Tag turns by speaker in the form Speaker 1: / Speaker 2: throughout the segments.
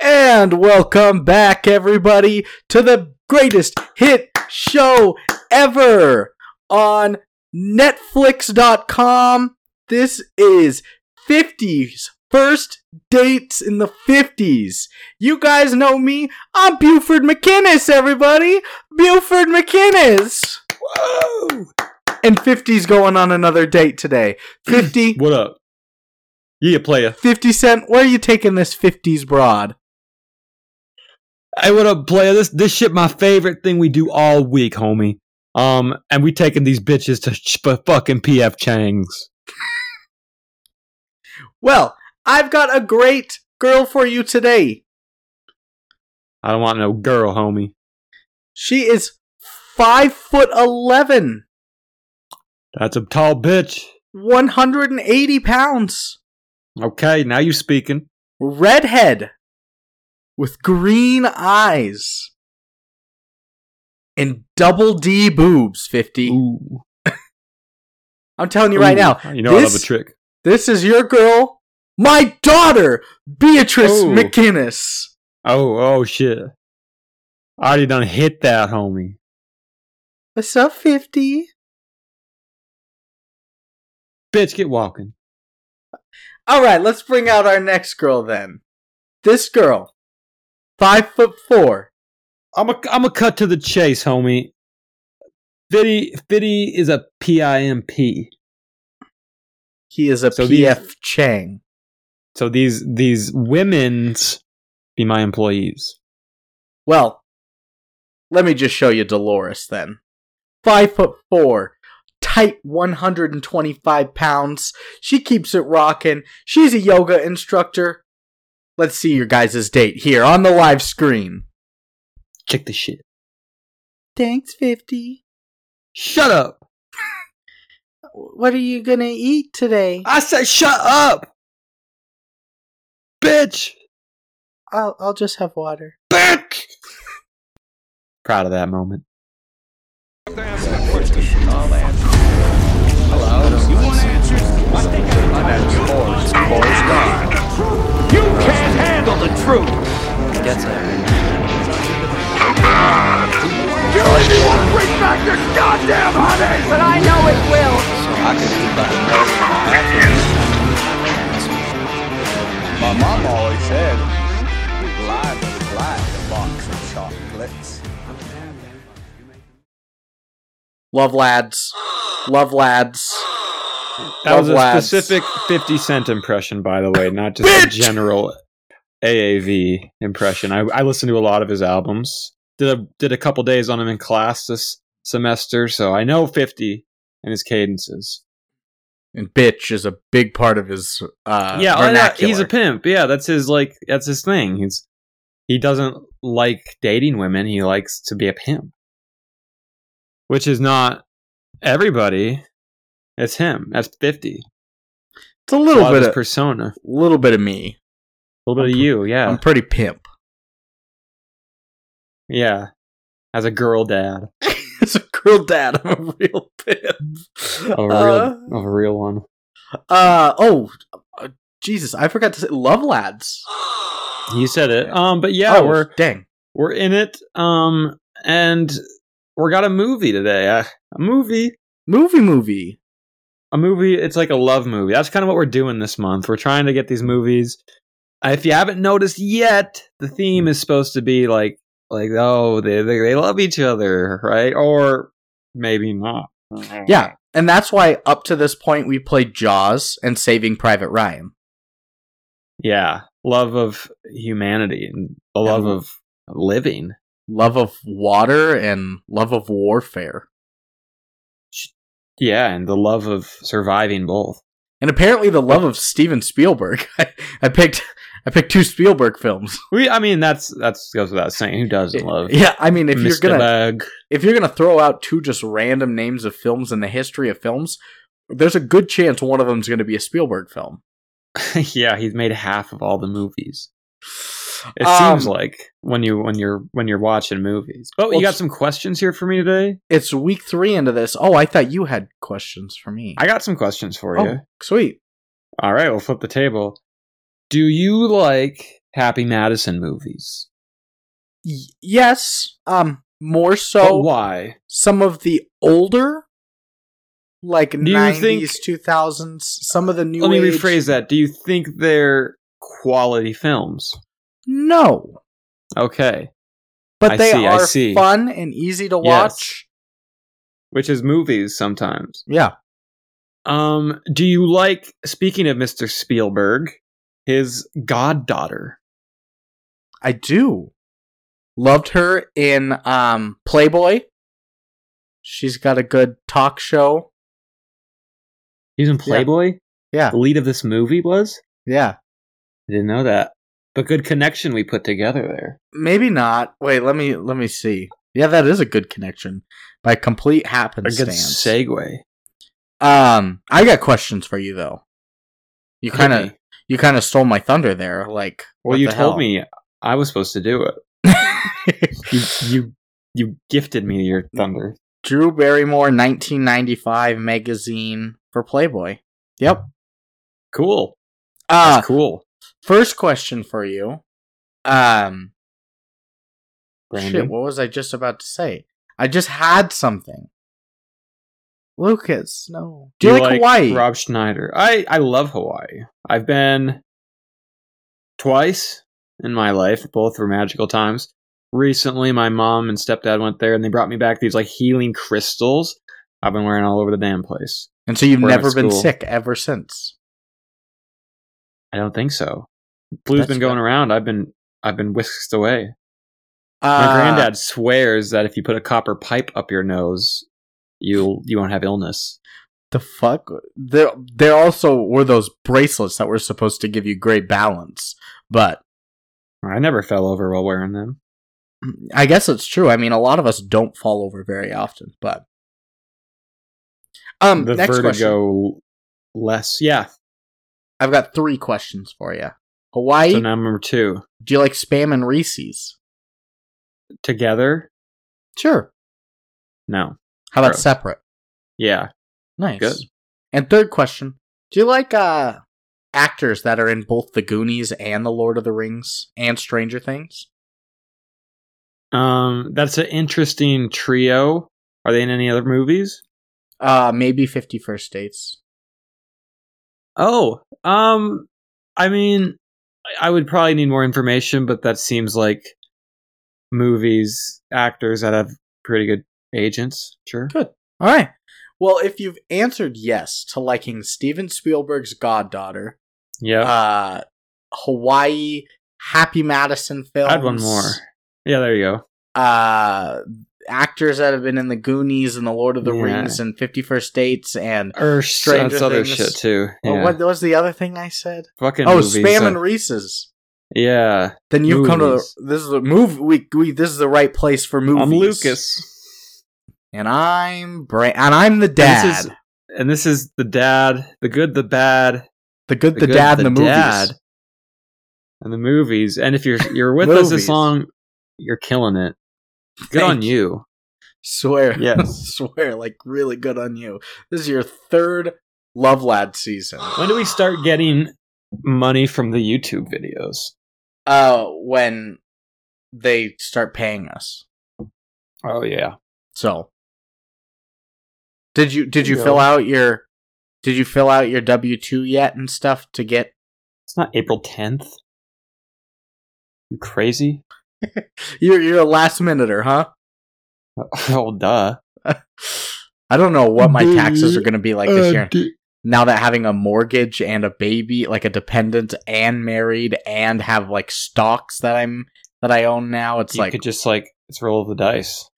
Speaker 1: And welcome back, everybody, to the greatest hit show ever on Netflix.com. This is 50s first dates in the 50s. You guys know me. I'm Buford McInnes, everybody. Buford McInnes.
Speaker 2: Whoa!
Speaker 1: And 50's going on another date today. 50,
Speaker 2: What up? Yeah, player.
Speaker 1: 50 Cent, where are you taking this 50s broad?
Speaker 2: Hey, what up, player? This this shit my favorite thing we do all week, homie. Um, and we taking these bitches to sp- fucking PF Chang's.
Speaker 1: Well, I've got a great girl for you today.
Speaker 2: I don't want no girl, homie.
Speaker 1: She is five foot eleven,
Speaker 2: That's a tall bitch.
Speaker 1: one hundred and eighty pounds,
Speaker 2: Okay, now you speaking.
Speaker 1: redhead, with green eyes, and double D boobs. Fifty.
Speaker 2: Ooh.
Speaker 1: I'm telling you right
Speaker 2: Ooh.
Speaker 1: now,
Speaker 2: You know I love a
Speaker 1: this-
Speaker 2: trick.
Speaker 1: this is your girl, my daughter, Beatrice
Speaker 2: Ooh.
Speaker 1: McInnes.
Speaker 2: Oh, oh shit. I already done hit that, homie.
Speaker 1: What's up, Fifty?
Speaker 2: Bitch, get walking.
Speaker 1: All right, let's bring out our next girl then. This girl, five foot four,
Speaker 2: I'm a I'm a cut to the chase, homie. Fitty Fitty is a PIMP.
Speaker 1: He is a
Speaker 2: So these-
Speaker 1: PF Chang.
Speaker 2: So these these women's be my employees.
Speaker 1: Well, let me just show you Dolores then. Five foot four, tight 125 pounds. She keeps it rocking. She's a yoga instructor. Let's see your guys' date here on the live screen.
Speaker 2: Check the shit.
Speaker 1: Thanks, 50.
Speaker 2: Shut up.
Speaker 1: What are you gonna eat today?
Speaker 2: I said shut up. Bitch.
Speaker 1: I'll, I'll just have water.
Speaker 2: Bitch. Proud of that moment.
Speaker 3: You can't handle the truth. You people will bring back your goddamn honey! But I know it will.
Speaker 4: My mom always said, life is like a box of chocolates.
Speaker 1: Love lads. Love lads.
Speaker 2: That was
Speaker 1: Love
Speaker 2: a
Speaker 1: lads.
Speaker 2: specific 50 cent impression, by the way, not just a
Speaker 1: Bitch.
Speaker 2: general AAV impression. I, I listened to a lot of his albums. Did a did a couple days on him in class this semester, so I know 50 and his cadences.
Speaker 1: And bitch is a big part of his uh,
Speaker 2: yeah, oh, yeah,
Speaker 1: vernacular.
Speaker 2: he's a pimp. Yeah, that's his like that's his thing. He's he doesn't like dating women. He likes to be a pimp, which is not everybody. It's him. That's fifty.
Speaker 1: It's a
Speaker 2: A
Speaker 1: little
Speaker 2: lot of
Speaker 1: bit
Speaker 2: his
Speaker 1: of,
Speaker 2: persona.
Speaker 1: little bit of me.
Speaker 2: A little bit of you. Yeah,
Speaker 1: I'm pretty pimp.
Speaker 2: yeah. As a girl dad,
Speaker 1: As a girl dad, I'm a real pimp.
Speaker 2: a real,
Speaker 1: Uh,
Speaker 2: a real one.
Speaker 1: uh, oh, uh, Jesus, I forgot to say Love Lads.
Speaker 2: You said it. Um, but yeah,
Speaker 1: oh,
Speaker 2: we're
Speaker 1: dang.
Speaker 2: we're in it. Um, and we got a movie today. Uh, a movie.
Speaker 1: Movie movie.
Speaker 2: a movie it's like a love movie that's kind of what we're doing this month we're trying to get these movies Uh, if you haven't noticed yet the theme is supposed to be like like oh they they, they love each other right or maybe not
Speaker 1: Yeah, and that's why up to this point we played Jaws and Saving Private Ryan.
Speaker 2: yeah love of humanity and the love
Speaker 1: Yeah.
Speaker 2: of living
Speaker 1: Love of water and love of warfare.
Speaker 2: yeah and the love of surviving both
Speaker 1: And apparently the love of Steven Spielberg. I, I picked I picked two Spielberg films.
Speaker 2: we i mean that's that's goes without saying who doesn't love
Speaker 1: Yeah, I mean if
Speaker 2: mister
Speaker 1: you're gonna
Speaker 2: bug
Speaker 1: if you're gonna throw out two just random names of films in the history of films, there's a good chance one of them's gonna be a Spielberg film.
Speaker 2: yeah he's made half of all the movies It
Speaker 1: Um,
Speaker 2: seems like when you when you're when you're watching movies. But
Speaker 1: Well,
Speaker 2: Oh, you got
Speaker 1: s-
Speaker 2: some questions here for me today.
Speaker 1: it's week three into this. Oh, I thought you had questions for me.
Speaker 2: I got some questions for
Speaker 1: oh,
Speaker 2: you.
Speaker 1: sweet.
Speaker 2: All right, we'll flip the table. Do you like Happy Madison movies.
Speaker 1: Y- yes, um, more
Speaker 2: But
Speaker 1: so
Speaker 2: why?
Speaker 1: some of the older, like
Speaker 2: you think-
Speaker 1: nineties, two thousands, some of the new.
Speaker 2: Let me
Speaker 1: age-
Speaker 2: rephrase that. Do you think they're quality films?
Speaker 1: No,
Speaker 2: Okay.
Speaker 1: but
Speaker 2: I
Speaker 1: they
Speaker 2: see, I
Speaker 1: are
Speaker 2: see.
Speaker 1: fun and easy to
Speaker 2: Yes.
Speaker 1: watch.
Speaker 2: Which is movies sometimes.
Speaker 1: Yeah,
Speaker 2: Um, do you like speaking of Mr. Spielberg, his goddaughter?
Speaker 1: I do. Loved her in um Playboy. She's got a good talk show.
Speaker 2: He's in Playboy?
Speaker 1: Yeah.
Speaker 2: The lead of this movie was?
Speaker 1: Yeah,
Speaker 2: I didn't know that. But good connection we put together there.
Speaker 1: maybe not. Wait, let me let me see. Yeah, that is a good connection by complete
Speaker 2: A good
Speaker 1: happenstance.
Speaker 2: segue.
Speaker 1: Um, I got questions for you though. You
Speaker 2: Hit
Speaker 1: kind of
Speaker 2: me.
Speaker 1: you kind of stole my thunder there. Like,
Speaker 2: Well,
Speaker 1: what
Speaker 2: you
Speaker 1: the
Speaker 2: told
Speaker 1: hell?
Speaker 2: me I was supposed to do it. You you you gifted me your thunder.
Speaker 1: Drew Barrymore, 1995 magazine for Playboy. Yep.
Speaker 2: Cool.
Speaker 1: Uh
Speaker 2: That's cool.
Speaker 1: first question for you. Um,
Speaker 2: Brandon.
Speaker 1: shit, what was I just about to say? I just had something. Lucas, no. Do you, like, Hawaii?
Speaker 2: Rob Schneider. I I love Hawaii. I've been twice in my life. Both were magical times. Recently, my mom and stepdad went there, and they brought me back these like healing crystals. I've been wearing all over the damn place.
Speaker 1: and so you've
Speaker 2: We're at
Speaker 1: never been
Speaker 2: school.
Speaker 1: sick ever since.
Speaker 2: I don't think so. Flu's
Speaker 1: That's
Speaker 2: been going
Speaker 1: good.
Speaker 2: around. I've been I've been whisked away. My
Speaker 1: Uh,
Speaker 2: granddad swears that if you put a copper pipe up your nose, you'll you won't have illness.
Speaker 1: The fuck? There, there also were those bracelets that were supposed to give you great balance, but
Speaker 2: I never fell over while wearing them.
Speaker 1: I guess it's true. I mean, a lot of us don't fall over very often, but um,
Speaker 2: the
Speaker 1: next question.
Speaker 2: vertigo less. Yeah.
Speaker 1: I've got three questions for you. Hawaii?
Speaker 2: So now number two
Speaker 1: do you like spam and Reese's?
Speaker 2: together.
Speaker 1: Sure.
Speaker 2: No.
Speaker 1: How about
Speaker 2: Gross.
Speaker 1: separate?
Speaker 2: Yeah.
Speaker 1: Nice.
Speaker 2: Good.
Speaker 1: And third question: Do you like uh actors that are in both The Goonies and The Lord of the Rings and Stranger Things?
Speaker 2: Um, that's an interesting trio. Are they in any other movies?
Speaker 1: Uh, maybe Fifty First Dates.
Speaker 2: Oh, um, I mean, I I would probably need more information, but that seems like movies actors that have pretty good agents. Sure.
Speaker 1: Good. All right. Well, if you've answered yes to liking Steven Spielberg's Goddaughter,
Speaker 2: Yeah.
Speaker 1: uh, Hawaii, Happy Madison films,
Speaker 2: Add one more. Yeah, there you go.
Speaker 1: Uh, actors that have been in The Goonies and The Lord of the
Speaker 2: Yeah.
Speaker 1: Rings and Fifty First Dates and
Speaker 2: Or
Speaker 1: Stranger
Speaker 2: that's other
Speaker 1: Things.
Speaker 2: shit too.
Speaker 1: Well,
Speaker 2: Yeah.
Speaker 1: what was the other thing I said?
Speaker 2: Fucking
Speaker 1: oh,
Speaker 2: movies,
Speaker 1: Spam
Speaker 2: uh,
Speaker 1: and Reese's.
Speaker 2: yeah.
Speaker 1: Then you've come to
Speaker 2: movies.
Speaker 1: the, this is the move. We, we this is the right place for movies.
Speaker 2: I'm um, Lucas.
Speaker 1: and I'm Bra- and I'm the dad.
Speaker 2: This is- and this is the dad, the good, the bad,
Speaker 1: the good, the, dad, and the movies.
Speaker 2: and the movies. And if you're you're with us
Speaker 1: Movies.
Speaker 2: this long, you're killing it. Good
Speaker 1: Thank
Speaker 2: on you.
Speaker 1: Swear.
Speaker 2: Yes.
Speaker 1: swear, like really good on you. This is your third Love Lad season.
Speaker 2: When do we start getting money from the YouTube videos?
Speaker 1: Uh when they start paying us.
Speaker 2: Oh yeah.
Speaker 1: So Did you did you
Speaker 2: Yeah.
Speaker 1: fill out your did you fill out your W two yet and stuff to get
Speaker 2: It's not April 10th. You crazy?
Speaker 1: you're you're a last minuter, huh?
Speaker 2: Oh duh.
Speaker 1: I don't know what my
Speaker 2: Dude,
Speaker 1: taxes are gonna be like this year.
Speaker 2: d-
Speaker 1: Now that having a mortgage and a baby, like a dependent and married and have like stocks that I'm that I own now, it's
Speaker 2: you
Speaker 1: like
Speaker 2: could just like it's roll of the dice.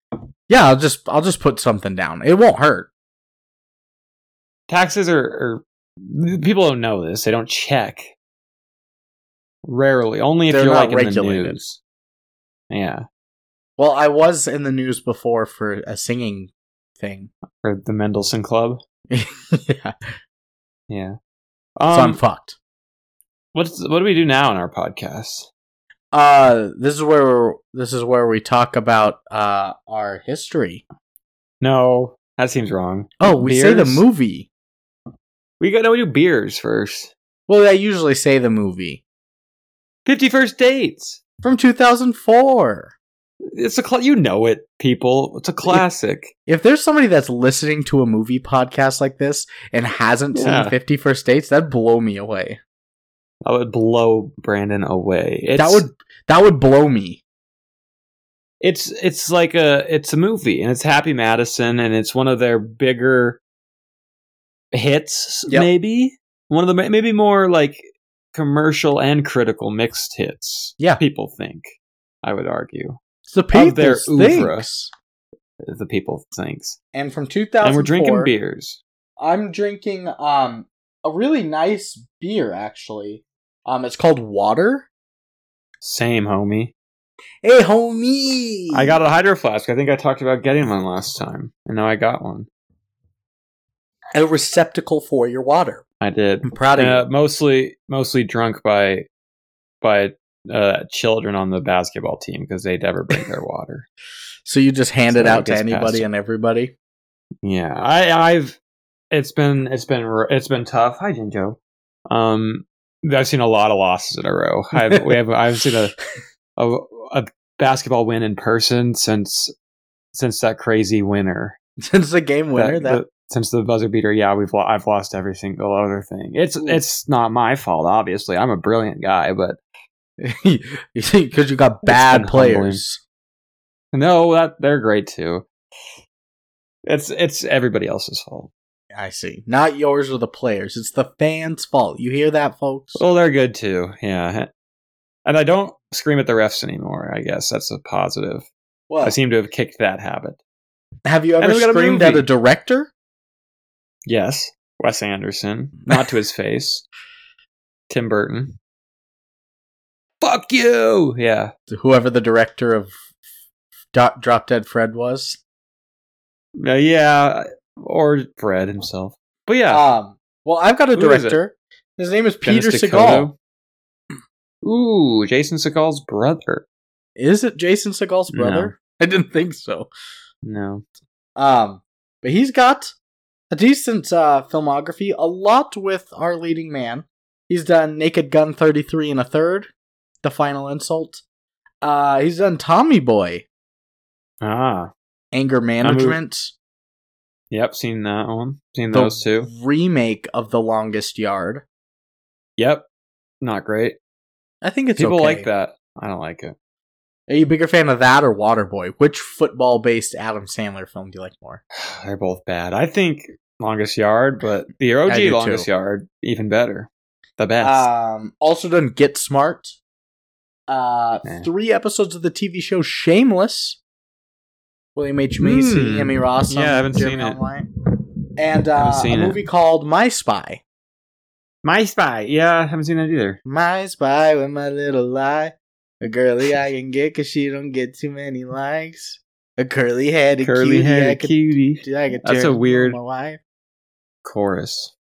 Speaker 1: Yeah, I'll just I'll just put something down. It won't hurt.
Speaker 2: taxes are, are people don't know this. They don't check. Rarely, only if
Speaker 1: They're
Speaker 2: you're
Speaker 1: not
Speaker 2: like in the
Speaker 1: regulated.
Speaker 2: news. Yeah,
Speaker 1: Well, I was in the news before for a singing thing.
Speaker 2: or the Mendelssohn Club.
Speaker 1: yeah,
Speaker 2: Yeah.
Speaker 1: so I'm
Speaker 2: Um,
Speaker 1: fucked.
Speaker 2: what's what do we do now in our podcast?
Speaker 1: Uh, this is where we're, this is where we talk about uh our history.
Speaker 2: No, that seems wrong.
Speaker 1: Oh, we say the
Speaker 2: Beers?
Speaker 1: movie.
Speaker 2: We got no. We do beers first.
Speaker 1: Well, I usually say the movie.
Speaker 2: Fifty First Dates.
Speaker 1: from 2004.
Speaker 2: It's a cl- you know it, people. It's a classic.
Speaker 1: If there's somebody that's listening to a movie podcast like this and hasn't
Speaker 2: Yeah.
Speaker 1: seen 50 First Dates, that'd blow me away.
Speaker 2: I would blow Brandon away. It's,
Speaker 1: that would that would blow me.
Speaker 2: It's it's like a it's a movie, and it's Happy Madison, and it's one of their bigger hits.
Speaker 1: Yep.
Speaker 2: Maybe one of the ma- maybe more like commercial and critical mixed hits.
Speaker 1: Yeah.
Speaker 2: people think. I would argue
Speaker 1: It's the
Speaker 2: Of their
Speaker 1: people's
Speaker 2: oeuvre.
Speaker 1: things.
Speaker 2: the people thinks,
Speaker 1: And from 2004,
Speaker 2: and we're drinking beers.
Speaker 1: I'm drinking um a really nice beer actually. Um, it's called Water.
Speaker 2: Same homie.
Speaker 1: Hey, homie!
Speaker 2: I got a hydro flask. I think I talked about getting one last time, and now I got one.
Speaker 1: a receptacle for your water.
Speaker 2: I did.
Speaker 1: I'm proud of
Speaker 2: Uh, mostly, mostly drunk by by uh, children on the basketball team because they never bring their water.
Speaker 1: you. So you just hand
Speaker 2: so
Speaker 1: it
Speaker 2: that
Speaker 1: out to
Speaker 2: gets
Speaker 1: anybody
Speaker 2: passed.
Speaker 1: and everybody.
Speaker 2: Yeah, I, I've it's been it's been r- it's been tough. Hi, Jinjo. Um, I've seen a lot of losses in a row. I've we have I've seen a, a a basketball win in person since since that crazy winter.
Speaker 1: Since the game winner, that,
Speaker 2: the- since the buzzer beater, yeah, we've lo- I've lost every single other thing. It's it's not my fault, obviously. I'm a brilliant guy, but
Speaker 1: you see, because you got bad
Speaker 2: been humbling.
Speaker 1: players.
Speaker 2: no, that they're great too. It's it's everybody else's fault.
Speaker 1: I see. Not yours or the players. It's the fans' fault. You hear that, folks?
Speaker 2: Well, they're good too, yeah. And I don't scream at the refs anymore. I guess that's a positive.
Speaker 1: Well,
Speaker 2: I seem to have kicked that habit.
Speaker 1: have you
Speaker 2: And
Speaker 1: ever
Speaker 2: we got a
Speaker 1: screamed at
Speaker 2: movie.
Speaker 1: a director?
Speaker 2: Yes, Wes Anderson, not to his face. Tim Burton. Fuck you. Yeah.
Speaker 1: Whoever the director of Dot Drop Dead Fred was.
Speaker 2: Uh, yeah, or Fred himself. But yeah,
Speaker 1: Um. Well, I've got a
Speaker 2: Who is it?
Speaker 1: director. His name is Peter
Speaker 2: Dennis
Speaker 1: Segal.
Speaker 2: Dakota. Ooh, Jason Segal's brother.
Speaker 1: Is it Jason Segal's
Speaker 2: No.
Speaker 1: brother? I didn't think so.
Speaker 2: No,
Speaker 1: Um, but he's got a decent uh, filmography, a lot with our leading man. He's done Naked Gun 33 and a third, The Final Insult. Uh, he's done Tommy Boy,
Speaker 2: ah,
Speaker 1: Anger Management,
Speaker 2: yep, seen that one, seen
Speaker 1: the
Speaker 2: those two.
Speaker 1: remake of The Longest Yard.
Speaker 2: Yep, not great.
Speaker 1: I think it's
Speaker 2: People
Speaker 1: okay.
Speaker 2: like that. I don't like it.
Speaker 1: Are you a bigger fan of that or Waterboy? Which football-based Adam Sandler film do you like more?
Speaker 2: They're both bad. I think Longest Yard, but the OG
Speaker 1: do too.
Speaker 2: Longest Yard even better, the best.
Speaker 1: Um, also done Get Smart. Uh,
Speaker 2: Yeah.
Speaker 1: Three episodes of the TV show Shameless. William H. Macy,
Speaker 2: Hmm.
Speaker 1: Emmy Ross.
Speaker 2: Yeah, I haven't
Speaker 1: Jeremy
Speaker 2: seen it.
Speaker 1: Allen. And
Speaker 2: Haven't
Speaker 1: uh, a
Speaker 2: seen it.
Speaker 1: movie called My Spy.
Speaker 2: My Spy. Yeah, I haven't seen that either.
Speaker 1: My Spy with my little lie. A girly I can get because she don't get too many likes. A curly head, a curly
Speaker 2: Curly
Speaker 1: cutie, I
Speaker 2: haired
Speaker 1: could,
Speaker 2: cutie.
Speaker 1: I could
Speaker 2: That's
Speaker 1: turn
Speaker 2: a
Speaker 1: into
Speaker 2: weird-
Speaker 1: My wife.
Speaker 2: Chorus.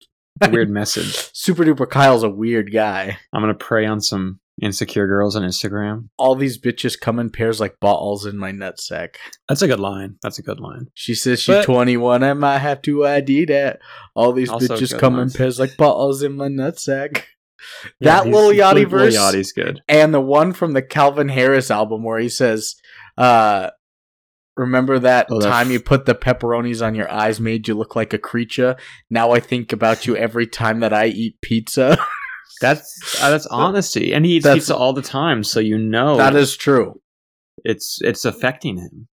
Speaker 2: Weird message.
Speaker 1: Super duper Kyle's a weird guy.
Speaker 2: I'm gonna prey on some insecure girls on Instagram.
Speaker 1: All these bitches come in pairs like balls in my nutsack.
Speaker 2: That's a good line. That's a good line.
Speaker 1: She says she's
Speaker 2: But-
Speaker 1: 21. I might have to ID that. All these
Speaker 2: Also
Speaker 1: bitches
Speaker 2: good
Speaker 1: come
Speaker 2: ones.
Speaker 1: in pairs like bottles in my nutsack.
Speaker 2: Yeah,
Speaker 1: that
Speaker 2: he's-
Speaker 1: little Yachty
Speaker 2: Lil
Speaker 1: verse
Speaker 2: Yachty's good.
Speaker 1: and the one from the Calvin Harris album where he says, uh, "Remember that
Speaker 2: Oh, that-
Speaker 1: time you put the pepperonis on your eyes made you look like a creature. Now I think about you every time that I eat pizza.
Speaker 2: That's uh, that's honesty, and he eats
Speaker 1: That's-
Speaker 2: pizza all the time, so you know
Speaker 1: that is true.
Speaker 2: it's it's affecting him.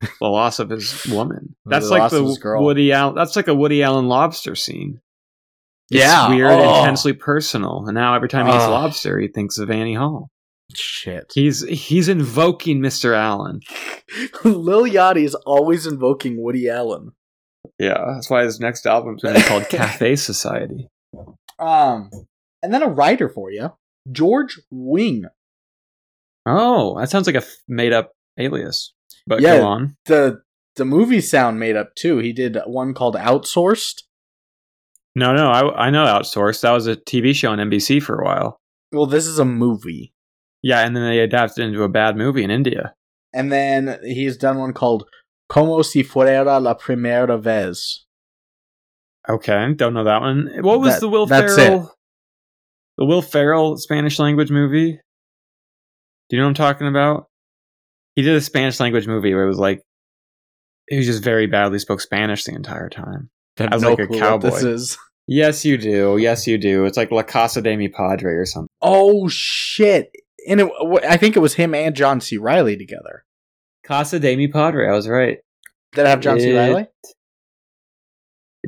Speaker 2: The loss of his woman.
Speaker 1: The
Speaker 2: That's
Speaker 1: loss
Speaker 2: like
Speaker 1: of
Speaker 2: the
Speaker 1: his girl.
Speaker 2: Woody Allen. That's like a Woody Allen lobster scene. It's
Speaker 1: yeah,
Speaker 2: weird,
Speaker 1: Oh.
Speaker 2: intensely personal, and now every time he eats
Speaker 1: Oh.
Speaker 2: lobster, he thinks of Annie Hall.
Speaker 1: Shit,
Speaker 2: He's he's invoking Mr. Allen.
Speaker 1: Lil Yachty is always invoking Woody Allen.
Speaker 2: Yeah, that's why his next album's gonna be called Cafe Society.
Speaker 1: Um, and then a writer for you, George Wing,
Speaker 2: Oh, that sounds like a f- made up alias. But
Speaker 1: Yeah.
Speaker 2: go on.
Speaker 1: the the movie sound made up too. He did one called Outsourced.
Speaker 2: No, no, I, I know Outsourced. That was a TV show on NBC for a while.
Speaker 1: Well, this is a movie,
Speaker 2: Yeah, and then they adapted it into a bad movie in India.
Speaker 1: and then he's done one called Como si fuera la primera vez.
Speaker 2: Okay, don't know that one. What was
Speaker 1: That-
Speaker 2: the Will
Speaker 1: that's
Speaker 2: Ferrell? the Will Ferrell Spanish language movie. Do you know what I'm talking about? He did a Spanish language movie where it was like he was just very badly spoke Spanish the entire time.
Speaker 1: Have
Speaker 2: I was like a
Speaker 1: What this
Speaker 2: cowboy.
Speaker 1: is.
Speaker 2: Yes, you do. Yes, you do. It's like La Casa de Mi Padre or something.
Speaker 1: Oh shit! And it, w- I think it was him and John C. Riley together.
Speaker 2: Casa de Mi Padre. I was right.
Speaker 1: Did it have John C.
Speaker 2: It-
Speaker 1: Riley?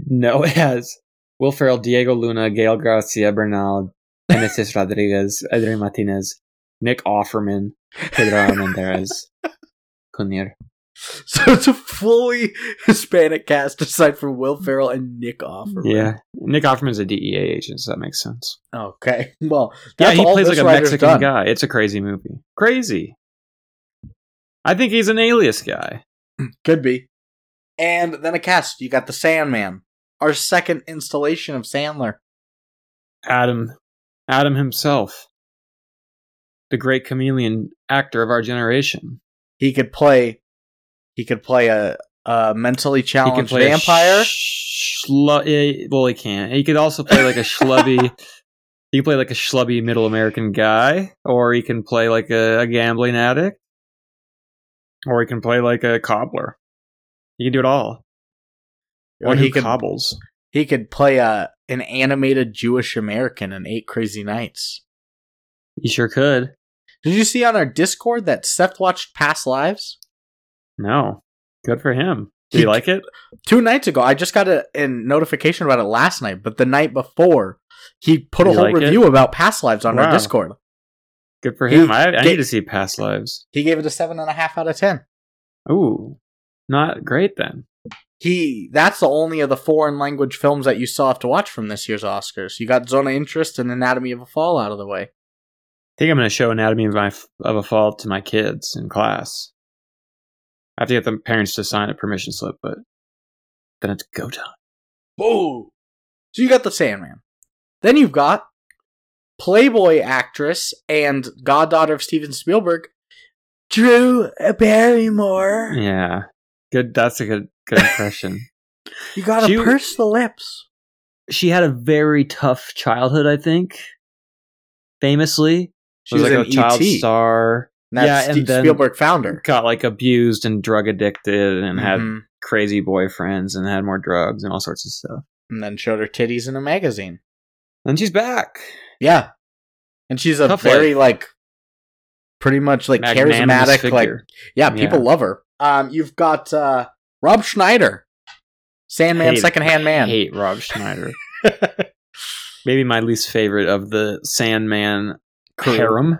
Speaker 2: No, it has Will Ferrell, Diego Luna, Gail Garcia Bernal, Genesis Rodriguez, Adrian Martinez, Nick Offerman, Pedro Menderes, Cunir.
Speaker 1: So it's a fully Hispanic cast aside from Will Ferrell and Nick Offerman.
Speaker 2: Yeah, Nick Offerman's a DEA agent, so that makes sense.
Speaker 1: Okay. Well, that's
Speaker 2: yeah, he
Speaker 1: all
Speaker 2: plays
Speaker 1: this
Speaker 2: like a
Speaker 1: writer's
Speaker 2: Mexican
Speaker 1: done.
Speaker 2: guy. It's a crazy movie. Crazy. I think he's an alias guy.
Speaker 1: Could be. And then a cast. You got the Sandman, our second installation of Sandler.
Speaker 2: Adam, Adam himself, the great chameleon actor of our generation.
Speaker 1: He could play. He could play a, a mentally
Speaker 2: he can
Speaker 1: challenged
Speaker 2: play
Speaker 1: vampire.
Speaker 2: A sh- shlu- eh, well, he can't. He could also play like a schlubby. he can play like a schlubby middle American guy, or he can play like a, a gambling addict, or he can play like a cobbler. He can do it all.
Speaker 1: or
Speaker 2: One who
Speaker 1: he could
Speaker 2: cobbles.
Speaker 1: he could play a an animated Jewish American in Eight Crazy Nights.
Speaker 2: He sure could.
Speaker 1: Did you see on our Discord that Seth watched Past Lives
Speaker 2: No, good for him. Do you
Speaker 1: He-
Speaker 2: like it?
Speaker 1: two nights ago? I just got a, a notification about it last night, but the night before he put a
Speaker 2: You
Speaker 1: whole
Speaker 2: like it?
Speaker 1: review about Past Lives on our
Speaker 2: Wow.
Speaker 1: Discord.
Speaker 2: Good for
Speaker 1: He-
Speaker 2: him. I, I
Speaker 1: Ga-
Speaker 2: need to see Past Lives.
Speaker 1: He gave it a seven and a half out of ten.
Speaker 2: Ooh, not great then.
Speaker 1: he that's the only of the foreign language films that you still have to watch from this year's Oscars. You got Zona Interest and Anatomy of a Fall out of the way.
Speaker 2: I think I'm going to show Anatomy of, my, of a Fall to my kids in class. I have to get the parents to sign a permission slip, but then it's go time.
Speaker 1: Boo! So you got the Sandman. Then you've got Playboy actress and goddaughter of Steven Spielberg, Drew Barrymore.
Speaker 2: Yeah, good. That's a good good impression.
Speaker 1: You gotta
Speaker 2: She-
Speaker 1: purse the lips.
Speaker 2: she had a very tough childhood, I think. Famously,
Speaker 1: She was,
Speaker 2: like
Speaker 1: an
Speaker 2: a child
Speaker 1: ET.
Speaker 2: star.
Speaker 1: And that's
Speaker 2: yeah, and
Speaker 1: Steve
Speaker 2: then-
Speaker 1: Spielberg founder.
Speaker 2: E Got like abused and drug addicted, and had
Speaker 1: Mhm.
Speaker 2: crazy boyfriends, and had more drugs and all sorts of stuff.
Speaker 1: and then showed her titties in a magazine.
Speaker 2: And she's back.
Speaker 1: Yeah. And she's a
Speaker 2: Tough
Speaker 1: very like pretty much like
Speaker 2: Magnanimous
Speaker 1: charismatic like
Speaker 2: figure.
Speaker 1: yeah, people
Speaker 2: Yeah.
Speaker 1: love her. Um you've got uh Rob Schneider. Sandman
Speaker 2: Hate-
Speaker 1: secondhand man.
Speaker 2: Hate Rob Schneider. maybe my least favorite of the Sandman
Speaker 1: Crew.
Speaker 2: harem.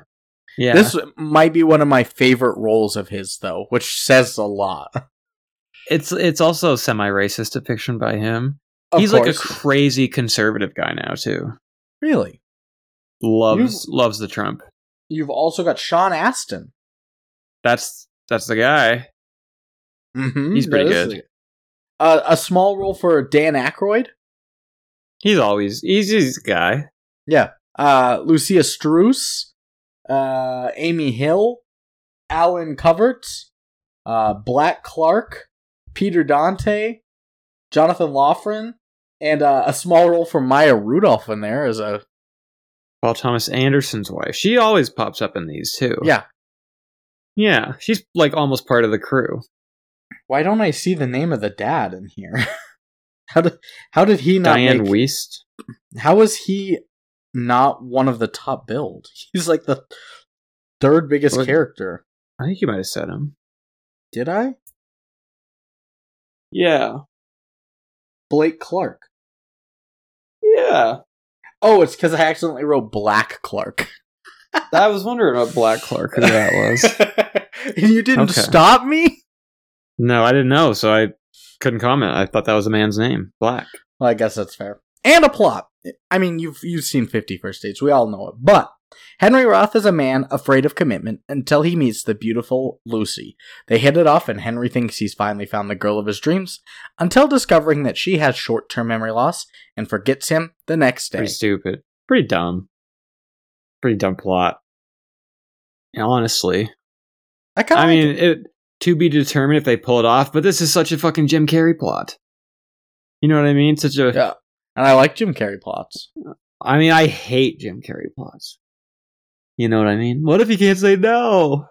Speaker 2: Yeah,
Speaker 1: This might be one of my favorite roles of his though, which says a lot.
Speaker 2: it's it's also a semi-racist depiction by him.
Speaker 1: Of
Speaker 2: He's like a
Speaker 1: course.
Speaker 2: crazy conservative guy now too.
Speaker 1: really.
Speaker 2: Loves loves the Trump.
Speaker 1: You've also got Sean Astin.
Speaker 2: That's that's the guy.
Speaker 1: Mm-hmm.
Speaker 2: He's pretty good.
Speaker 1: Uh, a small role for Dan Aykroyd.
Speaker 2: He's always he's he's the guy.
Speaker 1: uh, Lucia Struess, uh, Amy Hill, Alan Covert, uh, Black Clark, Peter Dante, Jonathan Laughlin, and uh, a small role for Maya Rudolph in there as a
Speaker 2: Paul Thomas Anderson's wife. She always pops up in these too.
Speaker 1: Yeah.
Speaker 2: Yeah, she's like almost part of the crew.
Speaker 1: why don't I see the name of the dad in here? how did how did he not
Speaker 2: Diane
Speaker 1: make,
Speaker 2: Wiest.
Speaker 1: how was he not one of the top billed? He's like the third biggest
Speaker 2: What-
Speaker 1: character.
Speaker 2: I think you might have said him.
Speaker 1: Did I?
Speaker 2: Yeah.
Speaker 1: Blake Clark.
Speaker 2: Yeah.
Speaker 1: Oh, it's because I accidentally wrote Black Clark.
Speaker 2: I was wondering what Black Clark who that was.
Speaker 1: and you didn't
Speaker 2: Okay.
Speaker 1: stop me?
Speaker 2: no, I didn't know, so I couldn't comment. I thought that was a man's name, Black.
Speaker 1: Well, I guess that's fair. And a plot. I mean, you've you've seen 50 First Dates. We all know it. But Henry Roth is a man afraid of commitment until he meets the beautiful Lucy. They hit it off, and Henry thinks he's finally found the girl of his dreams until discovering that she has short term memory loss and forgets him the next day.
Speaker 2: Pretty stupid. Pretty dumb. Pretty dumb plot. And honestly,
Speaker 1: I kind
Speaker 2: I
Speaker 1: of
Speaker 2: mean, it to be determined if they pull it off. But this is such a fucking Jim Carrey plot. You know what I mean? Such a
Speaker 1: Yeah. and I like Jim Carrey plots.
Speaker 2: I mean, I hate Jim Carrey plots. You know what I mean? What if he can't say no?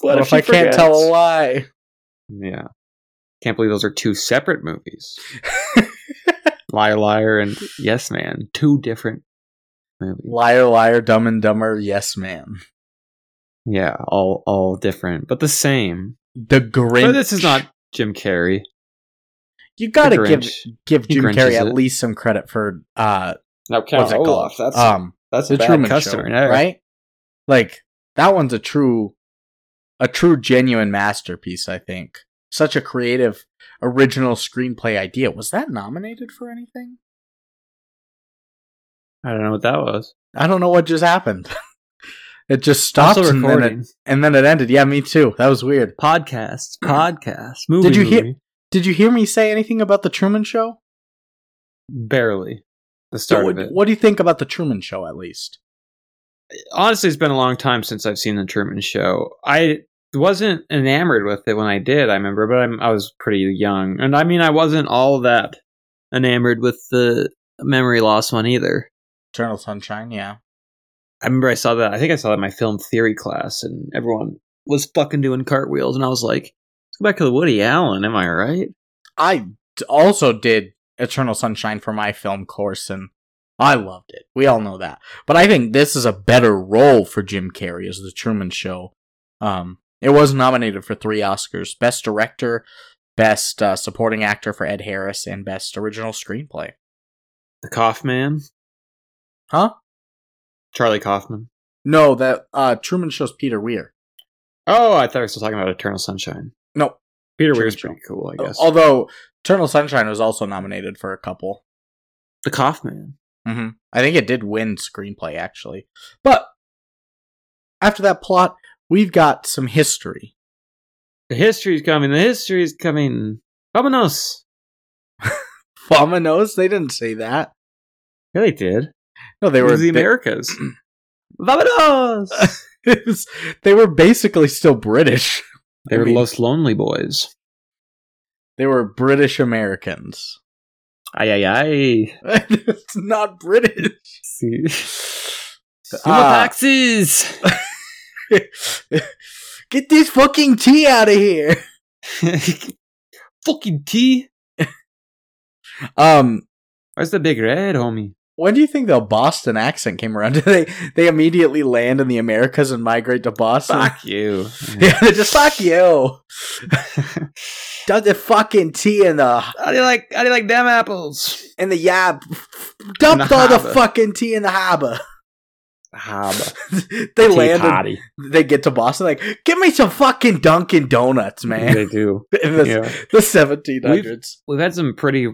Speaker 1: What, if,
Speaker 2: she
Speaker 1: I can't tell a
Speaker 2: forgets?
Speaker 1: lie?
Speaker 2: Yeah. Can't believe those are two separate movies. liar, liar, and Yes Man. Two different movies.
Speaker 1: Liar, liar, dumb and dumber, yes, man.
Speaker 2: Yeah, all all different, but the same.
Speaker 1: The Grinch.
Speaker 2: But this is not Jim Carrey.
Speaker 1: You gotta
Speaker 2: The
Speaker 1: give
Speaker 2: Grinch.
Speaker 1: give
Speaker 2: He
Speaker 1: Jim
Speaker 2: Grinches
Speaker 1: Carrey at
Speaker 2: it.
Speaker 1: least some credit for uh,
Speaker 2: No,
Speaker 1: what's it called? um,
Speaker 2: that's
Speaker 1: the Truman Show, right? Like that one's a true, a true genuine masterpiece. I think such a creative, original screenplay idea. Was that nominated for anything?
Speaker 2: I don't know what that was.
Speaker 1: I don't know what just happened. it just stopped
Speaker 2: also
Speaker 1: and then it,
Speaker 2: recording.
Speaker 1: and then it ended. Yeah, me too. That was weird.
Speaker 2: Podcast, podcast, movie.
Speaker 1: Did you hear-
Speaker 2: movie.
Speaker 1: Did you hear me say anything about the Truman Show?
Speaker 2: barely the start
Speaker 1: what,
Speaker 2: of it?
Speaker 1: what do you think about the Truman Show? At least
Speaker 2: Honestly, it's been a long time since I've seen the Truman Show. I wasn't enamored with it when I did. I remember, but I'm, I was pretty young, and I mean, I wasn't all that enamored with the memory loss one either.
Speaker 1: Eternal Sunshine. Yeah.
Speaker 2: I remember I saw that. I think I saw that in my film theory class, and everyone was fucking doing cartwheels, and I was like, "Let's go back to the Woody Allen." Am I right?
Speaker 1: I d- also did Eternal Sunshine for my film course, and I loved it. We all know that. But I think this is a better role for Jim Carrey as the Truman Show. Um, it was nominated for three Oscars: Best Director, Best uh, Supporting Actor for Ed Harris, and Best Original Screenplay.
Speaker 2: The Kaufman,
Speaker 1: Huh?
Speaker 2: Charlie Kaufman.
Speaker 1: No, that uh, Truman Show's Peter Weir.
Speaker 2: Oh, I thought we were still talking about Eternal Sunshine.
Speaker 1: No,
Speaker 2: Peter
Speaker 1: Truman
Speaker 2: Weir's
Speaker 1: Show. Oh,
Speaker 2: pretty cool, I guess.
Speaker 1: although Eternal Sunshine was also nominated for a couple.
Speaker 2: the Kaufman.
Speaker 1: hmm I think it did win screenplay actually, but after that plot, we've got some history.
Speaker 2: The history's coming. The history's coming. Vamonos.
Speaker 1: Vamanos, they didn't say that.
Speaker 2: Yeah, they did.
Speaker 1: No, they
Speaker 2: It
Speaker 1: were
Speaker 2: was the
Speaker 1: they-
Speaker 2: Americas. Vamonos.
Speaker 1: it was- they were basically still British.
Speaker 2: they
Speaker 1: I
Speaker 2: were
Speaker 1: mean,
Speaker 2: Los Lonely Boys.
Speaker 1: They were British Americans.
Speaker 2: Ay ay ay.
Speaker 1: it's not British.
Speaker 2: See. Human
Speaker 1: Ah.
Speaker 2: taxes.
Speaker 1: Get this fucking tea out of here.
Speaker 2: Fucking tea.
Speaker 1: Um,
Speaker 2: Where's the big red, homie?
Speaker 1: when do you think the Boston accent came around? Did they they immediately land in the Americas and migrate to Boston?
Speaker 2: Fuck you.
Speaker 1: Yeah, they're just fuck you. Dump the fucking tea in the
Speaker 2: How do you like? How do you like them apples?
Speaker 1: in the yab. Dump
Speaker 2: In the
Speaker 1: all the
Speaker 2: harbor.
Speaker 1: fucking tea in the harbor.
Speaker 2: Ah, but-
Speaker 1: they
Speaker 2: tea
Speaker 1: land. and
Speaker 2: party.
Speaker 1: they get to Boston. Like, give me some fucking Dunkin' Donuts, man.
Speaker 2: They do.
Speaker 1: in the,
Speaker 2: Yeah.
Speaker 1: the 1700s.
Speaker 2: we've had some pretty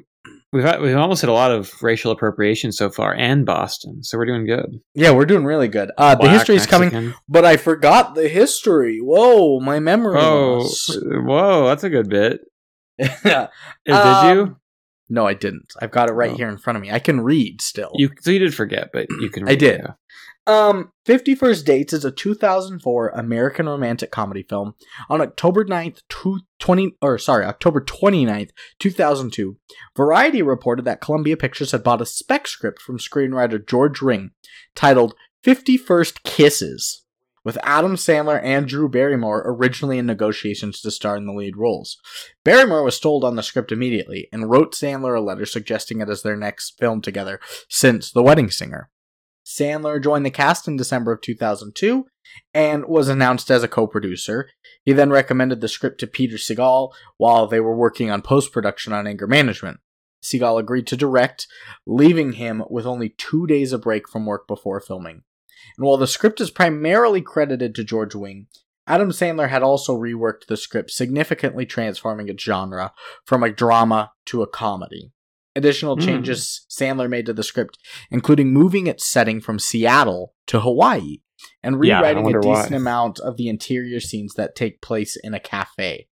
Speaker 2: we've had, we've almost had a lot of racial appropriation so far and boston so we're doing good
Speaker 1: Yeah, we're doing really good. Uh, the
Speaker 2: Black,
Speaker 1: history's coming,
Speaker 2: Mexican.
Speaker 1: but I forgot the history. Whoa, my memory.
Speaker 2: oh
Speaker 1: loss.
Speaker 2: whoa that's a good bit Eh, Did
Speaker 1: Um, No, I didn't. I've got it right
Speaker 2: Oh.
Speaker 1: here in front of me. I can read still.
Speaker 2: you you so you did forget but you can
Speaker 1: I did.
Speaker 2: yeah.
Speaker 1: Um, Fifty First Dates is a 2004 American romantic comedy film. On October 9th, two, 20, or sorry, October 29th, 2002, Variety reported that Columbia Pictures had bought a spec script from screenwriter George Ring titled 51st Kisses, with Adam Sandler and Drew Barrymore originally in negotiations to star in the lead roles. Barrymore was sold on the script immediately and wrote Sandler a letter suggesting it as their next film together since The Wedding Singer. Sandler joined the cast in December of 2002 and was announced as a co producer. He then recommended the script to Peter Segal while they were working on post production on anger management. Segal agreed to direct, leaving him with only two days of break from work before filming. And while the script is primarily credited to George Wing, Adam Sandler had also reworked the script, significantly transforming its genre from a drama to a comedy. Additional
Speaker 2: Hmm.
Speaker 1: changes Sandler made to the script including moving its setting from Seattle to Hawaii and
Speaker 2: Yeah, I
Speaker 1: rewriting a
Speaker 2: wonder why.
Speaker 1: decent amount of the interior scenes that take place in a cafe.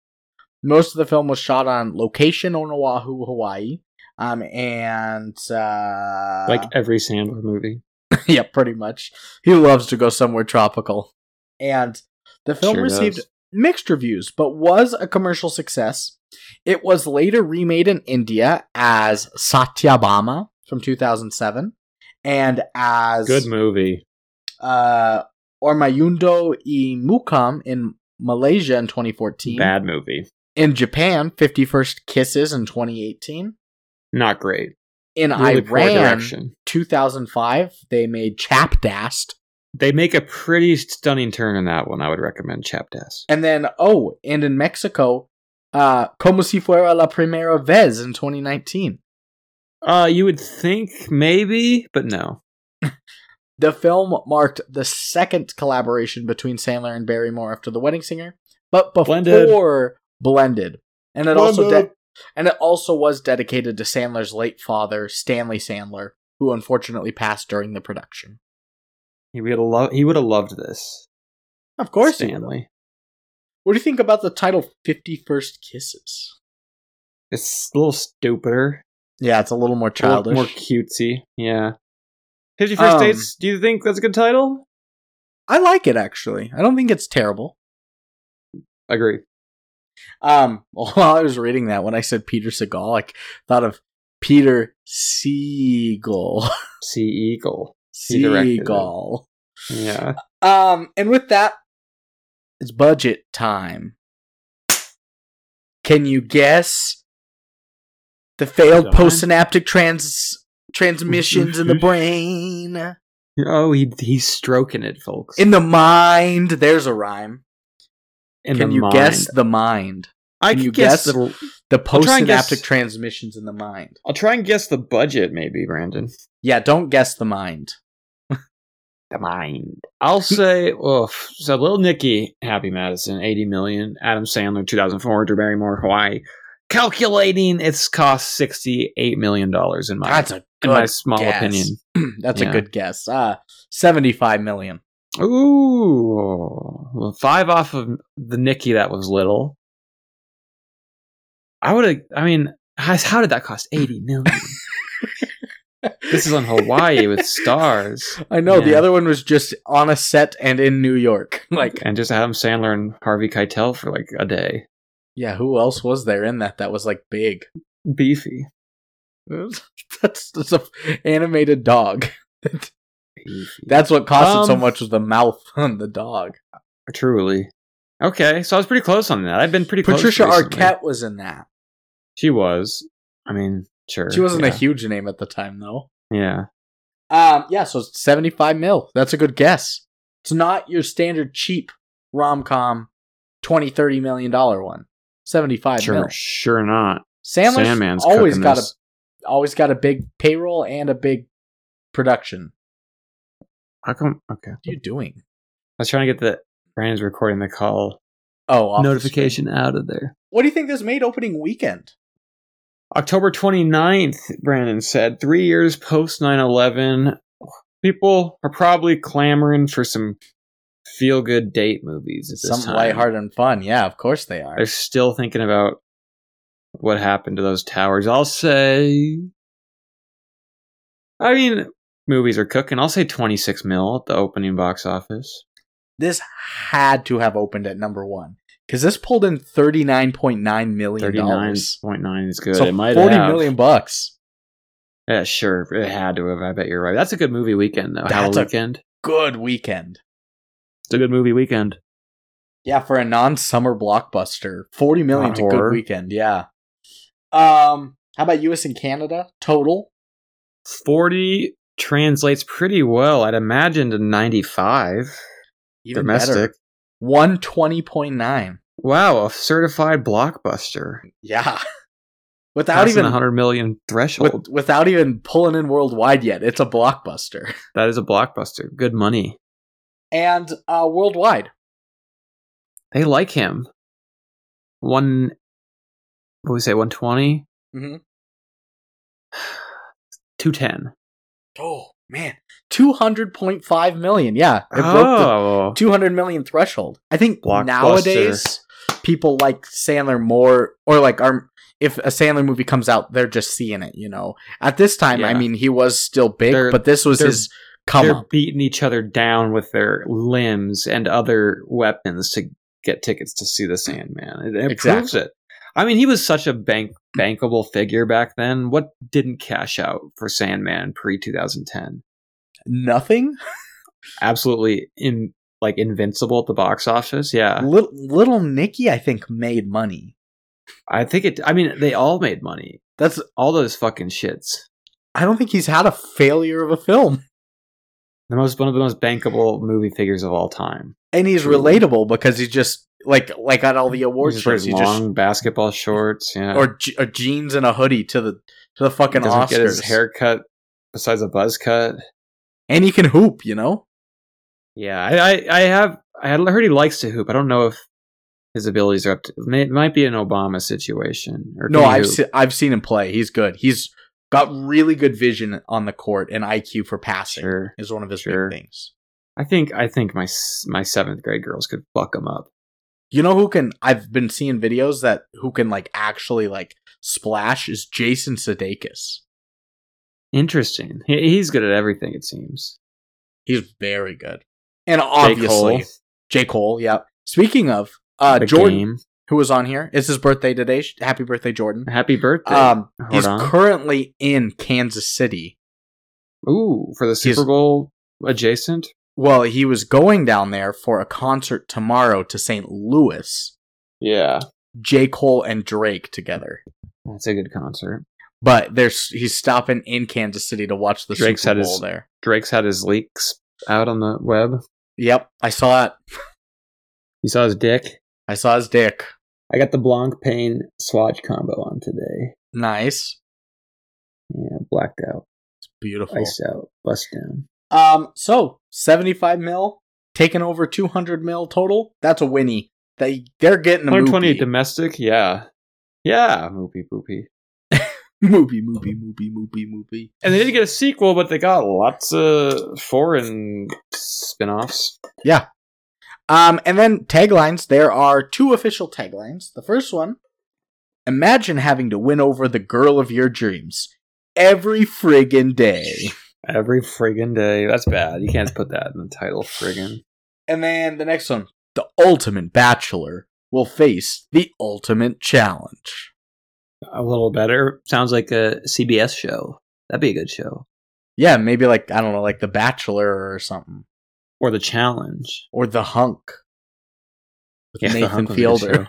Speaker 1: Most of the film was shot on location on Oahu, Hawaii. Um, and uh,
Speaker 2: like every sandler movie
Speaker 1: yeah, pretty much. He loves to go somewhere tropical. And the film
Speaker 2: Sure
Speaker 1: received
Speaker 2: does.
Speaker 1: mixed reviews, but was a commercial success. It was later remade in India as Satyabama from 2007 and as
Speaker 2: Good movie.
Speaker 1: uh, Ormayundo I Mukam in Malaysia in 2014.
Speaker 2: Bad movie.
Speaker 1: In Japan, 51st Kisses in 2018.
Speaker 2: Not great.
Speaker 1: In
Speaker 2: Really poor
Speaker 1: Iran,
Speaker 2: direction.
Speaker 1: 2005, they made Chapdast.
Speaker 2: They make a pretty stunning turn in that one. I would recommend Chapdas.
Speaker 1: And then, oh, and in Mexico, uh, Como si fuera la primera vez in 2019.
Speaker 2: Uh, you would think maybe, but no.
Speaker 1: The film marked the second collaboration between Sandler and Barrymore after The Wedding Singer, but before Blended, and it also de-
Speaker 2: Blended.
Speaker 1: and it also was dedicated to Sandler's late father, Stanley Sandler, who unfortunately passed during the production.
Speaker 2: He would have loved. He would have loved this.
Speaker 1: Of course, he-
Speaker 2: Stanley.
Speaker 1: What do you think about the title "Fifty First Kisses"?
Speaker 2: It's a little stupider.
Speaker 1: Yeah, it's a little more
Speaker 2: a little
Speaker 1: childish.
Speaker 2: More cutesy. Yeah. Fifty First
Speaker 1: Um,
Speaker 2: Dates. Do you think that's a good title?
Speaker 1: I like it actually. I don't think it's terrible.
Speaker 2: Agree.
Speaker 1: Um, while I was reading that, when I said Peter Segal, I thought of Peter Seagal.
Speaker 2: Sea Eagle. He directed it.
Speaker 1: Seagal.
Speaker 2: Yeah.
Speaker 1: Um, and with that, it's budget time. Can you guess the failed
Speaker 2: Don't.
Speaker 1: postsynaptic trans transmissions in the brain,
Speaker 2: Oh, he he's stroking it, folks.
Speaker 1: in the mind? There's a rhyme.
Speaker 2: In
Speaker 1: Can
Speaker 2: the
Speaker 1: you
Speaker 2: mind.
Speaker 1: guess the mind?
Speaker 2: I
Speaker 1: can
Speaker 2: can
Speaker 1: you
Speaker 2: guess.
Speaker 1: guess?
Speaker 2: The,
Speaker 1: The
Speaker 2: I'll try and
Speaker 1: postsynaptic
Speaker 2: guess-
Speaker 1: transmissions in the mind.
Speaker 2: I'll try and guess the budget, maybe, Brandon.
Speaker 1: Yeah, don't guess the mind.
Speaker 2: The mind. I'll say, oof. So, Little Nicky, Happy Madison, eighty million. Adam Sandler, two thousand four. Drew Barrymore, Hawaii. Calculating its cost sixty-eight million dollars in my
Speaker 1: That's a
Speaker 2: in my
Speaker 1: good.
Speaker 2: small
Speaker 1: guess.
Speaker 2: opinion.
Speaker 1: That's
Speaker 2: yeah.
Speaker 1: a good guess. Uh, seventy-five million.
Speaker 2: Ooh, well, five off of the Nikki that was little. I would have. I mean, how, how did that cost eighty million? this is on Hawaii with stars,
Speaker 1: I know the
Speaker 2: Yeah.
Speaker 1: other one was just on a set and in New York. Like,
Speaker 2: and just Adam Sandler and Harvey Keitel for like a day.
Speaker 1: yeah, who else was there in that that was like big?
Speaker 2: Beefy,
Speaker 1: that's that's a animated dog.
Speaker 2: Beefy.
Speaker 1: That's what cost it so
Speaker 2: Um,
Speaker 1: much was the mouth on the dog.
Speaker 2: truly okay. So I was pretty close on that. I've been pretty close.
Speaker 1: Patricia
Speaker 2: recently.
Speaker 1: Arquette was in that.
Speaker 2: She was. I mean, sure.
Speaker 1: She wasn't
Speaker 2: yeah.
Speaker 1: a huge name at the time though.
Speaker 2: Yeah.
Speaker 1: Um, yeah, so it's seventy-five mil. That's a good guess. It's not your standard cheap rom com, 20 30 million dollar one. Seventy-five
Speaker 2: Sure.
Speaker 1: mil.
Speaker 2: Sure not.
Speaker 1: Sandler's
Speaker 2: Sandman's
Speaker 1: always
Speaker 2: cooking
Speaker 1: got
Speaker 2: this.
Speaker 1: a always got a big payroll and a big production.
Speaker 2: How come? Okay.
Speaker 1: What are you doing?
Speaker 2: I was trying to get the Brandon's recording the call
Speaker 1: Oh, off the
Speaker 2: notification out of there.
Speaker 1: screen. What do you think this made opening weekend?
Speaker 2: October 29th, Brandon said, three years post 9 11, people are probably clamoring for some feel good date movies. At this
Speaker 1: Some
Speaker 2: time.
Speaker 1: lighthearted and fun. Yeah, of course they are.
Speaker 2: They're still thinking about what happened to those towers. I'll say. I mean, movies are cooking. I'll say 26 mil at the opening box office.
Speaker 1: This had to have opened at number one because this pulled in thirty nine point nine million dollars.
Speaker 2: 39.9 is good.
Speaker 1: So
Speaker 2: it might
Speaker 1: forty
Speaker 2: have.
Speaker 1: million bucks.
Speaker 2: Yeah, Eh, sure. It had to have. I bet you're right. That's a good movie weekend, though. Howl
Speaker 1: That's a-
Speaker 2: weekend.
Speaker 1: Good weekend.
Speaker 2: It's a good movie weekend.
Speaker 1: Yeah, for a non-summer blockbuster, forty million's a good
Speaker 2: horror.
Speaker 1: weekend. Yeah. Um, how about U.S. and Canada total?
Speaker 2: 40 translates pretty well, I'd imagine, to 95
Speaker 1: Even
Speaker 2: domestic.
Speaker 1: better. One twenty point nine.
Speaker 2: Wow, a certified blockbuster.
Speaker 1: Yeah. Without
Speaker 2: Passing
Speaker 1: even
Speaker 2: the 100 million threshold.
Speaker 1: with- without even pulling in worldwide yet, it's a blockbuster.
Speaker 2: that is a blockbuster. Good money.
Speaker 1: And uh, worldwide,
Speaker 2: They like him. One, what do we say, 120?
Speaker 1: Mhm.
Speaker 2: 210.
Speaker 1: oh man, two hundred point five million. Yeah, it broke
Speaker 2: oh,
Speaker 1: the two hundred million threshold. I think
Speaker 2: Blockbuster.
Speaker 1: nowadays people like Sandler more, or like are if a Sandler movie comes out, they're just seeing it. You know, at this time, I
Speaker 2: Yeah.
Speaker 1: mean, he was still big,
Speaker 2: They're-
Speaker 1: but this was
Speaker 2: they're-
Speaker 1: his come
Speaker 2: they're
Speaker 1: up.
Speaker 2: beating each other down with their limbs and other weapons to get tickets to see the Sandman. It, it proves
Speaker 1: Exactly.
Speaker 2: it. I mean, he was such a bank bankable figure back then. What didn't cash out for Sandman pre 2010?
Speaker 1: nothing.
Speaker 2: absolutely in like invincible at the box office. Yeah,
Speaker 1: Little, little Nicky, I think, made money.
Speaker 2: I think it. I mean, they all made money.
Speaker 1: That's
Speaker 2: All those fucking shits.
Speaker 1: I don't think he's had a failure of a film,
Speaker 2: The most one of the most bankable movie figures of all time.
Speaker 1: and he's
Speaker 2: True.
Speaker 1: relatable because he just like like at all the award
Speaker 2: He's wears
Speaker 1: shows, he just
Speaker 2: long basketball shorts. Yeah,
Speaker 1: or, je- or jeans and a hoodie to the to the
Speaker 2: He
Speaker 1: fucking
Speaker 2: doesn't
Speaker 1: Oscars.
Speaker 2: get his haircut besides a buzz cut.
Speaker 1: and he can hoop, you know.
Speaker 2: Yeah, I, I, I have I had heard he likes to hoop. I don't know if his abilities are up to. It might be an Obama situation. Or
Speaker 1: No,
Speaker 2: can he
Speaker 1: I've
Speaker 2: hoop?
Speaker 1: se- I've seen him play. He's good. He's got really good vision on the court and IQ for passing
Speaker 2: Sure.
Speaker 1: is one of his
Speaker 2: Sure.
Speaker 1: big things.
Speaker 2: I think I think my s- my seventh grade girls could fuck him up.
Speaker 1: You know who can? I've been seeing videos that who can like actually like splash is Jason Sudeikis.
Speaker 2: Interesting. He, he's good at everything. It seems.
Speaker 1: He's very good, and
Speaker 2: Jake
Speaker 1: obviously J
Speaker 2: Cole,
Speaker 1: Cole. yeah. Speaking of uh,
Speaker 2: the
Speaker 1: Jordan,
Speaker 2: game.
Speaker 1: who was on here, it's his birthday today. Sh- Happy birthday, Jordan!
Speaker 2: Happy birthday.
Speaker 1: Um,
Speaker 2: Hold
Speaker 1: he's
Speaker 2: on.
Speaker 1: currently in Kansas City.
Speaker 2: Ooh, for the Super
Speaker 1: he's-
Speaker 2: Bowl adjacent.
Speaker 1: Well, he was going down there for a concert tomorrow to St. Louis.
Speaker 2: Yeah,
Speaker 1: J. Cole and Drake together.
Speaker 2: that's a good concert.
Speaker 1: But there's he's stopping in Kansas City to watch the
Speaker 2: Drake's
Speaker 1: Super
Speaker 2: had
Speaker 1: Bowl
Speaker 2: his-
Speaker 1: there.
Speaker 2: Drake's had his leaks out on the web.
Speaker 1: Yep, I saw it.
Speaker 2: You saw his dick.
Speaker 1: I saw his dick.
Speaker 2: I got the Blanc Pain swatch combo on today.
Speaker 1: Nice.
Speaker 2: Yeah, blacked out,
Speaker 1: It's beautiful.
Speaker 2: iced out, bust down.
Speaker 1: Um so 75 mil taking over 200 mil total. That's a winnie. They they're getting a movie.
Speaker 2: 128 domestic. Yeah, yeah, moopy poopy.
Speaker 1: movie movie movie movie movie.
Speaker 2: And they didn't get a sequel, but they got lots of foreign spin-offs.
Speaker 1: Um, and then taglines. There are two official taglines. The first one: Imagine having to win over the girl of your dreams every friggin' day.
Speaker 2: Every friggin' day. That's bad. You can't put that in the title, friggin'.
Speaker 1: And then the next one: The ultimate bachelor will face the ultimate challenge.
Speaker 2: A little better. Sounds like a CBS show. That'd be a good show.
Speaker 1: Yeah, maybe like I don't know, like the Bachelor or something,
Speaker 2: Or The Challenge.
Speaker 1: or the Hunk with
Speaker 2: Yeah, The
Speaker 1: Nathan
Speaker 2: Hunk was a
Speaker 1: Fielder.
Speaker 2: good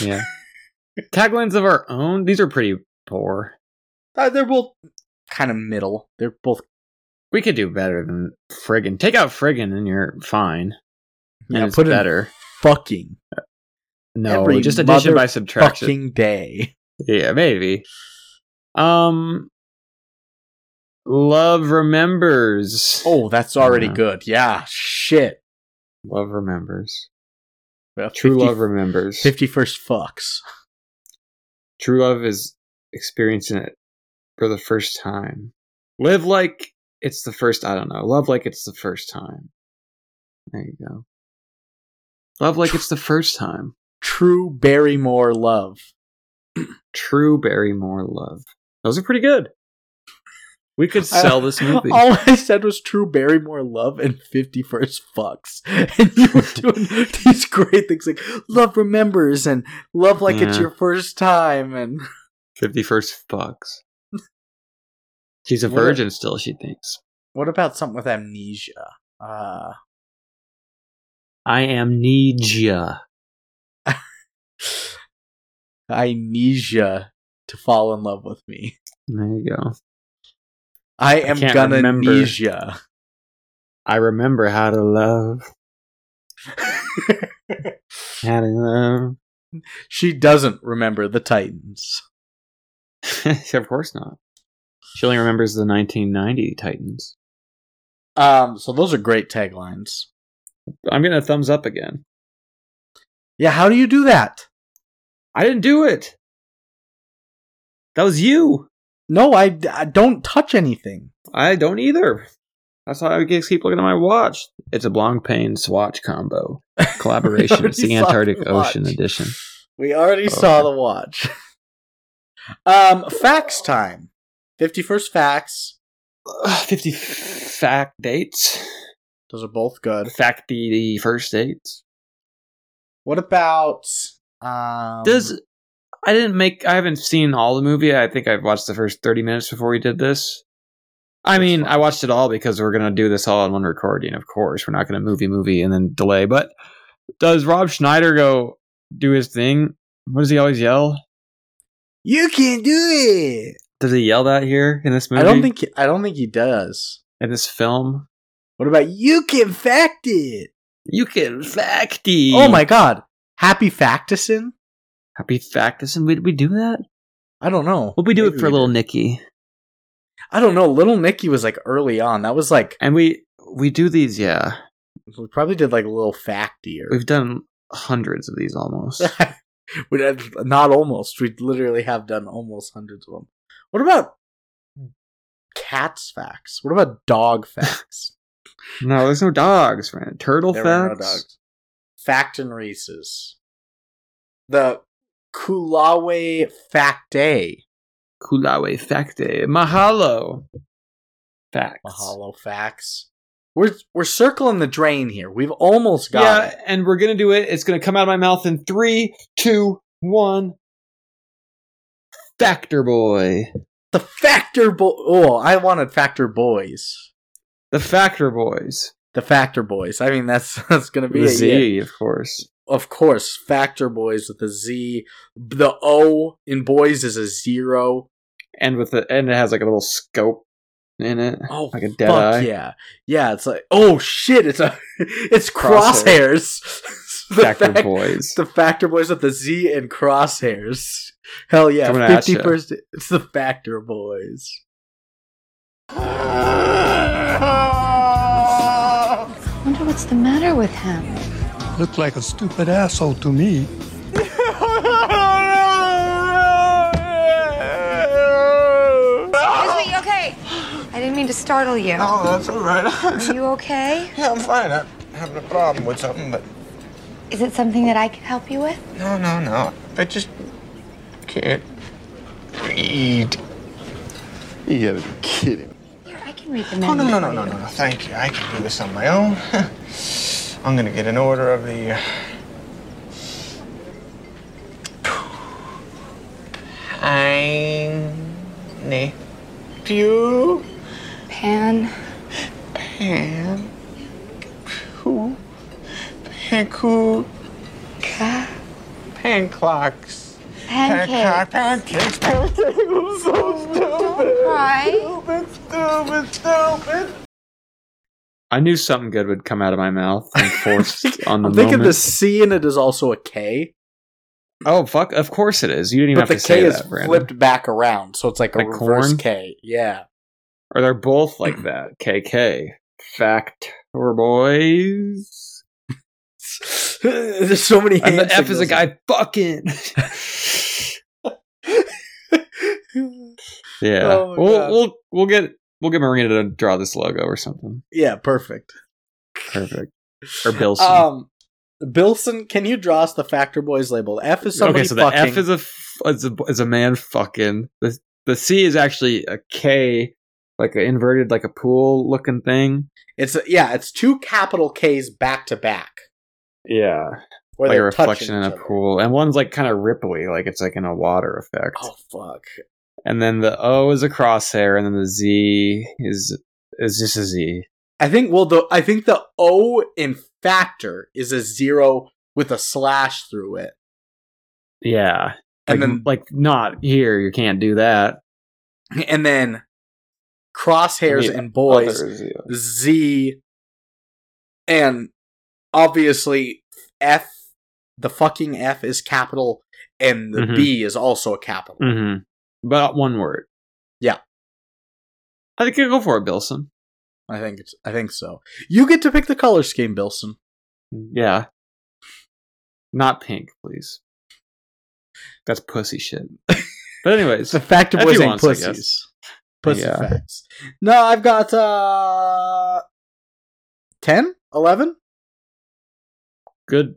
Speaker 2: Yeah. Taglines of our own. These are pretty poor.
Speaker 1: Uh, they're both kind of middle. They're both
Speaker 2: We could do better than friggin'. Take out friggin' and you're fine. And
Speaker 1: yeah,
Speaker 2: it's
Speaker 1: put in
Speaker 2: better.
Speaker 1: fucking
Speaker 2: No,
Speaker 1: every
Speaker 2: just addition by subtraction.
Speaker 1: fucking day.
Speaker 2: Yeah, maybe. Um, love remembers.
Speaker 1: Oh, that's already
Speaker 2: Yeah.
Speaker 1: good. Yeah, shit.
Speaker 2: love remembers.
Speaker 1: Well,
Speaker 2: True love remembers.
Speaker 1: Fifty first fucks.
Speaker 2: True love is experiencing it for the first time. Live like it's the first. I don't know. Love like it's the first time. There you go. Love like it's the first time.
Speaker 1: True Barrymore love.
Speaker 2: True Barrymore love. Those are pretty good. We could
Speaker 1: I-
Speaker 2: sell this movie.
Speaker 1: All I said was True Barrymore love and fifty first fucks, and you were doing these great things like love remembers and love like it's
Speaker 2: Yeah.
Speaker 1: your first time and
Speaker 2: Fifty first fucks. She's a
Speaker 1: What?
Speaker 2: virgin still. She thinks.
Speaker 1: what about something with amnesia? Uh,
Speaker 2: I amnesia.
Speaker 1: I amnesia to fall in love with me.
Speaker 2: There you go.
Speaker 1: I am
Speaker 2: can't
Speaker 1: gonna
Speaker 2: remember.
Speaker 1: amnesia.
Speaker 2: I remember how to love. How to love.
Speaker 1: she doesn't remember the Titans.
Speaker 2: of course not. She only remembers the 1990 Titans.
Speaker 1: Um, so those are great taglines.
Speaker 2: I'm gonna thumbs up again.
Speaker 1: Yeah, how do you do that?
Speaker 2: I didn't do it. That was you.
Speaker 1: No, I, I don't touch anything.
Speaker 2: I don't either. That's why I just keep looking at my watch. It's a Blanc Pain Swatch combo collaboration. it's
Speaker 1: already
Speaker 2: the
Speaker 1: saw
Speaker 2: Antarctic
Speaker 1: the watch.
Speaker 2: Ocean edition.
Speaker 1: We already
Speaker 2: Okay.
Speaker 1: saw the watch. um, facts time. 51st facts.
Speaker 2: Ugh, 50 fact dates.
Speaker 1: Those are both good.
Speaker 2: Fact the first dates.
Speaker 1: What about um
Speaker 2: Does I didn't make I haven't seen all the movie. I think I've watched the first 30 minutes before we did this. I mean, I watched it all because we're gonna do this all in one recording. Of course, we're not gonna movie movie and then delay. But does Rob Schneider go do his thing? What does he always yell?
Speaker 1: You can do it.
Speaker 2: Does he yell that here in this movie?
Speaker 1: I don't think he- I don't think he does.
Speaker 2: in this film.
Speaker 1: What about you can fact it?
Speaker 2: You can facty.
Speaker 1: Oh my god. Happy Factison?
Speaker 2: Happy factison. Would we do that?
Speaker 1: I don't know.
Speaker 2: Would we do
Speaker 1: Maybe
Speaker 2: it for little
Speaker 1: did.
Speaker 2: Nicky?
Speaker 1: I don't know. Little Nicky was like early on. That was like
Speaker 2: And we we do these. Yeah,
Speaker 1: we probably did like little facty or
Speaker 2: we've done hundreds of these almost.
Speaker 1: we not almost. We literally have done almost hundreds of them. What about cats facts? What about dog facts?
Speaker 2: no, there's no dogs, man. Turtle
Speaker 1: There were
Speaker 2: facts.
Speaker 1: no dogs. Fact and Reese's. The Kulawe Fact Day.
Speaker 2: Kulawe facte. Mahalo. Facts.
Speaker 1: Mahalo facts. We're we're circling the drain here. We've almost got
Speaker 2: yeah,
Speaker 1: it.
Speaker 2: and we're gonna do it. It's gonna come out of my mouth in three, two, one. Factor boy.
Speaker 1: The Factor Boy. Oh, I wanted Factor Boys.
Speaker 2: The Factor Boys.
Speaker 1: The Factor Boys. I mean, that's that's gonna be
Speaker 2: The
Speaker 1: it, yeah.
Speaker 2: Z, of course.
Speaker 1: of course, Factor Boys with a Z. The O in boys is a zero.
Speaker 2: And with the and it has like a little scope in it.
Speaker 1: Oh,
Speaker 2: like a dead
Speaker 1: fuck
Speaker 2: eye.
Speaker 1: yeah, yeah. It's like oh shit, it's a it's crosshairs. the
Speaker 2: Factor
Speaker 1: fact-
Speaker 2: boys.
Speaker 1: The Factor Boys with the Z and crosshairs. Hell yeah,
Speaker 2: Coming at
Speaker 1: fifty
Speaker 2: ya.
Speaker 1: percent. It's the Factor Boys.
Speaker 4: Oh,
Speaker 5: wonder what's the matter with him.
Speaker 6: Looked like a stupid asshole to me.
Speaker 5: Is me okay? I didn't mean to startle you.
Speaker 4: Oh, that's all right.
Speaker 5: Are you okay?
Speaker 4: yeah, I'm fine. I'm having a problem with something, but
Speaker 5: Is it something that I could help you with?
Speaker 4: no, no, no. I just can't read.
Speaker 7: You gotta be kidding.
Speaker 5: Here, I can read the menu.
Speaker 4: Oh, no, no, no,
Speaker 5: for
Speaker 4: no,
Speaker 5: you.
Speaker 4: no, no. Thank you. I can do this on my own. I'm gonna get an order of the. uh, Tiny pew
Speaker 5: Pan,
Speaker 4: pan pew pancook
Speaker 5: ca,
Speaker 4: pan clocks
Speaker 5: pancake.
Speaker 4: pancakes pancakes. I'm so
Speaker 5: Cry.
Speaker 4: stupid, stupid, stupid.
Speaker 2: I knew something good would come out of my mouth and forced on the
Speaker 1: I'm thinking
Speaker 2: moment.
Speaker 1: the C in it is also a K,
Speaker 2: Oh fuck! Of course it is. You didn't even
Speaker 1: but the
Speaker 2: have to say
Speaker 1: K is
Speaker 2: that, Brandon.
Speaker 1: flipped back around, so it's like a
Speaker 2: Like
Speaker 1: reverse
Speaker 2: corn?
Speaker 1: K. Yeah.
Speaker 2: Or they're both like that. KK. Fact or boys.
Speaker 1: There's so many.
Speaker 2: And
Speaker 1: hand
Speaker 2: the F is a
Speaker 1: signals.
Speaker 2: guy fucking. yeah.
Speaker 1: Oh my
Speaker 2: we'll
Speaker 1: God.
Speaker 2: we'll we'll get we'll get Marina to draw this logo or something.
Speaker 1: Yeah, perfect.
Speaker 2: Perfect. Or Bilson.
Speaker 1: Um, Bilson, can you draw us the Factor Boys label? F is somebody
Speaker 2: okay, so the
Speaker 1: fucking.
Speaker 2: F is a, f- is a is a man fucking. The the C is actually a K, like an inverted, like a pool looking thing.
Speaker 1: it's a, yeah, it's two capital K's back to back,
Speaker 2: Yeah,
Speaker 1: where
Speaker 2: like a
Speaker 1: they're
Speaker 2: reflection
Speaker 1: touching
Speaker 2: in a
Speaker 1: each other.
Speaker 2: pool, and one's like kind of ripply, like it's like in a water effect.
Speaker 1: Oh fuck!
Speaker 2: And then the O is a crosshair, and then the Z is is just a Z.
Speaker 1: I think well, the I think the O in Factor is a zero with a slash through it,
Speaker 2: Yeah,
Speaker 1: and
Speaker 2: like, like not here. You can't do that.
Speaker 1: then and then crosshairs
Speaker 2: The
Speaker 1: and boys
Speaker 2: Other is the-
Speaker 1: Z, and obviously F, the fucking F is capital, and the
Speaker 2: Mhm.
Speaker 1: B is also a capital.
Speaker 2: Mm-hmm. But one word.
Speaker 1: Yeah.
Speaker 2: I think you go for it, Bilson.
Speaker 1: I think it's, I think so. You get to pick the color scheme, Bilson.
Speaker 2: Yeah. Not pink, please. That's pussy shit. But
Speaker 1: It's
Speaker 2: anyways,
Speaker 1: the fact of
Speaker 2: If
Speaker 1: boys
Speaker 2: he
Speaker 1: ain't
Speaker 2: wants, I guess.
Speaker 1: pussies. Pussy
Speaker 2: Yeah.
Speaker 1: facts. No, I've got uh 10, 11.
Speaker 2: good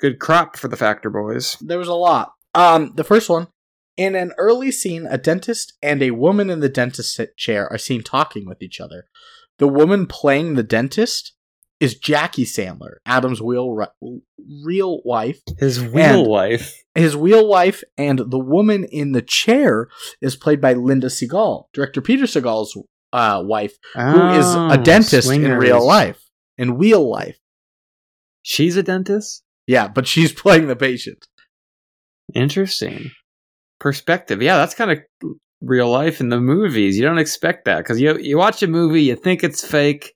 Speaker 2: good crop for the Factor Boys.
Speaker 1: There was a lot. Um, the first one. In an early scene, a dentist and a woman in the dentist's chair are seen talking with each other. The woman playing the dentist is Jackie Sandler, Adam's real, ri- real wife.
Speaker 2: His real
Speaker 1: And-
Speaker 2: life.
Speaker 1: His real wife and the woman in the chair is played by Linda Seagal, director Peter Seagal's uh, wife, who is
Speaker 2: Oh,
Speaker 1: a dentist in
Speaker 2: swingers.
Speaker 1: real life, in real life.
Speaker 2: She's a dentist.
Speaker 1: Yeah, but she's playing the patient.
Speaker 2: Interesting perspective. Yeah, that's kind of real life in the movies. You don't expect that because you you watch a movie, you think it's fake,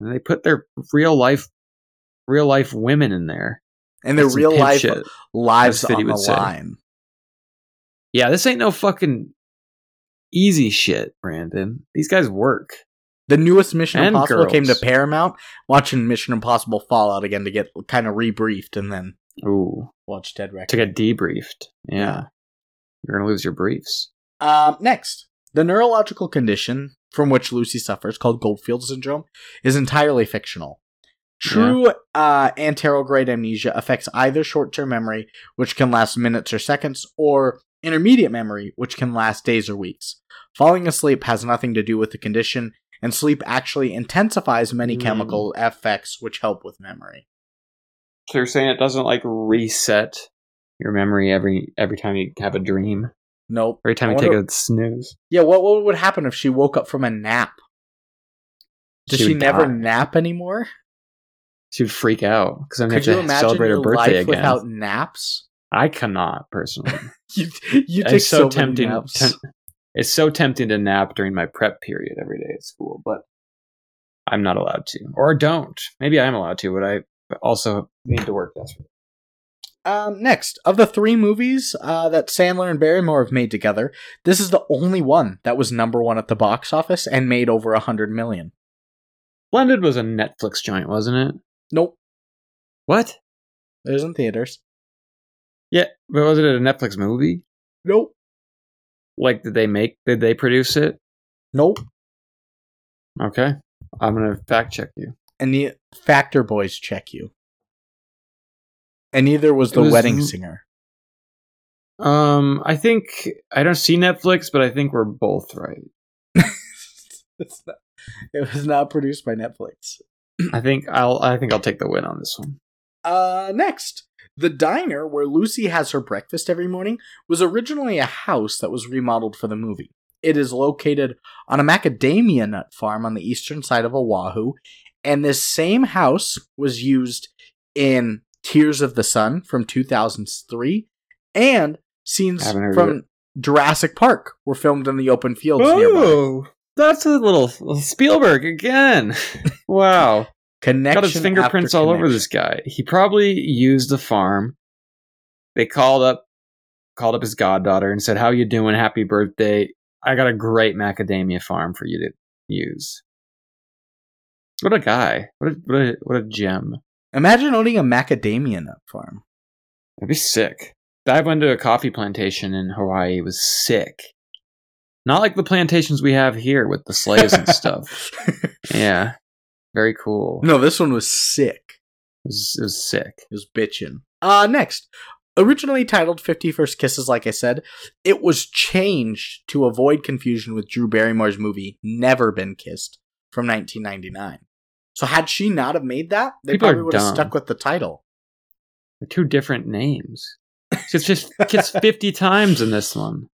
Speaker 2: and they put their real life real life women in there.
Speaker 1: And their
Speaker 2: That's some
Speaker 1: real
Speaker 2: pimp
Speaker 1: life
Speaker 2: shit.
Speaker 1: lives
Speaker 2: as Fiddy
Speaker 1: on the
Speaker 2: would say.
Speaker 1: line.
Speaker 2: Yeah, this ain't no fucking easy shit, Brandon. These guys work.
Speaker 1: The newest Mission
Speaker 2: And
Speaker 1: Impossible came to
Speaker 2: girls.
Speaker 1: Paramount. Watching Mission Impossible Fallout again to get kind of rebriefed and then
Speaker 2: Ooh,
Speaker 1: watch Ted Rex.
Speaker 2: to get debriefed. Yeah, you're gonna lose your briefs.
Speaker 1: Um, next, the neurological condition from which Lucy suffers, called Goldfield syndrome, is entirely fictional. True uh, anterograde amnesia affects either short term memory, which can last minutes or seconds, or intermediate memory, which can last days or weeks. Falling asleep has nothing to do with the condition, and sleep actually intensifies many
Speaker 2: Hmm.
Speaker 1: chemical effects which help with memory.
Speaker 2: So you're saying it doesn't like reset your memory every every time you have a dream,
Speaker 1: Nope.
Speaker 2: every time
Speaker 1: I
Speaker 2: you
Speaker 1: wonder-
Speaker 2: take a snooze.
Speaker 1: Yeah, what, what would happen if she woke up from a nap? Does she,
Speaker 2: would
Speaker 1: never
Speaker 2: die.
Speaker 1: nap anymore?
Speaker 2: She would freak out because I'm going
Speaker 1: Could you
Speaker 2: to
Speaker 1: imagine
Speaker 2: celebrate her
Speaker 1: your
Speaker 2: birthday
Speaker 1: life
Speaker 2: again.
Speaker 1: without naps?
Speaker 2: I cannot personally.
Speaker 1: You, you take
Speaker 2: it's
Speaker 1: so,
Speaker 2: so,
Speaker 1: many
Speaker 2: tempting.
Speaker 1: naps.
Speaker 2: tem- it's so tempting to nap during my prep period every day at school, but I'm not allowed to, or don't. Maybe I'm allowed to, but I also need to work desperately.
Speaker 1: um, next, of the three movies uh, that Sandler and Barrymore have made together, this is the only one that was number one at the box office and made over a hundred million.
Speaker 2: Blended was a Netflix joint, wasn't it?
Speaker 1: Nope,
Speaker 2: What?
Speaker 1: it was in theaters.
Speaker 2: Yeah, but was it a Netflix movie?
Speaker 1: Nope,
Speaker 2: Like, did they make? Did they produce it?
Speaker 1: nope.
Speaker 2: Okay. I'm going to fact check you.
Speaker 1: And the Factor Boys check you. And neither was
Speaker 2: It
Speaker 1: the
Speaker 2: was-
Speaker 1: Wedding Singer.
Speaker 2: Um, I think I don't see Netflix, but I think we're both right.
Speaker 1: It's not- it was not produced by Netflix.
Speaker 2: I think I'll I think I'll take the win on this one.
Speaker 1: Uh, next, the diner where Lucy has her breakfast every morning was originally a house that was remodeled for the movie. It is located on a macadamia nut farm on the eastern side of Oahu, and this same house was used in Tears of the Sun from 2003 and scenes
Speaker 2: Haven't heard of
Speaker 1: from Jurassic Park were filmed in the open fields
Speaker 2: Oh!
Speaker 1: nearby.
Speaker 2: that's a little uh, Spielberg again. wow.
Speaker 1: Connection
Speaker 2: Got his fingerprints
Speaker 1: after
Speaker 2: all over
Speaker 1: connection.
Speaker 2: this guy. He probably used the farm. They called up called up his goddaughter and said, How you doing? Happy birthday. I got a great macadamia farm for you to use. What a guy. What a what a, what a gem.
Speaker 1: Imagine owning a macadamia nut farm.
Speaker 2: That'd be sick. Dive into a coffee plantation in Hawaii was sick. Not like the plantations we have here with the slaves and stuff. Yeah. Very cool.
Speaker 1: No, this one was sick.
Speaker 2: It was, it was sick.
Speaker 1: It was bitchin'. Uh, next. Originally titled 50 First Kisses, like I said, it was changed to avoid confusion with Drew Barrymore's movie Never Been Kissed from 1999. So had she not have made that, they
Speaker 2: People are
Speaker 1: probably would have
Speaker 2: dumb.
Speaker 1: stuck with the title.
Speaker 2: They're two different names. It's just kissed 50 times in this one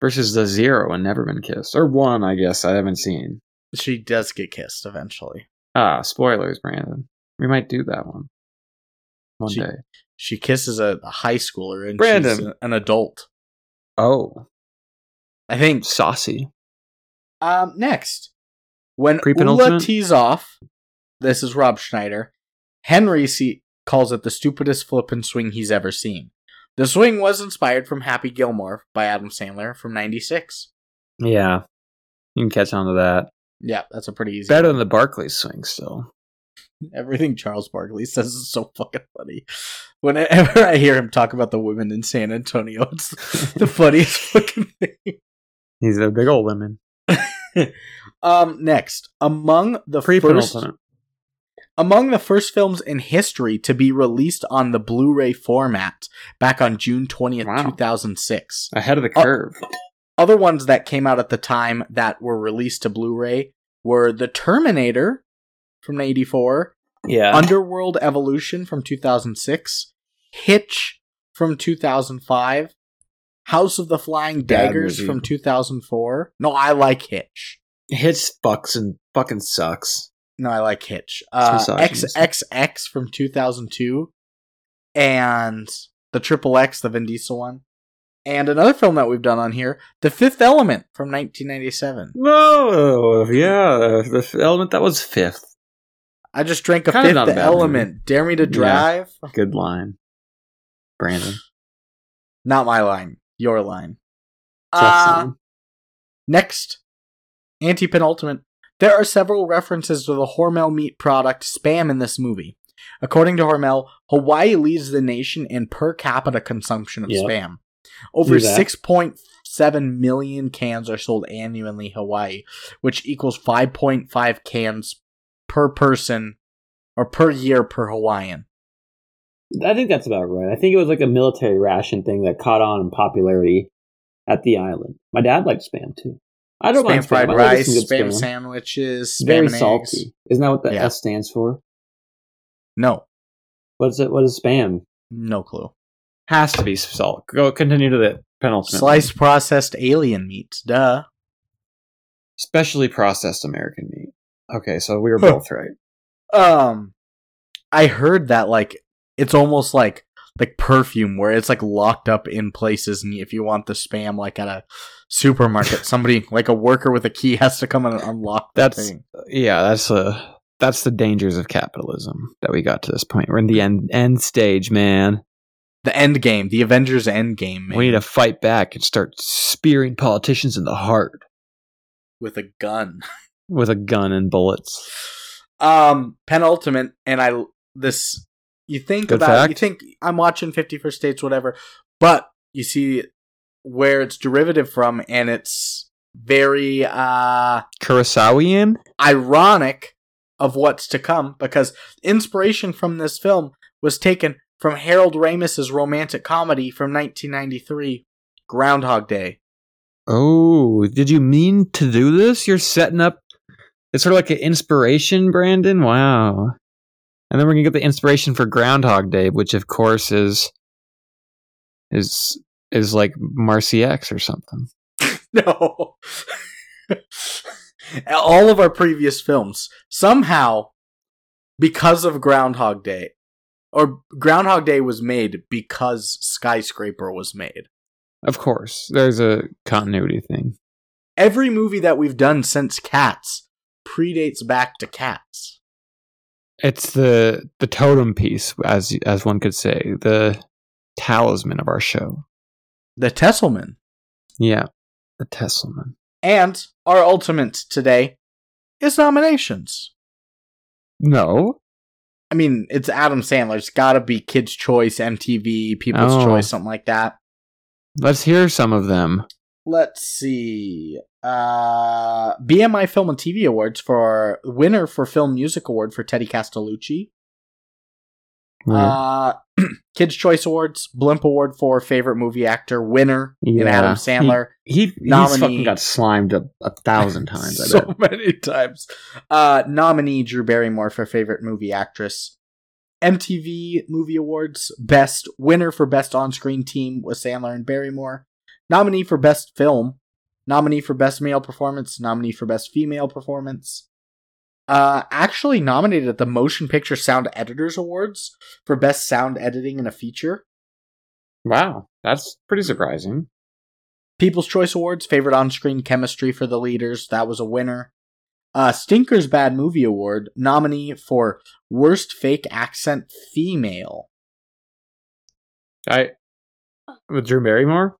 Speaker 2: versus the zero and never been kissed. Or one, I guess, I haven't seen.
Speaker 1: She does get kissed eventually.
Speaker 2: Ah, spoilers, Brandon. We might do that one one
Speaker 1: She-
Speaker 2: day.
Speaker 1: She kisses a, a high schooler and she's
Speaker 2: Brandon.
Speaker 1: a- an adult.
Speaker 2: Oh,
Speaker 1: I think.
Speaker 2: saucy.
Speaker 1: Um, next, when Ula
Speaker 2: Pre-penultimate?
Speaker 1: tees off, this is Rob Schneider. Henry see- calls it the stupidest flip and swing he's ever seen. The swing was inspired from Happy Gilmore by Adam Sandler from '96.
Speaker 2: Yeah. You can catch on to that.
Speaker 1: Yeah, that's a pretty easy.
Speaker 2: better than the Barclays swing still.
Speaker 1: Everything Charles Barkley says is so fucking funny. Whenever I hear him talk about the women in San Antonio, it's the funniest fucking thing.
Speaker 2: He's a big old woman.
Speaker 1: Um, next, among the first
Speaker 2: Pre-penultimate.
Speaker 1: Among the first films in history to be released on the Blu ray format back on June 20th,
Speaker 2: Wow.
Speaker 1: 2006.
Speaker 2: Ahead of the
Speaker 1: Oh.
Speaker 2: curve.
Speaker 1: Other ones that came out at the time that were released to Blu ray were The Terminator from 84,
Speaker 2: yeah.
Speaker 1: Underworld Evolution from 2006, Hitch from 2005, House of the Flying
Speaker 2: Bad
Speaker 1: Daggers
Speaker 2: movie.
Speaker 1: from 2004. No, I like Hitch.
Speaker 2: Hitch fucks and fucking sucks.
Speaker 1: No, I like Hitch. Uh,
Speaker 2: misogynist.
Speaker 1: XXX from 2002. And the Triple X, the Vin Diesel one. And another film that we've done on here, The Fifth Element from 1997.
Speaker 2: Oh, yeah. The element that was fifth.
Speaker 1: I just drank a
Speaker 2: Kind of not a
Speaker 1: fifth
Speaker 2: bad movie.
Speaker 1: element. Dare me to
Speaker 2: Yeah.
Speaker 1: drive?
Speaker 2: Good line. Brandon.
Speaker 1: Not my line, your line.
Speaker 2: Tough
Speaker 1: Uh,
Speaker 2: line.
Speaker 1: Next, anti-penultimate. There are several references to the Hormel meat product spam in this movie. According to Hormel, Hawaii leads the nation in per capita consumption of
Speaker 2: Yep.
Speaker 1: spam. Over
Speaker 2: Knew that.
Speaker 1: 6.7 million cans are sold annually in Hawaii, which equals 5.5 cans per person or per year per Hawaiian.
Speaker 8: I think that's about right. I think it was like a military ration thing that caught on in popularity at the island. My dad liked spam too. I don't
Speaker 1: spam
Speaker 8: mind
Speaker 1: fried
Speaker 8: spam. I like
Speaker 1: rice,
Speaker 8: some good
Speaker 1: spam,
Speaker 8: spam.
Speaker 1: sandwiches,
Speaker 8: It's
Speaker 1: spam
Speaker 8: very
Speaker 1: and
Speaker 8: salty.
Speaker 1: eggs.
Speaker 8: Isn't that what the
Speaker 1: Yeah.
Speaker 8: S stands for?
Speaker 1: No,
Speaker 8: What's it? What is spam?
Speaker 1: no clue.
Speaker 2: Has to be salt. Go continue to the penultimate.
Speaker 1: Sliced processed alien meats, duh.
Speaker 2: Specially processed American meat. Okay, so we were
Speaker 1: Huh.
Speaker 2: both right.
Speaker 1: Um, I heard that like it's almost like like perfume, where it's like locked up in places, and if you want the spam, like at a supermarket, somebody like a worker with a key has to come and unlock that
Speaker 2: That's-
Speaker 1: thing.
Speaker 2: Yeah, that's uh that's the dangers of capitalism that we got to this point. We're in the end end stage, man.
Speaker 1: The end game, the Avengers end game,
Speaker 2: We need to fight back and start spearing politicians in the heart
Speaker 1: with a gun.
Speaker 2: with a gun and bullets.
Speaker 1: Um, penultimate, and I this you think
Speaker 2: Good
Speaker 1: about you
Speaker 2: fact.
Speaker 1: think I'm watching Fifty First Dates, whatever, but you see where it's derivative from, and it's very uh
Speaker 2: Kurosawian?
Speaker 1: ironic of what's to come because inspiration from this film was taken from Harold Ramis's romantic comedy from 1993, Groundhog Day.
Speaker 2: Oh, did you mean to do this? You're setting up. It's sort of like an inspiration, Brandon. Wow. And then we're gonna get the inspiration for Groundhog Day, which of course is is is like Marcy X or something.
Speaker 1: No. All of our previous films somehow because of Groundhog Day or Groundhog Day was made because Skyscraper was made.
Speaker 2: Of course, there's a continuity thing.
Speaker 1: Every movie that we've done since Cats predates back to Cats.
Speaker 2: It's the the totem piece, as as one could say, the talisman of our show.
Speaker 1: the Tesselman,
Speaker 2: Yeah, the talisman.
Speaker 1: and our ultimate today is nominations.
Speaker 2: No,
Speaker 1: I mean, it's Adam Sandler. It's got to be Kids' Choice, MTV, People's
Speaker 2: Oh.
Speaker 1: Choice, something like that.
Speaker 2: let's hear some of them.
Speaker 1: Let's see. Uh, BMI Film and TV Awards for winner for Film Music Award for Teddy Castellucci.
Speaker 2: Oh,
Speaker 1: Uh, Kids' Choice Awards, Blimp Award for Favorite Movie Actor, winner in
Speaker 2: Yeah.
Speaker 1: Adam Sandler.
Speaker 2: He he's
Speaker 1: nominee.
Speaker 2: fucking got slimed a, a thousand times. I
Speaker 1: so
Speaker 2: bet.
Speaker 1: many times. Uh, nominee Drew Barrymore for favorite movie actress. MTV Movie Awards best winner for best on-screen team was Sandler and Barrymore. Nominee for best film. Nominee for best male performance. Nominee for best female performance. Uh, actually nominated at the Motion Picture Sound Editors Awards for best sound editing in a feature.
Speaker 2: Wow, that's pretty surprising.
Speaker 1: People's Choice Awards, favorite on screen chemistry for the leaders. That was a winner. Uh, Stinker's Bad Movie Award, nominee for Worst Fake Accent Female.
Speaker 2: I with Drew Barrymore,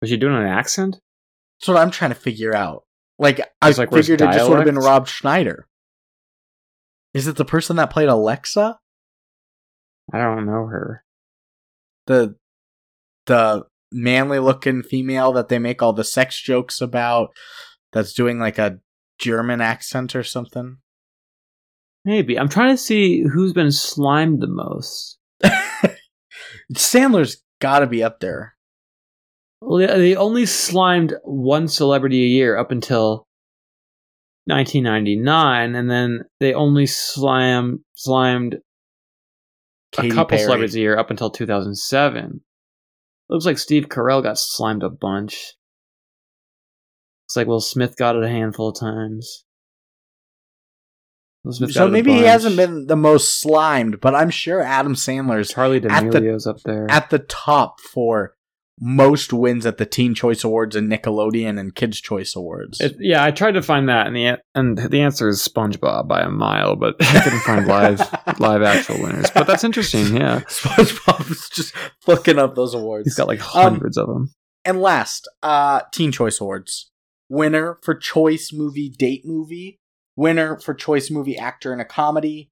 Speaker 2: was she doing an accent?
Speaker 1: That's what I'm trying to figure out. Like, I
Speaker 2: It's like worst
Speaker 1: figured it just would have been
Speaker 2: dialect?
Speaker 1: Rob Schneider. Is it the person that played Alexa?
Speaker 2: I don't know her.
Speaker 1: The the manly looking female that they make all the sex jokes about that's doing like a German accent or something?
Speaker 2: Maybe I'm trying to see who's been slimed the most.
Speaker 1: Sandler's gotta be up there.
Speaker 2: Well, they- they only slimed one celebrity a year up until 1999, and then they only slam slimed a
Speaker 1: Katy
Speaker 2: couple
Speaker 1: Perry.
Speaker 2: celebrities a year up until 2007. Looks like Steve Carell got slimed a bunch. Looks like Will Smith got it a handful of times. Will Smith
Speaker 1: So
Speaker 2: got it a
Speaker 1: maybe he
Speaker 2: bunch.
Speaker 1: hasn't been the most slimed, but I'm sure Adam Sandler's
Speaker 2: Charlie
Speaker 1: at the-
Speaker 2: D'Amelio's up there.
Speaker 1: at the top for most wins at the Teen Choice Awards and Nickelodeon and Kids Choice Awards.
Speaker 2: It- yeah, I tried to find that, and the an- and the answer is SpongeBob by a mile, but I couldn't find live live actual winners. But that's interesting. Yeah,
Speaker 1: SpongeBob's just looking up those awards.
Speaker 2: he's got like
Speaker 1: Um,
Speaker 2: hundreds of them.
Speaker 1: And last, uh, Teen Choice Awards. Winner for Choice Movie Date Movie. Winner for Choice Movie Actor in a Comedy.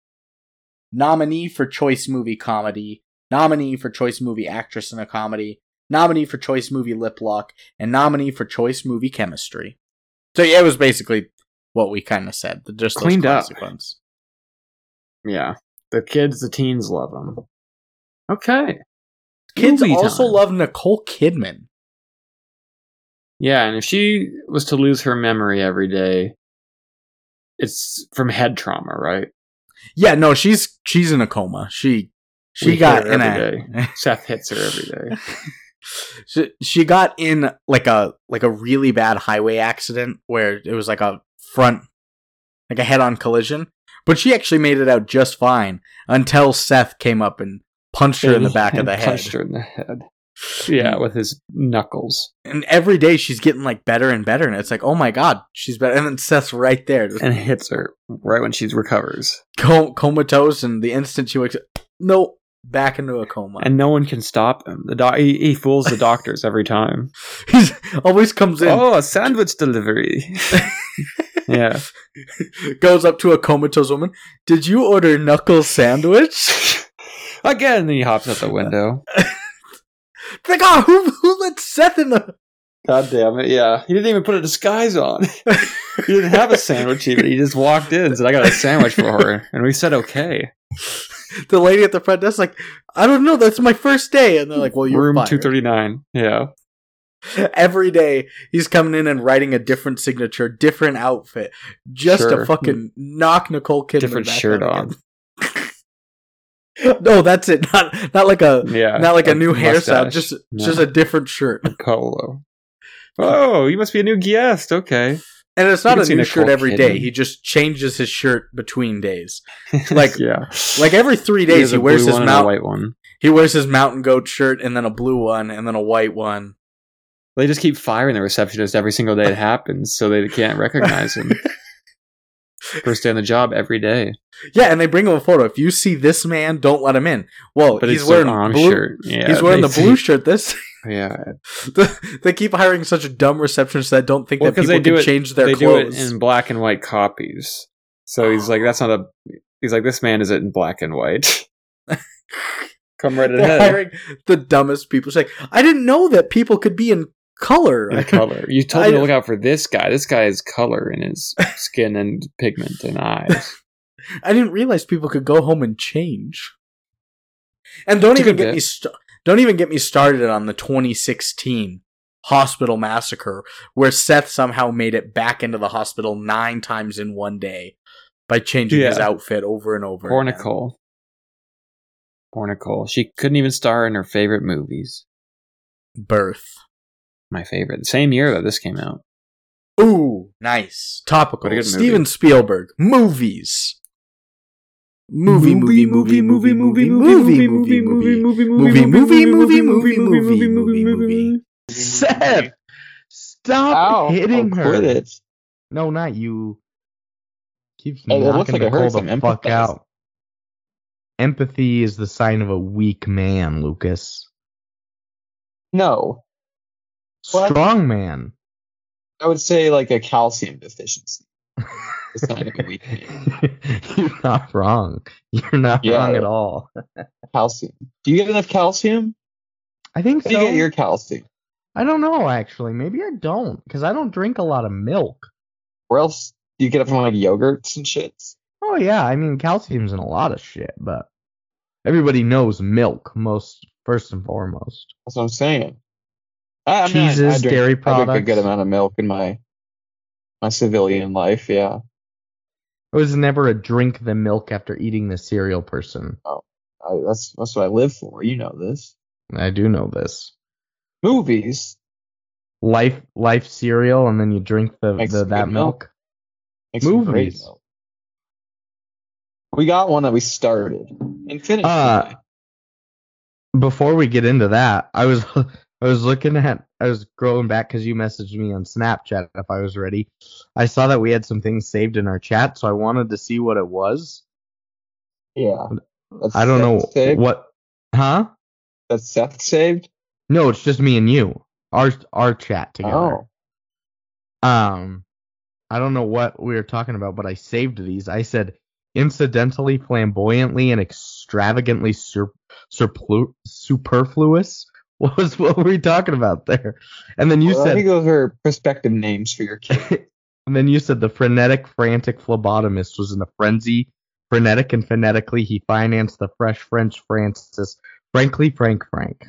Speaker 1: Nominee for Choice Movie Comedy. Nominee for Choice Movie Actress in a Comedy. Nominee for Choice Movie Lip Lock. And nominee for Choice Movie Chemistry. So yeah, it was basically what we kind of said. the- Just
Speaker 2: Cleaned
Speaker 1: those
Speaker 2: up.
Speaker 1: classic ones.
Speaker 2: Yeah, the kids, the teens love them. Okay.
Speaker 1: Kids
Speaker 2: Movie
Speaker 1: also
Speaker 2: time.
Speaker 1: love Nicole Kidman.
Speaker 2: Yeah, and if she was to lose her memory every day, it's from head trauma, right?
Speaker 1: Yeah, no, she's she's in a coma. She she
Speaker 2: We
Speaker 1: got
Speaker 2: hear
Speaker 1: in
Speaker 2: every
Speaker 1: a
Speaker 2: Seth hits her every day.
Speaker 1: she, she got in like a like a really bad highway accident where it was like a front like a head-on collision but she actually made it out just fine until seth came up and punched her in the back of the
Speaker 2: And
Speaker 1: head
Speaker 2: punched her in the head. Yeah, with his knuckles.
Speaker 1: and every day she's getting like better and better and it's like oh my god she's better and then seth's right there just
Speaker 2: And hits her right when she recovers.
Speaker 1: co- comatose and the instant she wakes up no back into a coma
Speaker 2: And no one can stop him. The doc he, he fools the doctors every time.
Speaker 1: he's always comes in
Speaker 2: Oh, a sandwich delivery. yeah.
Speaker 1: goes up to a comatose woman did you order knuckle sandwich
Speaker 2: Again, he hops out the window.
Speaker 1: Like, oh, who, who let Seth in the.
Speaker 2: God damn it, yeah. He didn't even put a disguise on. he didn't have a sandwich even. He just walked in and said, I got a sandwich for her. And we said, okay.
Speaker 1: The lady at the front desk, like, I don't know, that's my first day. And they're like, well, you're
Speaker 2: Room
Speaker 1: fired.
Speaker 2: 239. Yeah.
Speaker 1: Every day, he's coming in and writing a different signature, different outfit, just to
Speaker 2: Sure.
Speaker 1: fucking knock Nicole Kidman.
Speaker 2: Different
Speaker 1: back
Speaker 2: shirt
Speaker 1: out
Speaker 2: on.
Speaker 1: again. no, that's it. Not not like a
Speaker 2: Yeah.
Speaker 1: not like a new hairstyle.
Speaker 2: mustache.
Speaker 1: Just
Speaker 2: No.
Speaker 1: just a different shirt,
Speaker 2: Colo. Oh, you must be a new guest. Okay.
Speaker 1: and it's not
Speaker 2: can
Speaker 1: a
Speaker 2: see
Speaker 1: new shirt
Speaker 2: Nicole
Speaker 1: every day.
Speaker 2: Kidman.
Speaker 1: He just changes his shirt between days. Like-
Speaker 2: yeah.
Speaker 1: Like every three days,
Speaker 2: has
Speaker 1: he,
Speaker 2: a
Speaker 1: wears
Speaker 2: blue
Speaker 1: his
Speaker 2: one and a
Speaker 1: mount.
Speaker 2: white one.
Speaker 1: He wears his mountain goat shirt, and then a blue one, and then a white one.
Speaker 2: They just keep firing the receptionist every single day it happens, so they can't recognize him. First day on the job every day,
Speaker 1: Yeah, and they bring him a photo. If you see this man, don't let him in. Well,
Speaker 2: but
Speaker 1: he's
Speaker 2: it's wearing
Speaker 1: wearing
Speaker 2: an arm
Speaker 1: blue.
Speaker 2: shirt. Yeah,
Speaker 1: he's wearing
Speaker 2: they
Speaker 1: the blue
Speaker 2: see-
Speaker 1: shirt. This
Speaker 2: Yeah,
Speaker 1: they keep hiring such dumb receptionists that don't think
Speaker 2: Well,
Speaker 1: that
Speaker 2: 'cause
Speaker 1: people
Speaker 2: they do
Speaker 1: can
Speaker 2: it-
Speaker 1: change their
Speaker 2: they
Speaker 1: clothes.
Speaker 2: do it in black and white copies. So he's like, that's not a. He's like, this man is it in black and white. Come right
Speaker 1: They're
Speaker 2: ahead.
Speaker 1: hiring the dumbest people. It's like I didn't know that people could be in color.
Speaker 2: In color. You told
Speaker 1: I-
Speaker 2: me to look out for this guy. This guy is color in his skin and pigment and eyes.
Speaker 1: I didn't realize people could go home and change. And don't
Speaker 2: It's a
Speaker 1: even
Speaker 2: good
Speaker 1: get
Speaker 2: bit.
Speaker 1: me st- don't even get me started on the 2016 hospital massacre where Seth somehow made it back into the hospital 9 times in one day by changing his
Speaker 2: Yeah.
Speaker 1: outfit over and over.
Speaker 2: Poor
Speaker 1: again.
Speaker 2: Nicole. Poor Nicole. She couldn't even star in her favorite movies.
Speaker 1: Birth.
Speaker 2: My favorite. The same year that this came out.
Speaker 1: Ooh, nice. Topical.
Speaker 2: What a good movie.
Speaker 1: Steven Spielberg. Movies. Movie, movie, movie, movie, movie, movie, movie, movie, movie, movie, movie, movie, movie, movie, movie, movie.
Speaker 9: Seth, stop hitting her. No, not you. Keeps
Speaker 10: It- it
Speaker 9: knocking
Speaker 10: looks like it
Speaker 9: Nicole
Speaker 10: hurts.
Speaker 9: the
Speaker 10: I'm
Speaker 9: fuck
Speaker 10: empathized.
Speaker 9: out. Empathy is the sign of a weak man, Lucas.
Speaker 10: No, What?
Speaker 9: Strong man.
Speaker 10: I would say like a calcium deficiency. The sign of a weak
Speaker 9: You're not wrong. You're not
Speaker 10: Yeah.
Speaker 9: wrong at all.
Speaker 10: Calcium. Do you get enough calcium?
Speaker 9: I think
Speaker 10: How do you
Speaker 9: so.
Speaker 10: get your calcium?
Speaker 9: I don't know actually. Maybe I don't because I don't drink a lot of milk.
Speaker 10: Where else do you get it from like yogurts and shits?
Speaker 9: Oh yeah, I mean calcium's in a lot of shit, but everybody knows milk most first and foremost.
Speaker 10: That's what I'm saying. I, I mean, I- I
Speaker 9: Cheeses,
Speaker 10: drink-
Speaker 9: dairy
Speaker 10: I
Speaker 9: products.
Speaker 10: drink a good amount of milk in my my civilian life. Yeah.
Speaker 9: I was never a drink the milk after eating the cereal person.
Speaker 10: I, that's that's what I live for. You know this.
Speaker 9: I do know this.
Speaker 10: Movies
Speaker 9: Life Life cereal, and then you drink the,
Speaker 10: Makes
Speaker 9: the
Speaker 10: good
Speaker 9: that milk.
Speaker 10: milk. Makes some great
Speaker 9: Movies.
Speaker 10: milk. We got one that we started and finished.
Speaker 9: Uh, Before we get into that, I was I was looking at I was scrolling back because you messaged me on Snapchat if I was ready. I saw that we had some things saved in our chat, so I wanted to see what it was.
Speaker 10: yeah. That's
Speaker 9: I don't know
Speaker 10: Seth saved.
Speaker 9: what, huh?
Speaker 10: That's Seth saved.
Speaker 9: No, it's just me and you. Our our chat together.
Speaker 10: Oh,
Speaker 9: Um, I don't know what we were talking about, but I saved these. I said incidentally, flamboyantly, and extravagantly sur- surplu- superfluous. What was what were we talking about there? And then you
Speaker 10: Well, I
Speaker 9: said,
Speaker 10: think those are prospective names for your kid.
Speaker 9: and then you said the frenetic, frantic phlebotomist was in a frenzy. Frenetic and phonetically, he financed the fresh French Francis. Frankly, Frank, Frank.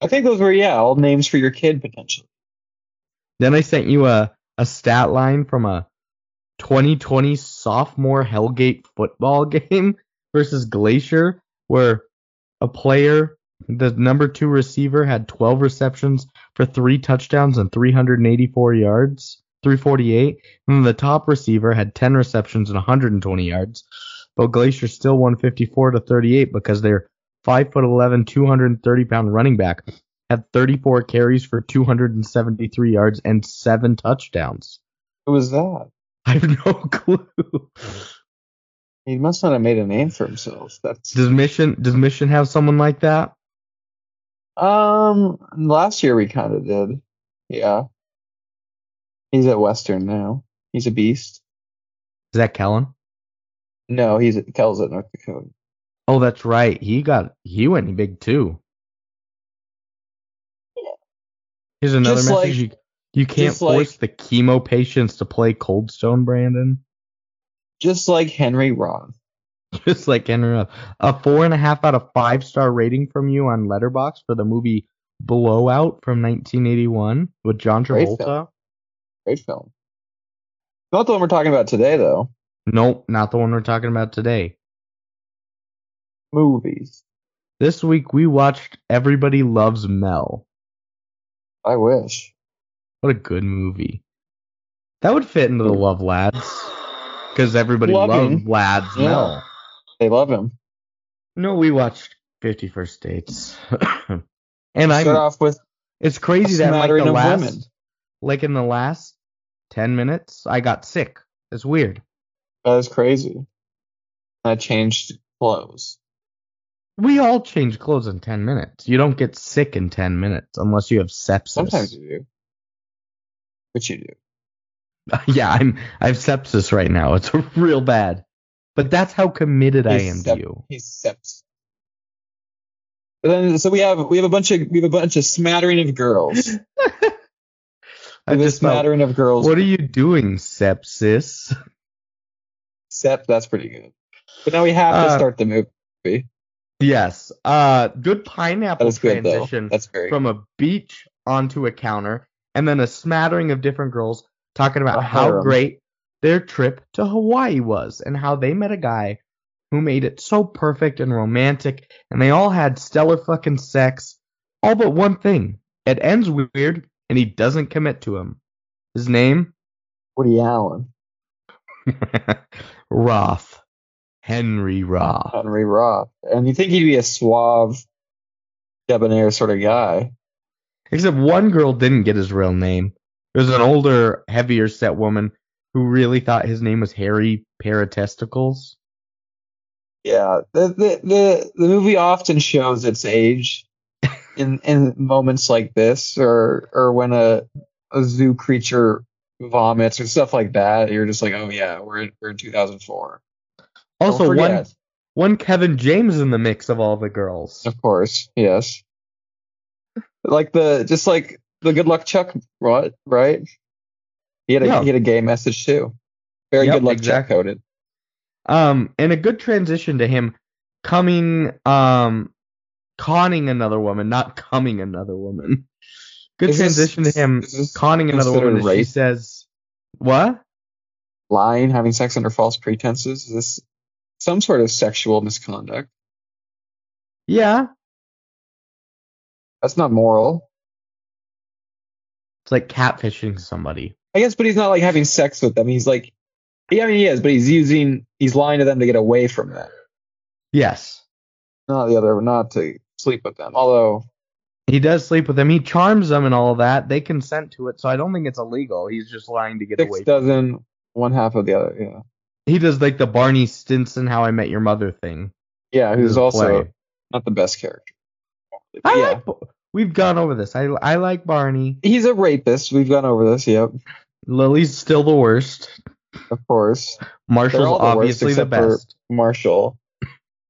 Speaker 10: I think those were yeah, all names for your kid potentially.
Speaker 9: Then I sent you a, a stat line from a 2020 sophomore Hellgate football game versus Glacier, where a player, the number two receiver, had 12 receptions for three touchdowns and 384 yards, 348. And then the top receiver had 10 receptions and 120 yards. But Glacier still won 54 to 38 because their 5'11, 230 pound running back had 34 carries for 273 yards and seven touchdowns.
Speaker 10: Who was that?
Speaker 9: I have no clue.
Speaker 10: He must not have made a name for himself. That's
Speaker 9: Does Mission does Mission have someone like that?
Speaker 10: um. Last year we kind of did. Yeah. He's at Western now. He's a beast.
Speaker 9: Is that Kellen?
Speaker 10: No, he's at Kel's at North Dakota.
Speaker 9: Oh, that's right. He got he went big too. Here's another
Speaker 10: Just
Speaker 9: message.
Speaker 10: like-
Speaker 9: you, you can't
Speaker 10: just like-
Speaker 9: force the chemo patients to play Cold Stone, Brandon.
Speaker 10: Just like Henry Ron.
Speaker 9: Just like NRL. A four and a half out of five star rating from you on Letterbox for the movie Blowout from 1981 with John
Speaker 10: Great film.
Speaker 9: Travolta.
Speaker 10: Great film. Not the one we're talking about today, though.
Speaker 9: Nope, not the one we're talking about today.
Speaker 10: Movies.
Speaker 9: This week we watched Everybody Loves Mel.
Speaker 10: I wish.
Speaker 9: What a good movie. That would fit into the Love Lads. Because everybody
Speaker 10: Loving.
Speaker 9: loved Lads
Speaker 10: Yeah.
Speaker 9: Mel.
Speaker 10: They love him.
Speaker 9: No, we watched Fifty First Dates. and I am
Speaker 10: Start off with
Speaker 9: it's
Speaker 10: a
Speaker 9: crazy that like
Speaker 10: smattering
Speaker 9: the
Speaker 10: of
Speaker 9: last
Speaker 10: women.
Speaker 9: like in the last ten minutes I got sick. It's weird.
Speaker 10: That is crazy. I changed clothes.
Speaker 9: We all change clothes in ten minutes. You don't get sick in ten minutes unless you have sepsis.
Speaker 10: Sometimes you do. But you do.
Speaker 9: yeah, I'm I have sepsis right now. It's real bad. But that's how committed I
Speaker 10: He's
Speaker 9: am
Speaker 10: sep-
Speaker 9: to you.
Speaker 10: He's sepsis. But then, so we have we have a bunch of we have a bunch of smattering of girls.
Speaker 9: I
Speaker 10: We have a
Speaker 9: just felt,
Speaker 10: smattering of girls.
Speaker 9: what are you doing, sepsis?
Speaker 10: Sep, that's pretty good. But now we have to
Speaker 9: Uh,
Speaker 10: start the movie.
Speaker 9: Yes. Uh good
Speaker 10: That
Speaker 9: pineapple
Speaker 10: is good though.
Speaker 9: transition
Speaker 10: That's very
Speaker 9: from a beach onto a counter and then a smattering of different girls talking about
Speaker 10: A
Speaker 9: how
Speaker 10: harem.
Speaker 9: great their trip to Hawaii was and how they met a guy who made it so perfect and romantic and they all had stellar fucking sex. All but one thing. It ends weird and he doesn't commit to him. His name?
Speaker 10: Woody Allen,
Speaker 9: Roth. Henry Roth.
Speaker 10: Henry Roth, and you think he'd be a suave, debonair sort of guy.
Speaker 9: Except one girl didn't get his real name. It was an older, heavier set woman who really thought his name was Harry Paratesticles.
Speaker 10: Yeah, the the the, the movie often shows its age in in moments like this, or or when a a zoo creature vomits or stuff like that. You're just like, oh yeah, we're in, we're in 2004. Don't
Speaker 9: Also, one
Speaker 10: forget,
Speaker 9: one Kevin James in the mix of all the girls.
Speaker 10: of course, yes, like the just like the Good Luck Chuck, right? Right? He had a
Speaker 9: Yeah.
Speaker 10: he had a gay message too. Very
Speaker 9: Yep,
Speaker 10: good luck
Speaker 9: exactly.
Speaker 10: Chuck coded.
Speaker 9: Um, and a good transition to him coming, um, conning another woman, not coming another woman. Good
Speaker 10: Is this-
Speaker 9: transition to him
Speaker 10: is this
Speaker 9: conning another woman.
Speaker 10: considered
Speaker 9: as She
Speaker 10: rape?
Speaker 9: says, "What?
Speaker 10: lying, having sex under false pretenses? Is this some sort of sexual misconduct?
Speaker 9: Yeah,
Speaker 10: That's not moral.
Speaker 9: It's like catfishing somebody.
Speaker 10: I guess, but he's not like having sex with them. He's like, yeah, I mean, he is, but he's using, he's lying to them to get away from them.
Speaker 9: Yes.
Speaker 10: Not the other, not to sleep with them. Although,
Speaker 9: He does sleep with them. He charms them and all of that. They consent to it, so I don't think it's illegal. He's just lying to get
Speaker 10: six
Speaker 9: away.
Speaker 10: dozen, one half of the other. Yeah.
Speaker 9: he does like the Barney Stinson "How I Met Your Mother" thing.
Speaker 10: Yeah,
Speaker 9: This
Speaker 10: who's
Speaker 9: is
Speaker 10: also
Speaker 9: play.
Speaker 10: not the best character.
Speaker 9: I
Speaker 10: yeah.
Speaker 9: like. Ba- We've gone over this. I I like Barney.
Speaker 10: He's a rapist. We've gone over this. Yep.
Speaker 9: Lily's still the worst.
Speaker 10: Of course.
Speaker 9: Marshall's
Speaker 10: They're all the worst
Speaker 9: obviously the
Speaker 10: except for-
Speaker 9: best.
Speaker 10: Marshall,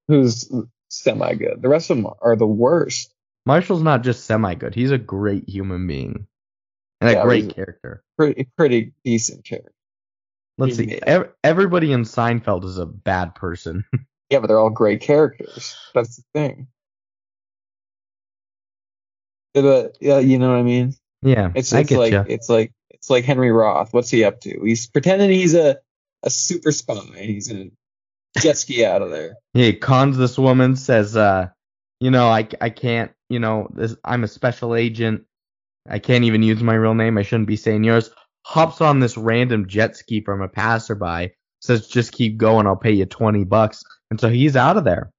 Speaker 10: who's semi good. The rest of them are the worst.
Speaker 9: Marshall's not just semi good. He's a great human being and a
Speaker 10: Yeah,
Speaker 9: great
Speaker 10: he's-
Speaker 9: character.
Speaker 10: Pretty, pretty decent character.
Speaker 9: Let's
Speaker 10: he's
Speaker 9: see.
Speaker 10: mid.
Speaker 9: Ev- everybody in Seinfeld is a bad person.
Speaker 10: Yeah, but they're all great characters. That's the thing. But yeah, you know what I mean.
Speaker 9: yeah,
Speaker 10: It's,
Speaker 9: I
Speaker 10: it's
Speaker 9: get
Speaker 10: like
Speaker 9: ya.
Speaker 10: it's like it's like Henry Roth. What's he up to? He's pretending he's a a super spy and he's gonna jet ski out of there.
Speaker 9: he cons this woman says uh you know i i can't you know this i'm a special agent i can't even use my real name i shouldn't be saying yours hops on this random jet ski from a passerby says just keep going i'll pay you 20 bucks and so he's out of there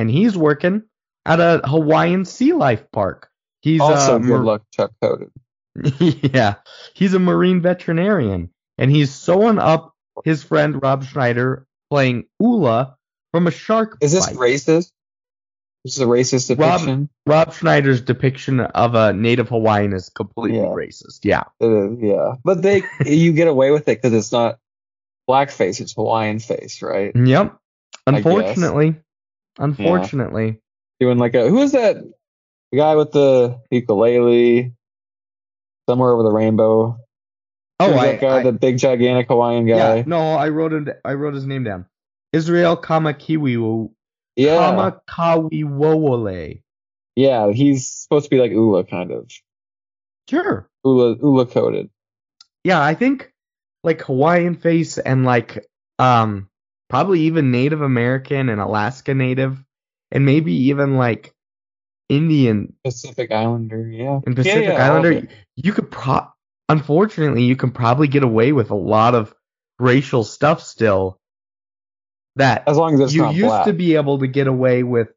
Speaker 9: and he's working at a hawaiian sea life park he's
Speaker 10: also,
Speaker 9: uh,
Speaker 10: good
Speaker 9: mar-
Speaker 10: luck, Chuck Coded.
Speaker 9: yeah, he's a marine veterinarian, and he's sewing up his friend Rob Schneider playing Ula from a shark
Speaker 10: Is this
Speaker 9: bite.
Speaker 10: racist? This is a racist
Speaker 9: Rob-
Speaker 10: depiction.
Speaker 9: Rob Schneider's depiction of a native Hawaiian is completely
Speaker 10: Yeah.
Speaker 9: racist. Yeah,
Speaker 10: It is, yeah. But they, you get away with it because it's not blackface; it's Hawaiian face, right?
Speaker 9: yep.
Speaker 10: I guess.
Speaker 9: Unfortunately, unfortunately,
Speaker 10: Doing like a who is that? The guy with the ukulele, somewhere over the rainbow.
Speaker 9: oh,
Speaker 10: Who's
Speaker 9: I,
Speaker 10: that guy,
Speaker 9: I-
Speaker 10: the big gigantic Hawaiian guy.
Speaker 9: yeah, no, I wrote him. I wrote his name down. Israel Kamakiwiwu,
Speaker 10: Yeah,
Speaker 9: Kamakawiwole.
Speaker 10: yeah. He's supposed to be like Ula, kind of
Speaker 9: Sure.
Speaker 10: Ula, Ula coded.
Speaker 9: yeah, I think like Hawaiian face and like um probably even Native American and Alaska Native and maybe even like Indian
Speaker 10: Pacific Islander, yeah.
Speaker 9: and
Speaker 10: Yeah,
Speaker 9: Pacific
Speaker 10: yeah, all of
Speaker 9: Islander.
Speaker 10: it.
Speaker 9: You could pro unfortunately you can probably get away with a lot of racial stuff still that
Speaker 10: As long as it's
Speaker 9: you
Speaker 10: not
Speaker 9: used
Speaker 10: black.
Speaker 9: to be able to get away with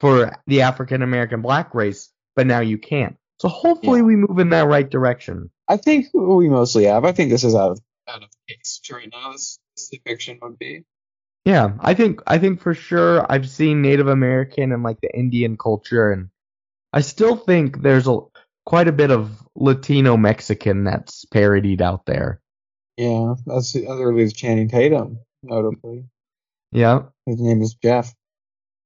Speaker 9: for the African American black race, but now you can't. So hopefully
Speaker 10: Yeah.
Speaker 9: we move in that right direction.
Speaker 10: I think we mostly have. I think this is out of out of case right now. This, this depiction would be.
Speaker 9: Yeah, I think I think for sure I've seen Native American and like the Indian culture, and I still think there's a quite a bit of Latino Mexican that's parodied out there.
Speaker 10: Yeah, that's as early as Channing Tatum, notably.
Speaker 9: Yeah,
Speaker 10: His name is Jeff.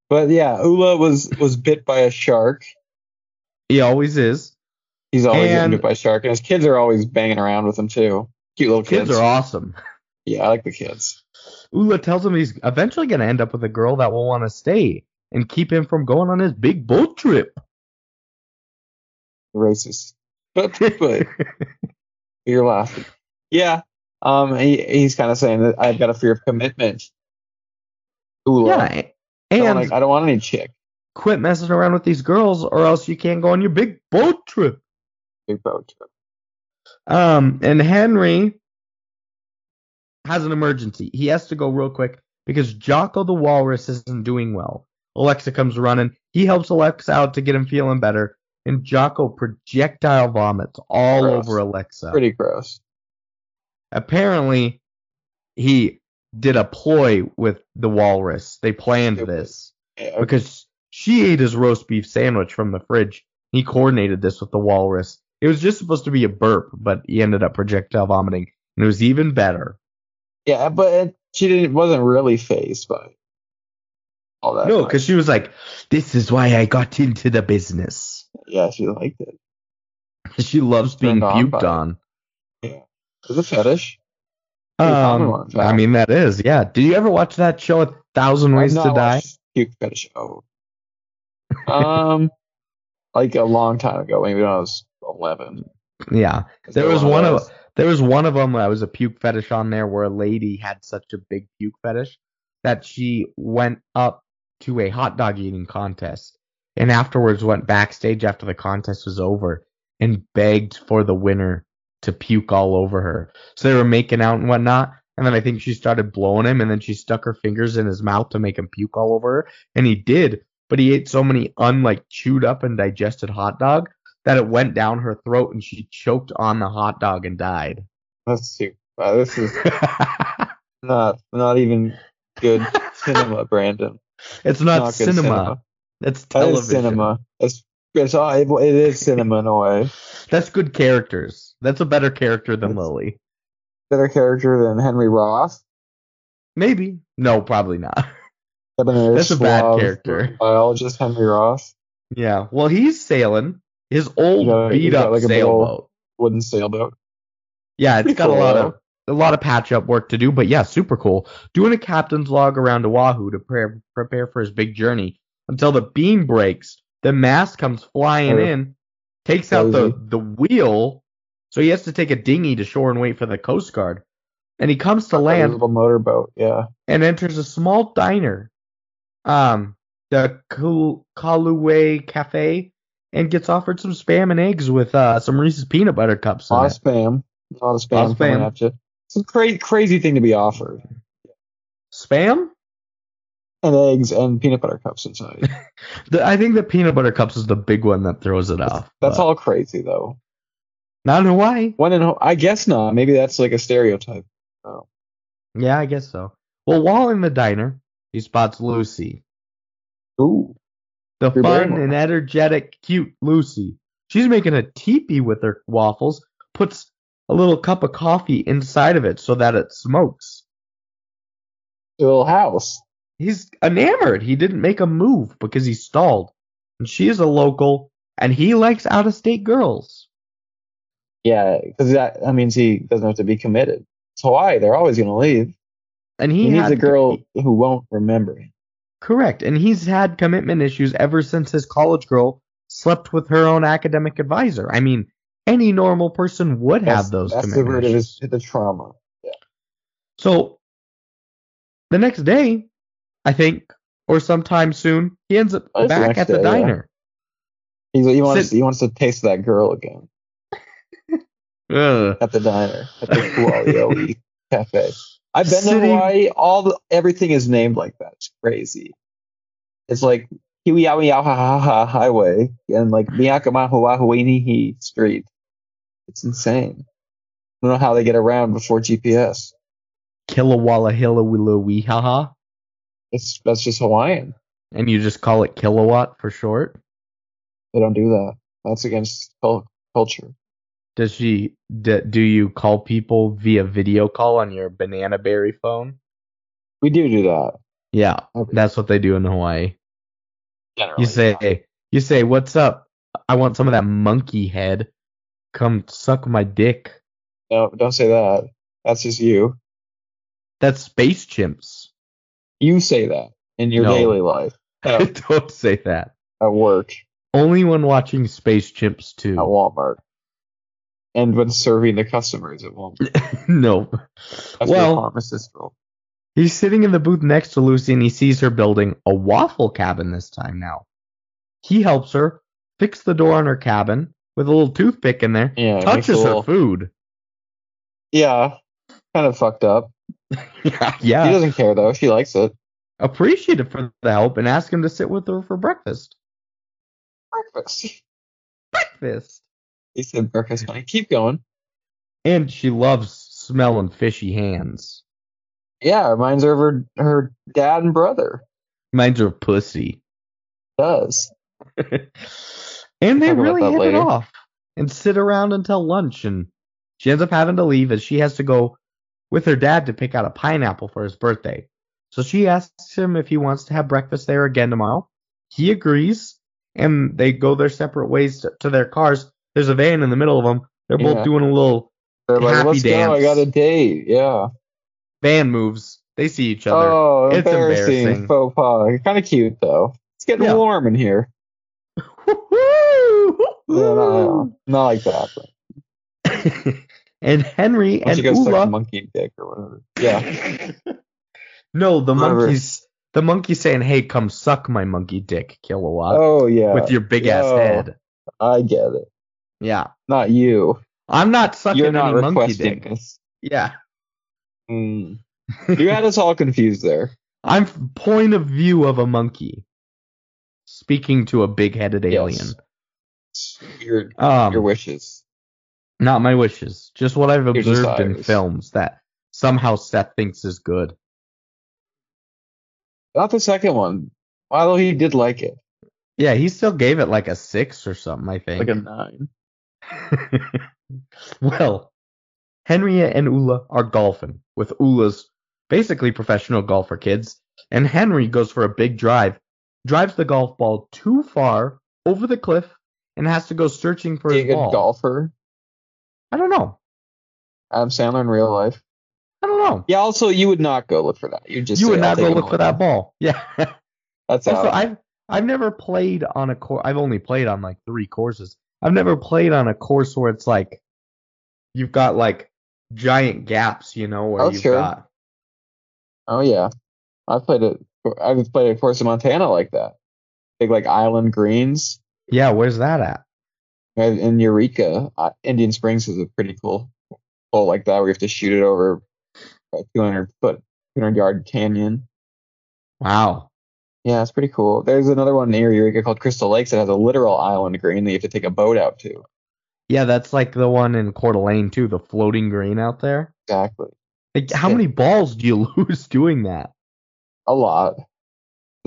Speaker 10: But yeah, Ula was was bit by a shark.
Speaker 9: he always is.
Speaker 10: He's always getting
Speaker 9: And-
Speaker 10: bit by a shark, and his kids are always banging around with him too. Cute little kids.
Speaker 9: Kids are awesome.
Speaker 10: yeah, I like the kids.
Speaker 9: Ula tells him he's eventually gonna end up with a girl that will want to stay and keep him from going on his big boat trip.
Speaker 10: Racist, but but you're laughing. Yeah, um, he, he's kind of saying that I've got a fear of commitment. Ula,
Speaker 9: yeah, a-
Speaker 10: I,
Speaker 9: and
Speaker 10: don't wanna- I don't want any chick.
Speaker 9: quit messing around with these girls, or else you can't go on your big boat trip.
Speaker 10: Big boat trip.
Speaker 9: Um, and Henry has an emergency. He has to go real quick because Jocko the Walrus isn't doing well. Alexa comes running. He helps Alexa out to get him feeling better, and Jocko projectile vomits all
Speaker 10: Gross.
Speaker 9: over Alexa.
Speaker 10: Pretty gross.
Speaker 9: Apparently, he did a ploy with the Walrus. They planned
Speaker 10: Stupid.
Speaker 9: this
Speaker 10: Yeah,
Speaker 9: because she ate his roast beef sandwich from the fridge. He coordinated this with the walrus. It was just supposed to be a burp, but he ended up projectile vomiting, and it was even better.
Speaker 10: Yeah, but it, she didn't wasn't really phased by all that.
Speaker 9: No,
Speaker 10: much.
Speaker 9: because she was like, "This is why I got into the business."
Speaker 10: yeah, she liked it.
Speaker 9: She loves being
Speaker 10: Turned on by
Speaker 9: puked
Speaker 10: it.
Speaker 9: on.
Speaker 10: It was a fetish. Pretty common
Speaker 9: Um,
Speaker 10: one,
Speaker 9: I mean, that is, yeah. Did you ever watch that show, A Thousand Ways
Speaker 10: I've
Speaker 9: to
Speaker 10: not
Speaker 9: Die?
Speaker 10: watched Puke fetish. Oh, um, like a long time ago, maybe when I was eleven.
Speaker 9: Yeah.
Speaker 10: Is
Speaker 9: There
Speaker 10: that
Speaker 9: was one of
Speaker 10: those?
Speaker 9: there was one of them that was a puke fetish on there where a lady had such a big puke fetish that she went up to a hot dog eating contest and afterwards went backstage after the contest was over and begged for the winner to puke all over her. So they were making out and whatnot. And then I think she started blowing him, and then she stuck her fingers in his mouth to make him puke all over her. And he did, but he ate so many unlike chewed up and digested hot dog that it went down her throat, and she choked on the hot dog and died.
Speaker 10: That's too. Wow, this is not not even good cinema, Brandon.
Speaker 9: It's not,
Speaker 10: Not good
Speaker 9: cinema.
Speaker 10: cinema.
Speaker 9: That's
Speaker 10: That
Speaker 9: television.
Speaker 10: is cinema. It's, it's all- it it is cinema in a way.
Speaker 9: That's good characters. That's a better character than Lily.
Speaker 10: Better character than Henry Roth.
Speaker 9: Maybe. No, probably not.
Speaker 10: Better than
Speaker 9: That's a bad
Speaker 10: suave
Speaker 9: character.
Speaker 10: Biologist Henry Roth.
Speaker 9: Yeah. Well, he's sailing his old
Speaker 10: You got- you
Speaker 9: beat
Speaker 10: got
Speaker 9: up
Speaker 10: like a big old-
Speaker 9: sailboat.
Speaker 10: Wooden sailboat.
Speaker 9: Yeah, it's
Speaker 10: Pretty
Speaker 9: got a lot
Speaker 10: cool.
Speaker 9: of a lot of patch up work to do, but yeah, super cool. Doing a captain's log around Oahu to pre- prepare for his big journey until the beam breaks. The mast comes flying
Speaker 10: Oh.
Speaker 9: in, takes out the
Speaker 10: Crazy.
Speaker 9: the wheel, so he has to take a dinghy to shore and wait for the coast guard. And he comes to
Speaker 10: Like a
Speaker 9: land
Speaker 10: little motorboat. Yeah.
Speaker 9: and enters a small diner, um, the Kal- Kalue Cafe, and gets offered some spam and eggs with uh, some Reese's peanut butter cups.
Speaker 10: A
Speaker 9: in
Speaker 10: lot
Speaker 9: it.
Speaker 10: of spam. A lot of spam,
Speaker 9: Lot of
Speaker 10: coming
Speaker 9: spam.
Speaker 10: at you. It's a cra- crazy thing to be offered.
Speaker 9: Spam?
Speaker 10: And eggs and peanut butter cups inside.
Speaker 9: The, I think the peanut butter cups is the big one that throws it off.
Speaker 10: That's
Speaker 9: but-
Speaker 10: all crazy though.
Speaker 9: Not in Hawaii.
Speaker 10: One in Ho- I guess not. Maybe that's like a stereotype.
Speaker 9: Yeah, I guess so. Well, while in the diner, he spots Lucy,
Speaker 10: Ooh.
Speaker 9: the
Speaker 10: Drew
Speaker 9: fun
Speaker 10: Barrymore.
Speaker 9: and energetic, cute Lucy. She's making a teepee with her waffles. Puts a little cup of coffee inside of it so that it smokes.
Speaker 10: Little house.
Speaker 9: He's enamored. He didn't make a move because he stalled. And she is a local, and he likes out-of-state girls.
Speaker 10: Yeah, because that that means he doesn't have to be committed. It's Hawaii. They're always going to leave.
Speaker 9: And
Speaker 10: He,
Speaker 9: he,
Speaker 10: needs
Speaker 9: had
Speaker 10: a girl who won't remember him.
Speaker 9: Correct. And he's had commitment issues ever since his college girl slept with her own academic advisor. I mean, any normal person would
Speaker 10: That's-
Speaker 9: have those
Speaker 10: That's the
Speaker 9: commitment
Speaker 10: root of
Speaker 9: issues.
Speaker 10: his the trauma.
Speaker 9: So the next day, I think, or sometime soon, he ends up
Speaker 10: Oh, it's the
Speaker 9: back
Speaker 10: next
Speaker 9: at the
Speaker 10: day, yeah.
Speaker 9: diner.
Speaker 10: He's, he wants
Speaker 9: Sit-
Speaker 10: he wants to taste that girl again
Speaker 9: Ugh.
Speaker 10: at the diner at the Kualioi Cafe. I've been to
Speaker 9: Sitting-
Speaker 10: Hawaii. All the, everything is named like that. It's crazy. It's like Hiwiyawiyahaha Highway and like Miyakamahuahuinihi Street. It's insane. I don't know how they get around before GPS.
Speaker 9: Kilawala Hilla haha.
Speaker 10: It's that's just Hawaiian.
Speaker 9: And you just call it kilowatt for short.
Speaker 10: They don't do that. That's against cul- culture.
Speaker 9: Does she d- do you call people via video call on your banana berry phone?
Speaker 10: We do do that.
Speaker 9: Yeah, that's what they do in Hawaii.
Speaker 10: generally.
Speaker 9: You say, you say, what's up? I want some of that monkey head. Come suck my dick.
Speaker 10: no, don't say that. That's just you.
Speaker 9: That's space chimps.
Speaker 10: You say that in your
Speaker 9: No.
Speaker 10: daily life Oh.
Speaker 9: Don't say that.
Speaker 10: at work
Speaker 9: Only when watching Space Chimps
Speaker 10: at
Speaker 9: 2.
Speaker 10: Walmart, and when serving the customers at Walmart.
Speaker 9: no.
Speaker 10: That's
Speaker 9: Well,
Speaker 10: well, pharmacist role.
Speaker 9: he's sitting in the booth next to Lucy and he sees her building a waffle cabin this time now. He helps her fix the door on her cabin with a little toothpick in there,
Speaker 10: Yeah, it makes a
Speaker 9: touches her
Speaker 10: little-
Speaker 9: food.
Speaker 10: Yeah, kind of fucked up.
Speaker 9: yeah.
Speaker 10: She
Speaker 9: yeah.
Speaker 10: doesn't care though. She likes it.
Speaker 9: Appreciative for the help and ask him to sit with her for breakfast.
Speaker 10: Breakfast.
Speaker 9: Breakfast.
Speaker 10: He said breakfast. Honey. Keep going.
Speaker 9: And she loves smelling fishy hands.
Speaker 10: Yeah, reminds her of her, her dad and brother.
Speaker 9: Reminds her of pussy.
Speaker 10: Does
Speaker 9: and they
Speaker 10: Talk about
Speaker 9: really
Speaker 10: that
Speaker 9: hit it
Speaker 10: later.
Speaker 9: off and sit around until lunch. And she ends up having to leave as she has to go with her dad to pick out a pineapple for his birthday. So she asks him if he wants to have breakfast there again tomorrow. He agrees, and they go their separate ways to, to their cars. There's a van in the middle of them. They're both
Speaker 10: Yeah.
Speaker 9: doing a little
Speaker 10: they're like,
Speaker 9: Happy
Speaker 10: let's go. I
Speaker 9: dance.
Speaker 10: got a date. Yeah.
Speaker 9: van moves. They see each other.
Speaker 10: Oh,
Speaker 9: It's
Speaker 10: embarrassing.
Speaker 9: embarrassing.
Speaker 10: faux pas. Kind of cute though. It's getting
Speaker 9: Yeah.
Speaker 10: warm in here. Yeah, no, no, not like that. But
Speaker 9: and Henry and
Speaker 10: once you go suck
Speaker 9: Ula.
Speaker 10: monkey dick or whatever. Yeah,
Speaker 9: no, the
Speaker 10: Whatever.
Speaker 9: monkeys. The monkey saying, "Hey, come suck my monkey dick, Kilowatt,
Speaker 10: Oh yeah.
Speaker 9: with your big ass
Speaker 10: Oh,
Speaker 9: head."
Speaker 10: I get it.
Speaker 9: Yeah,
Speaker 10: Not you.
Speaker 9: I'm not sucking
Speaker 10: You're not
Speaker 9: any monkey
Speaker 10: requesting
Speaker 9: dick. Hmm.
Speaker 10: this.
Speaker 9: Yeah,
Speaker 10: Mm. You had us all confused there.
Speaker 9: I'm f- point of view of a monkey speaking to a big-headed alien.
Speaker 10: Your
Speaker 9: Um,
Speaker 10: your wishes.
Speaker 9: Not my wishes, just what I've
Speaker 10: Your
Speaker 9: observed in
Speaker 10: desires.
Speaker 9: films that somehow Seth thinks is good.
Speaker 10: Not the second one. Although he did like it.
Speaker 9: Yeah, he still gave it like a six or something, I think.
Speaker 10: Like a nine.
Speaker 9: well, Henriette and Ula are golfing with Ula's basically professional golfer kids, and Henry goes for a big drive, drives the golf ball too far over the cliff, and has to go searching for his
Speaker 10: Being a
Speaker 9: ball.
Speaker 10: golfer.
Speaker 9: I don't know.
Speaker 10: Adam Sandler in real life.
Speaker 9: I don't know.
Speaker 10: Yeah, also you would not go look for that. You just
Speaker 9: you
Speaker 10: say,
Speaker 9: would
Speaker 10: "I'll
Speaker 9: not
Speaker 10: take
Speaker 9: go
Speaker 10: an
Speaker 9: look for
Speaker 10: oil."
Speaker 9: that ball. Yeah.
Speaker 10: That's
Speaker 9: also,
Speaker 10: out.
Speaker 9: I've I've never played on a course. I've only played on like three courses. I've never played on a course where it's like you've got like giant gaps, you know, where
Speaker 10: Oh,
Speaker 9: you've
Speaker 10: sure.
Speaker 9: got
Speaker 10: Oh yeah, I played it. I've played a course in Montana like that, big like island greens.
Speaker 9: Yeah, where's that at?
Speaker 10: And In Eureka, uh, Indian Springs is a pretty cool hole like that where you have to shoot it over a 200 foot, 200 yard canyon.
Speaker 9: Wow.
Speaker 10: Yeah, it's pretty cool. There's another one near Eureka called Crystal Lakes that has a literal island green that you have to take a boat out to.
Speaker 9: Yeah, that's like the one in Coeur d'Alene too, the floating green out there.
Speaker 10: Exactly,
Speaker 9: Like, how
Speaker 10: Yeah.
Speaker 9: many balls do you lose doing that?
Speaker 10: a lot.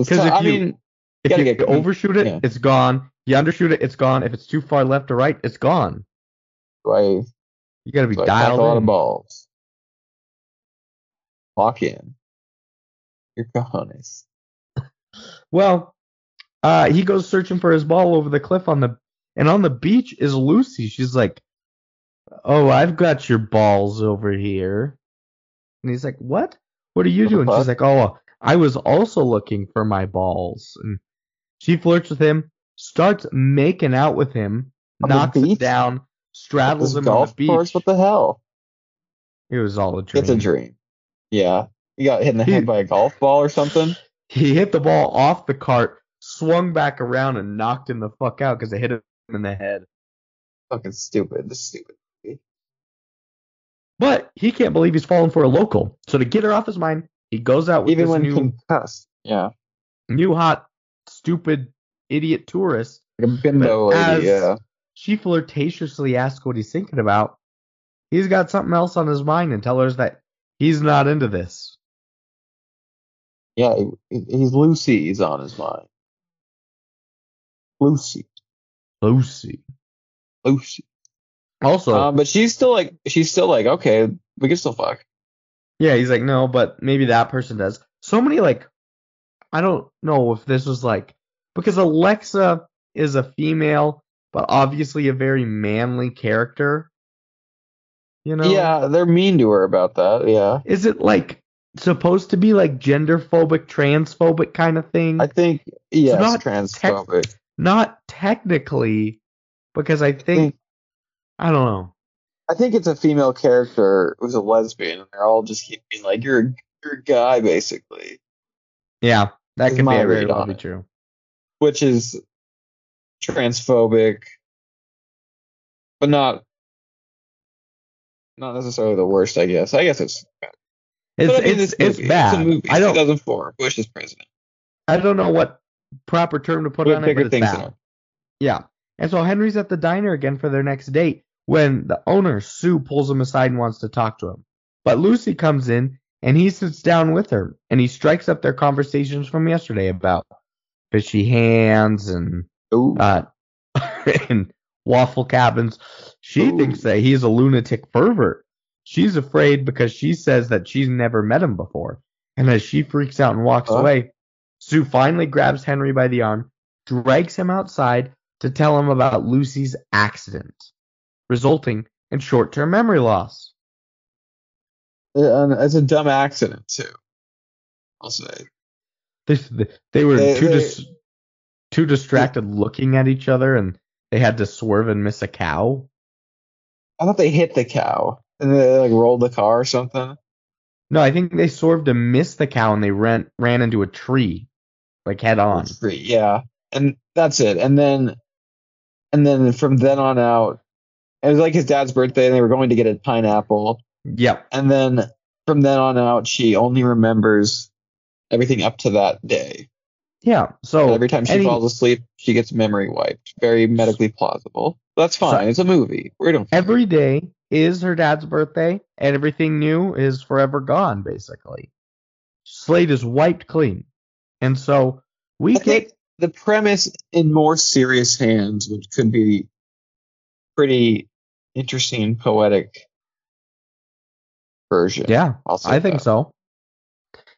Speaker 10: It's
Speaker 9: 'Cause
Speaker 10: ti-
Speaker 9: if
Speaker 10: I
Speaker 9: you-
Speaker 10: mean,
Speaker 9: If
Speaker 10: Gotta
Speaker 9: you
Speaker 10: get-
Speaker 9: overshoot it,
Speaker 10: yeah.
Speaker 9: it's gone. You undershoot it, it's gone. If it's too far left or right, it's gone.
Speaker 10: do I
Speaker 9: You gotta be
Speaker 10: So I pack
Speaker 9: dialed
Speaker 10: a lot
Speaker 9: in.
Speaker 10: of balls. Lock in. Your cojones.
Speaker 9: Well, uh, he goes searching for his ball over the cliff on the and on the beach is Lucy. She's like, "Oh, I've got your balls over here," and he's like, "What? What are you
Speaker 10: What the
Speaker 9: doing?"
Speaker 10: fuck?
Speaker 9: She's like, "Oh, I was also looking for my balls." And she flirts with him, starts making out with him,
Speaker 10: On the
Speaker 9: knocks him
Speaker 10: beach?
Speaker 9: down, straddles
Speaker 10: This
Speaker 9: him on
Speaker 10: golf
Speaker 9: the beach.
Speaker 10: course, what the hell?
Speaker 9: It was all a dream.
Speaker 10: It's a dream. Yeah. You got hit in the head
Speaker 9: He-
Speaker 10: by a golf ball or something?
Speaker 9: He hit the ball off the cart, swung back around, and knocked him the fuck out because it hit him in the head.
Speaker 10: Fucking stupid. This is stupid.
Speaker 9: But he can't believe he's fallen for a local. So to get her off his mind, he goes out with
Speaker 10: Even
Speaker 9: this
Speaker 10: when
Speaker 9: new,
Speaker 10: concussed. Yeah.
Speaker 9: new hot, stupid, idiot tourist.
Speaker 10: Like a bimbo
Speaker 9: But
Speaker 10: lady,
Speaker 9: as-
Speaker 10: yeah.
Speaker 9: She flirtatiously asks what he's thinking about. He's got something else on his mind and tells her that he's not into this.
Speaker 10: Yeah, he- he- he's Lucy's on his mind. Lucy.
Speaker 9: Lucy.
Speaker 10: Lucy.
Speaker 9: Also,
Speaker 10: Um, but she's still like she's still like, okay, we can still fuck.
Speaker 9: Yeah, he's like, no, but maybe that person does. So many like, I don't know if this was like because Alexa is a female, but obviously a very manly character. You know?
Speaker 10: Yeah, they're mean to her about that, yeah.
Speaker 9: Is it like supposed to be like gender phobic, transphobic kind of thing?
Speaker 10: I think yes,
Speaker 9: not
Speaker 10: transphobic.
Speaker 9: Not technically, because I think I don't know.
Speaker 10: I think it's a female character who's a lesbian, and they're all just keep being like, "You're a, you're a guy," basically,
Speaker 9: Yeah, that
Speaker 10: Is
Speaker 9: could be
Speaker 10: my
Speaker 9: very
Speaker 10: read
Speaker 9: well
Speaker 10: on
Speaker 9: be
Speaker 10: it.
Speaker 9: true.
Speaker 10: which is transphobic, but not not necessarily the worst. I guess. I guess it's
Speaker 9: It's
Speaker 10: but I mean,
Speaker 9: it's,
Speaker 10: this
Speaker 9: it's
Speaker 10: movie,
Speaker 9: bad.
Speaker 10: It's a movie.
Speaker 9: I don't
Speaker 10: 2004. Bush is president.
Speaker 9: I don't know what proper term to put
Speaker 10: We have
Speaker 9: on it,
Speaker 10: bigger
Speaker 9: but it's
Speaker 10: things
Speaker 9: bad.
Speaker 10: than our-
Speaker 9: Yeah. And so Henry's at the diner again for their next date when the owner, Sue, pulls him aside and wants to talk to him. But Lucy comes in and he sits down with her and he strikes up their conversations from yesterday about fishy hands and
Speaker 10: Ooh,
Speaker 9: uh and waffle cabins. She
Speaker 10: Ooh.
Speaker 9: thinks that he's a lunatic pervert. She's afraid because she says that she's never met him before. And as she freaks out and walks
Speaker 10: Huh?
Speaker 9: away, Sue finally grabs Henry by the arm, drags him outside to tell him about Lucy's accident, resulting in short term memory loss.
Speaker 10: and it's a dumb accident too. I'll say.
Speaker 9: They, they were
Speaker 10: They-
Speaker 9: too,
Speaker 10: they-
Speaker 9: dis- too distracted looking at each other and they had to swerve and miss a cow.
Speaker 10: I thought they hit the cow and they like rolled the car or something.
Speaker 9: No, I think they swerved to miss the cow and they ran ran into a tree, like head on.
Speaker 10: Great, yeah, and that's it. And then, and then from then on out, it was like his dad's birthday, and they were going to get a pineapple.
Speaker 9: Yep.
Speaker 10: And then from then on out, she only remembers everything up to that day.
Speaker 9: Yeah. So
Speaker 10: every time she
Speaker 9: Oh, any-
Speaker 10: falls asleep, she gets memory wiped. Very medically plausible. That's fine.
Speaker 9: So-
Speaker 10: it's a movie. We don't.
Speaker 9: every day is her dad's birthday, and everything new is forever gone, basically. Slate is wiped clean. And so we
Speaker 10: I think
Speaker 9: get
Speaker 10: the premise in more serious hands, which could be pretty interesting and poetic version.
Speaker 9: Yeah.
Speaker 10: I'll say
Speaker 9: I think
Speaker 10: that.
Speaker 9: so.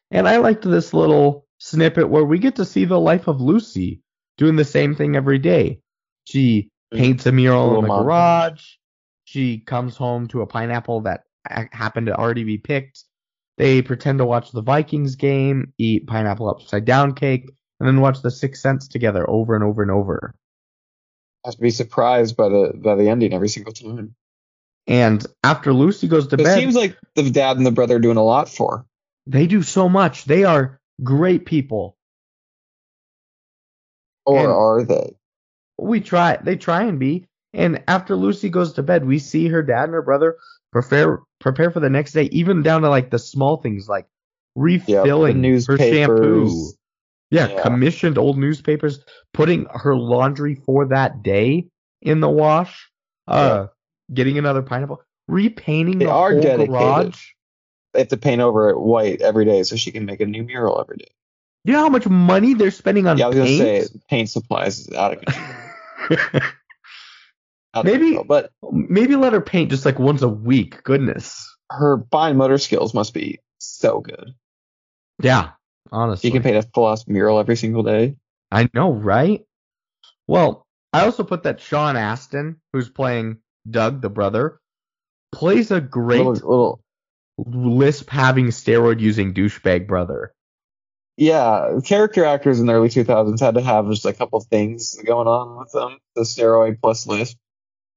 Speaker 9: And I liked this little snippet where we get to see the life of Lucy doing the same thing every day. She
Speaker 10: Mm-hmm.
Speaker 9: paints a mural in
Speaker 10: Little
Speaker 9: the
Speaker 10: mom.
Speaker 9: garage. She comes home to a pineapple that ha- happened to already be picked. They pretend to watch the Vikings game, eat pineapple upside down cake, and then watch The Sixth Sense together over and over and over.
Speaker 10: have to be surprised by the by the ending every single time.
Speaker 9: And after Lucy goes to
Speaker 10: It
Speaker 9: bed,
Speaker 10: seems like the dad and the brother are doing a lot for. her.
Speaker 9: they do so much. They are great people.
Speaker 10: Or
Speaker 9: And-
Speaker 10: are they?
Speaker 9: we try they try and be and after lucy goes to bed we see her dad and her brother prepare prepare for the next day even down to like the small things like
Speaker 10: Yeah, the
Speaker 9: refilling her shampoo
Speaker 10: newspapers.
Speaker 9: yeah,
Speaker 10: Yeah.
Speaker 9: commissioned old newspapers putting her laundry for that day in the wash uh getting another pineapple repainting
Speaker 10: They
Speaker 9: the
Speaker 10: are
Speaker 9: whole
Speaker 10: dedicated.
Speaker 9: garage
Speaker 10: They have to paint over it white every day so she can make a new mural every day.
Speaker 9: you know how much money they're spending on
Speaker 10: Yeah, I was gonna say
Speaker 9: paint
Speaker 10: paint supplies is out of control. out of
Speaker 9: Maybe-
Speaker 10: control, but
Speaker 9: maybe let her paint just like once a week goodness
Speaker 10: her fine motor skills must be so good.
Speaker 9: yeah honestly
Speaker 10: She can paint a full ass mural every single day.
Speaker 9: I know, right? Well, I also put that Sean Astin, who's playing Doug, the brother, plays a great
Speaker 10: Little, little,
Speaker 9: lisp having steroid using douchebag brother.
Speaker 10: yeah, character actors in the early 2000s had to have just a couple things going on with them: the steroid plus lisp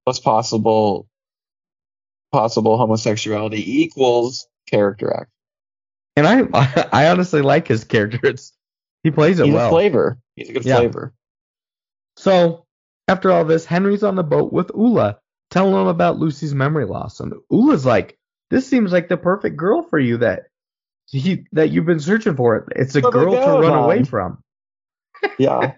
Speaker 10: plus possible possible homosexuality equals character act.
Speaker 9: And I I honestly like his character. It's he plays it
Speaker 10: He's
Speaker 9: well.
Speaker 10: a flavor. He's a good
Speaker 9: Yeah.
Speaker 10: flavor.
Speaker 9: So after all this, Henry's on the boat with Ula, telling him about Lucy's memory loss. And Ula's like, This seems like the perfect girl for you that he that you've been searching for. It's a
Speaker 10: Let me
Speaker 9: girl
Speaker 10: go,
Speaker 9: to run
Speaker 10: Mom."
Speaker 9: away from.
Speaker 10: Yeah.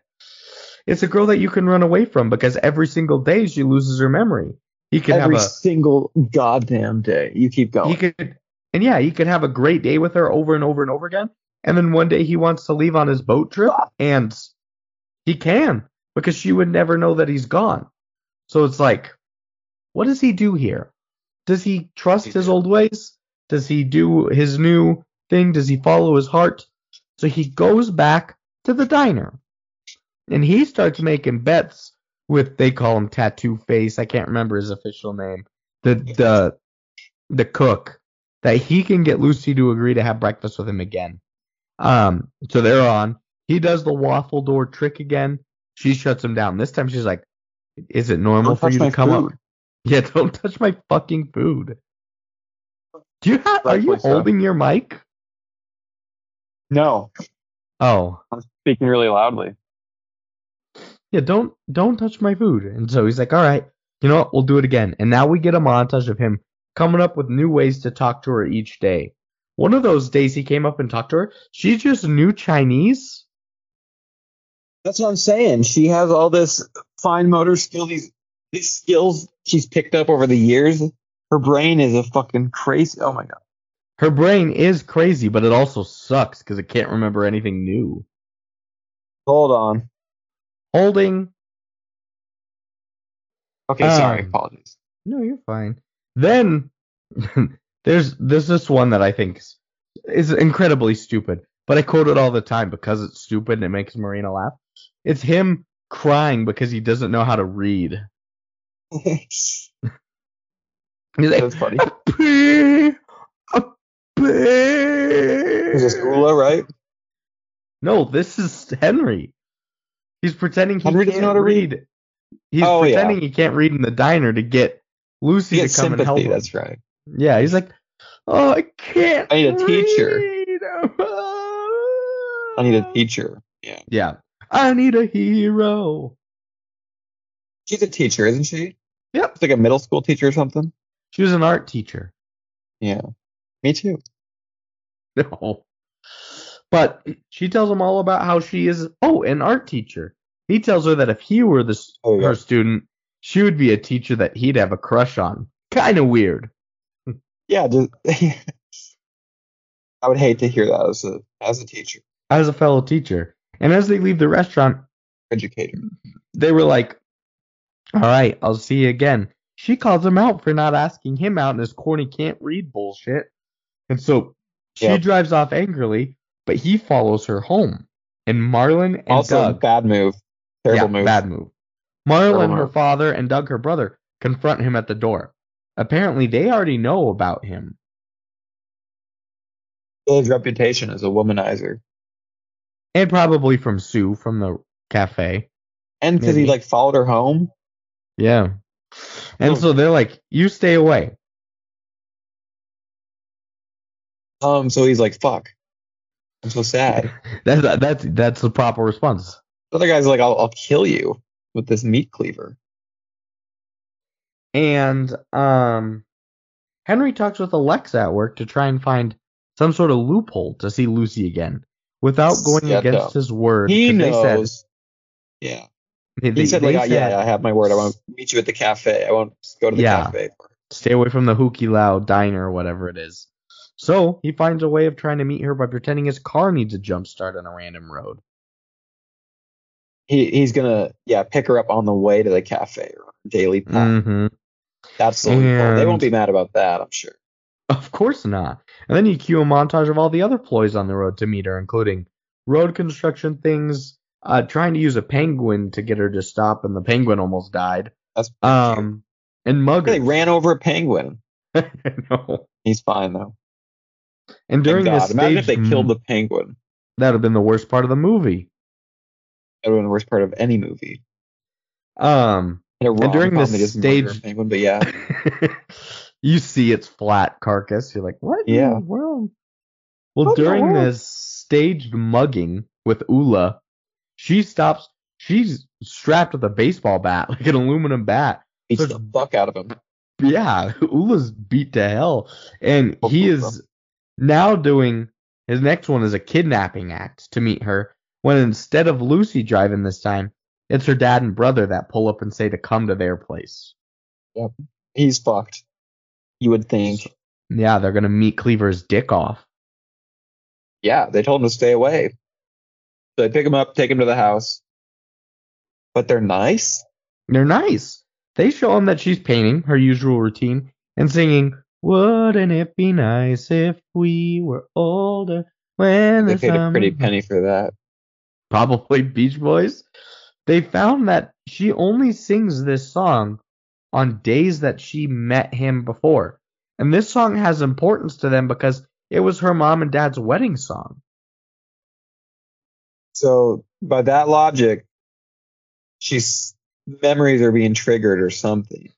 Speaker 9: It's a girl that you can run away from because every single day she loses her memory. He could
Speaker 10: every
Speaker 9: have
Speaker 10: single goddamn day. You keep
Speaker 9: a
Speaker 10: going.
Speaker 9: he could and yeah, he could have a great day with her over and over and over again. And then one day he wants to leave on his boat trip and he can because she would never know that he's gone. So it's like what does he do here? Does he trust his old ways? Does he do his new thing? Does he follow his heart? So he goes back to the diner and he starts making bets with they call him Tattoo Face. I can't remember his official name. The the the cook that he can get Lucy to agree to have breakfast with him again. Um, so they're on. He does the waffle door trick again. She shuts him down. This time she's like, "Is it normal
Speaker 10: Don't
Speaker 9: for
Speaker 10: touch
Speaker 9: you
Speaker 10: my
Speaker 9: to come up?"
Speaker 10: food.
Speaker 9: Yeah, don't touch my fucking food. Do you have? Are
Speaker 10: Touch
Speaker 9: you
Speaker 10: my stuff.
Speaker 9: holding your mic?
Speaker 10: No,
Speaker 9: Oh,
Speaker 10: I'm speaking really loudly.
Speaker 9: yeah. Don't don't touch my food. And so he's like, all right, you know what? We'll do it again. And now we get a montage of him coming up with new ways to talk to her each day. One of those days he came up and talked to her. She just knew Chinese.
Speaker 10: That's what I'm saying. She has all this fine motor skill, these these skills she's picked up over the years. Her brain is a fucking crazy. Oh my god.
Speaker 9: Her brain is crazy, but it also sucks because it can't remember anything new.
Speaker 10: Hold on.
Speaker 9: Holding
Speaker 10: Okay, sorry.
Speaker 9: Um,
Speaker 10: Apologies.
Speaker 9: No, you're fine. Then there's there's this one that I think is, is incredibly stupid, but I quote it all the time because it's stupid and it makes Marina laugh. It's him crying because he doesn't know how to read. He's like,
Speaker 10: That's funny.
Speaker 9: "A pea, a pea."
Speaker 10: Is this Ula, right?
Speaker 9: No, this is Henry. He's pretending he
Speaker 10: Henry doesn't
Speaker 9: can't
Speaker 10: know how to read.
Speaker 9: read. He's
Speaker 10: Oh, yeah.
Speaker 9: pretending he can't read in the diner to get Lucy
Speaker 10: Get
Speaker 9: to come and help
Speaker 10: sympathy.
Speaker 9: him.
Speaker 10: That's right.
Speaker 9: Yeah, he's like, Oh, I can't.
Speaker 10: I need a teacher.
Speaker 9: read.
Speaker 10: I need a teacher.
Speaker 9: Yeah. I need a hero.
Speaker 10: She's a teacher, isn't she?
Speaker 9: Yep.
Speaker 10: It's like a middle school teacher or something.
Speaker 9: She was an art teacher.
Speaker 10: Yeah. Me too.
Speaker 9: No. But she tells him all about how she is, oh, an art teacher. He tells her that if he were the, s
Speaker 10: Oh, yeah.
Speaker 9: her student, she would be a teacher that he'd have a crush on. Kind of weird.
Speaker 10: Yeah. Just, I would hate to hear that as a as a teacher
Speaker 9: As a fellow teacher. And as they leave the restaurant,
Speaker 10: educator.
Speaker 9: they were like, all right, I'll see you again. She calls him out for not asking him out and his corny can't read bullshit. And so she
Speaker 10: Yep.
Speaker 9: drives off angrily, but he follows her home. And Marlon and
Speaker 10: also,
Speaker 9: Doug.
Speaker 10: bad move. Terrible
Speaker 9: yeah,
Speaker 10: move.
Speaker 9: Bad move. Marlon,
Speaker 10: Terrible
Speaker 9: her
Speaker 10: move.
Speaker 9: father, and Doug, her brother, confront him at the door. Apparently, they already know about him.
Speaker 10: His reputation as a womanizer,
Speaker 9: And probably from Sue from the cafe.
Speaker 10: and because he
Speaker 9: Maybe.
Speaker 10: like followed her home.
Speaker 9: Yeah. And
Speaker 10: Oh.
Speaker 9: so they're like, you stay away.
Speaker 10: Um. So he's like, "Fuck." I'm so sad.
Speaker 9: That's, that's, that's the proper response.
Speaker 10: The other guy's like, "I'll I'll kill you with this meat cleaver."
Speaker 9: And um, Henry talks with Alexa at work to try and find some sort of loophole to see Lucy again without going
Speaker 10: Yeah,
Speaker 9: against
Speaker 10: no.
Speaker 9: his word.
Speaker 10: He
Speaker 9: 'cause
Speaker 10: knows. yeah.
Speaker 9: They said,
Speaker 10: He
Speaker 9: they,
Speaker 10: said,
Speaker 9: they
Speaker 10: like, "Oh, yeah,
Speaker 9: said,
Speaker 10: yeah, I have my word. I won't meet you at the cafe. I won't go to the
Speaker 9: Yeah.
Speaker 10: cafe.
Speaker 9: stay away from the Hooky Lao diner or whatever it is. So he finds a way of trying to meet her by pretending his car needs a jump start on a random road.
Speaker 10: He he's gonna yeah pick her up on the way to the cafe or daily pop.
Speaker 9: Mm-hmm.
Speaker 10: That's the loophole. They won't
Speaker 9: And-
Speaker 10: be mad about that, I'm sure.
Speaker 9: Of course not. And then you cue a montage of all the other ploys on the road to meet her, including road construction things, uh, trying to use a penguin to get her to stop, and the penguin almost died.
Speaker 10: That's
Speaker 9: Um, and
Speaker 10: Yeah, they
Speaker 9: Mugger.
Speaker 10: ran over a penguin.
Speaker 9: no.
Speaker 10: He's fine though.
Speaker 9: And
Speaker 10: Thank
Speaker 9: during
Speaker 10: God.
Speaker 9: this stage,
Speaker 10: Imagine if they killed the penguin.
Speaker 9: that'd have been the worst part of the movie.
Speaker 10: That would have been the worst part of any movie.
Speaker 9: Um,
Speaker 10: In a rom-com,
Speaker 9: during this
Speaker 10: they just murder a
Speaker 9: stage-
Speaker 10: penguin, but yeah,
Speaker 9: you see its flat carcass. You're like, what?
Speaker 10: Yeah.
Speaker 9: In the world? Well,
Speaker 10: What in the
Speaker 9: during
Speaker 10: world?
Speaker 9: this staged mugging with Ula, she stops. She's strapped with a baseball bat, like an aluminum bat.
Speaker 10: beats
Speaker 9: Such-
Speaker 10: the fuck out of him.
Speaker 9: Yeah, Ula's beat to hell, and
Speaker 10: Oh,
Speaker 9: he
Speaker 10: Ula.
Speaker 9: is now doing his next one is a kidnapping act to meet her. When instead of Lucy driving this time, it's her dad and brother that pull up and say to come to their place.
Speaker 10: He's fucked. You would think.
Speaker 9: Yeah, they're gonna meet Cleaver's dick off.
Speaker 10: Yeah, they told him to stay away. So they pick him up, take him to the house. But they're nice.
Speaker 9: They're nice. They show him that she's painting her usual routine and singing, Wouldn't it be nice if we were older when
Speaker 10: They
Speaker 9: the
Speaker 10: paid a pretty
Speaker 9: summer-"
Speaker 10: penny for that.
Speaker 9: Probably Beach Boys. They found that she only sings this song on days that she met him before. And this song has importance to them because it was her mom and dad's wedding song.
Speaker 10: So by that logic, she's memories are being triggered or something.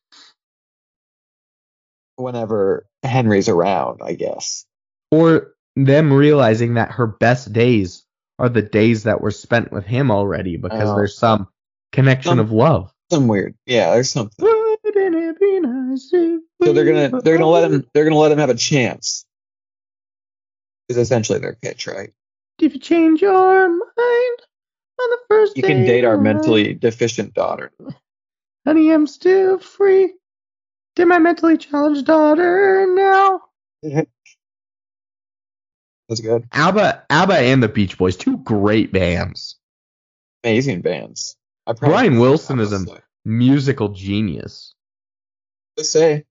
Speaker 10: Whenever Henry's around, I guess.
Speaker 9: or them realizing that her best days are the days that were spent with him already because
Speaker 10: Oh.
Speaker 9: there's some connection
Speaker 10: Some-
Speaker 9: of love.
Speaker 10: Some weird, yeah. There's something.
Speaker 9: Wouldn't it be nice if
Speaker 10: So
Speaker 9: we
Speaker 10: they're gonna
Speaker 9: were
Speaker 10: they're gonna let him they're gonna let him have a chance. Is essentially their pitch, right?
Speaker 9: If you change your mind on the first
Speaker 10: You can
Speaker 9: day
Speaker 10: date our
Speaker 9: of life,
Speaker 10: mentally deficient daughter.
Speaker 9: Honey, I'm still free. Did my mentally challenged daughter now?
Speaker 10: That's good.
Speaker 9: ABBA, ABBA, and the Beach Boys, two great bands.
Speaker 10: Amazing bands. I
Speaker 9: Brian Wilson is a-
Speaker 10: honestly.
Speaker 9: Musical genius.
Speaker 10: They say.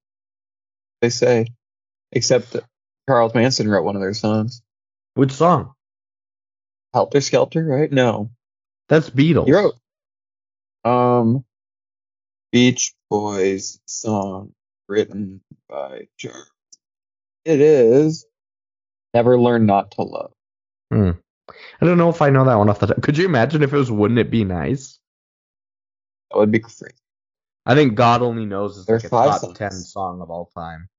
Speaker 10: They say. Except that Charles Manson wrote one of their songs.
Speaker 9: Which song?
Speaker 10: Helter Skelter, right? No.
Speaker 9: That's Beatles.
Speaker 10: He wrote um Beach Boys song written by Charles. It is Never Learn Not to Love.
Speaker 9: I don't know if I know that one off the top. Could you imagine if it was Wouldn't It Be Nice?
Speaker 10: That would be crazy.
Speaker 9: I think God Only Knows is
Speaker 10: There are
Speaker 9: like a
Speaker 10: five
Speaker 9: top
Speaker 10: songs.
Speaker 9: ten song of all time.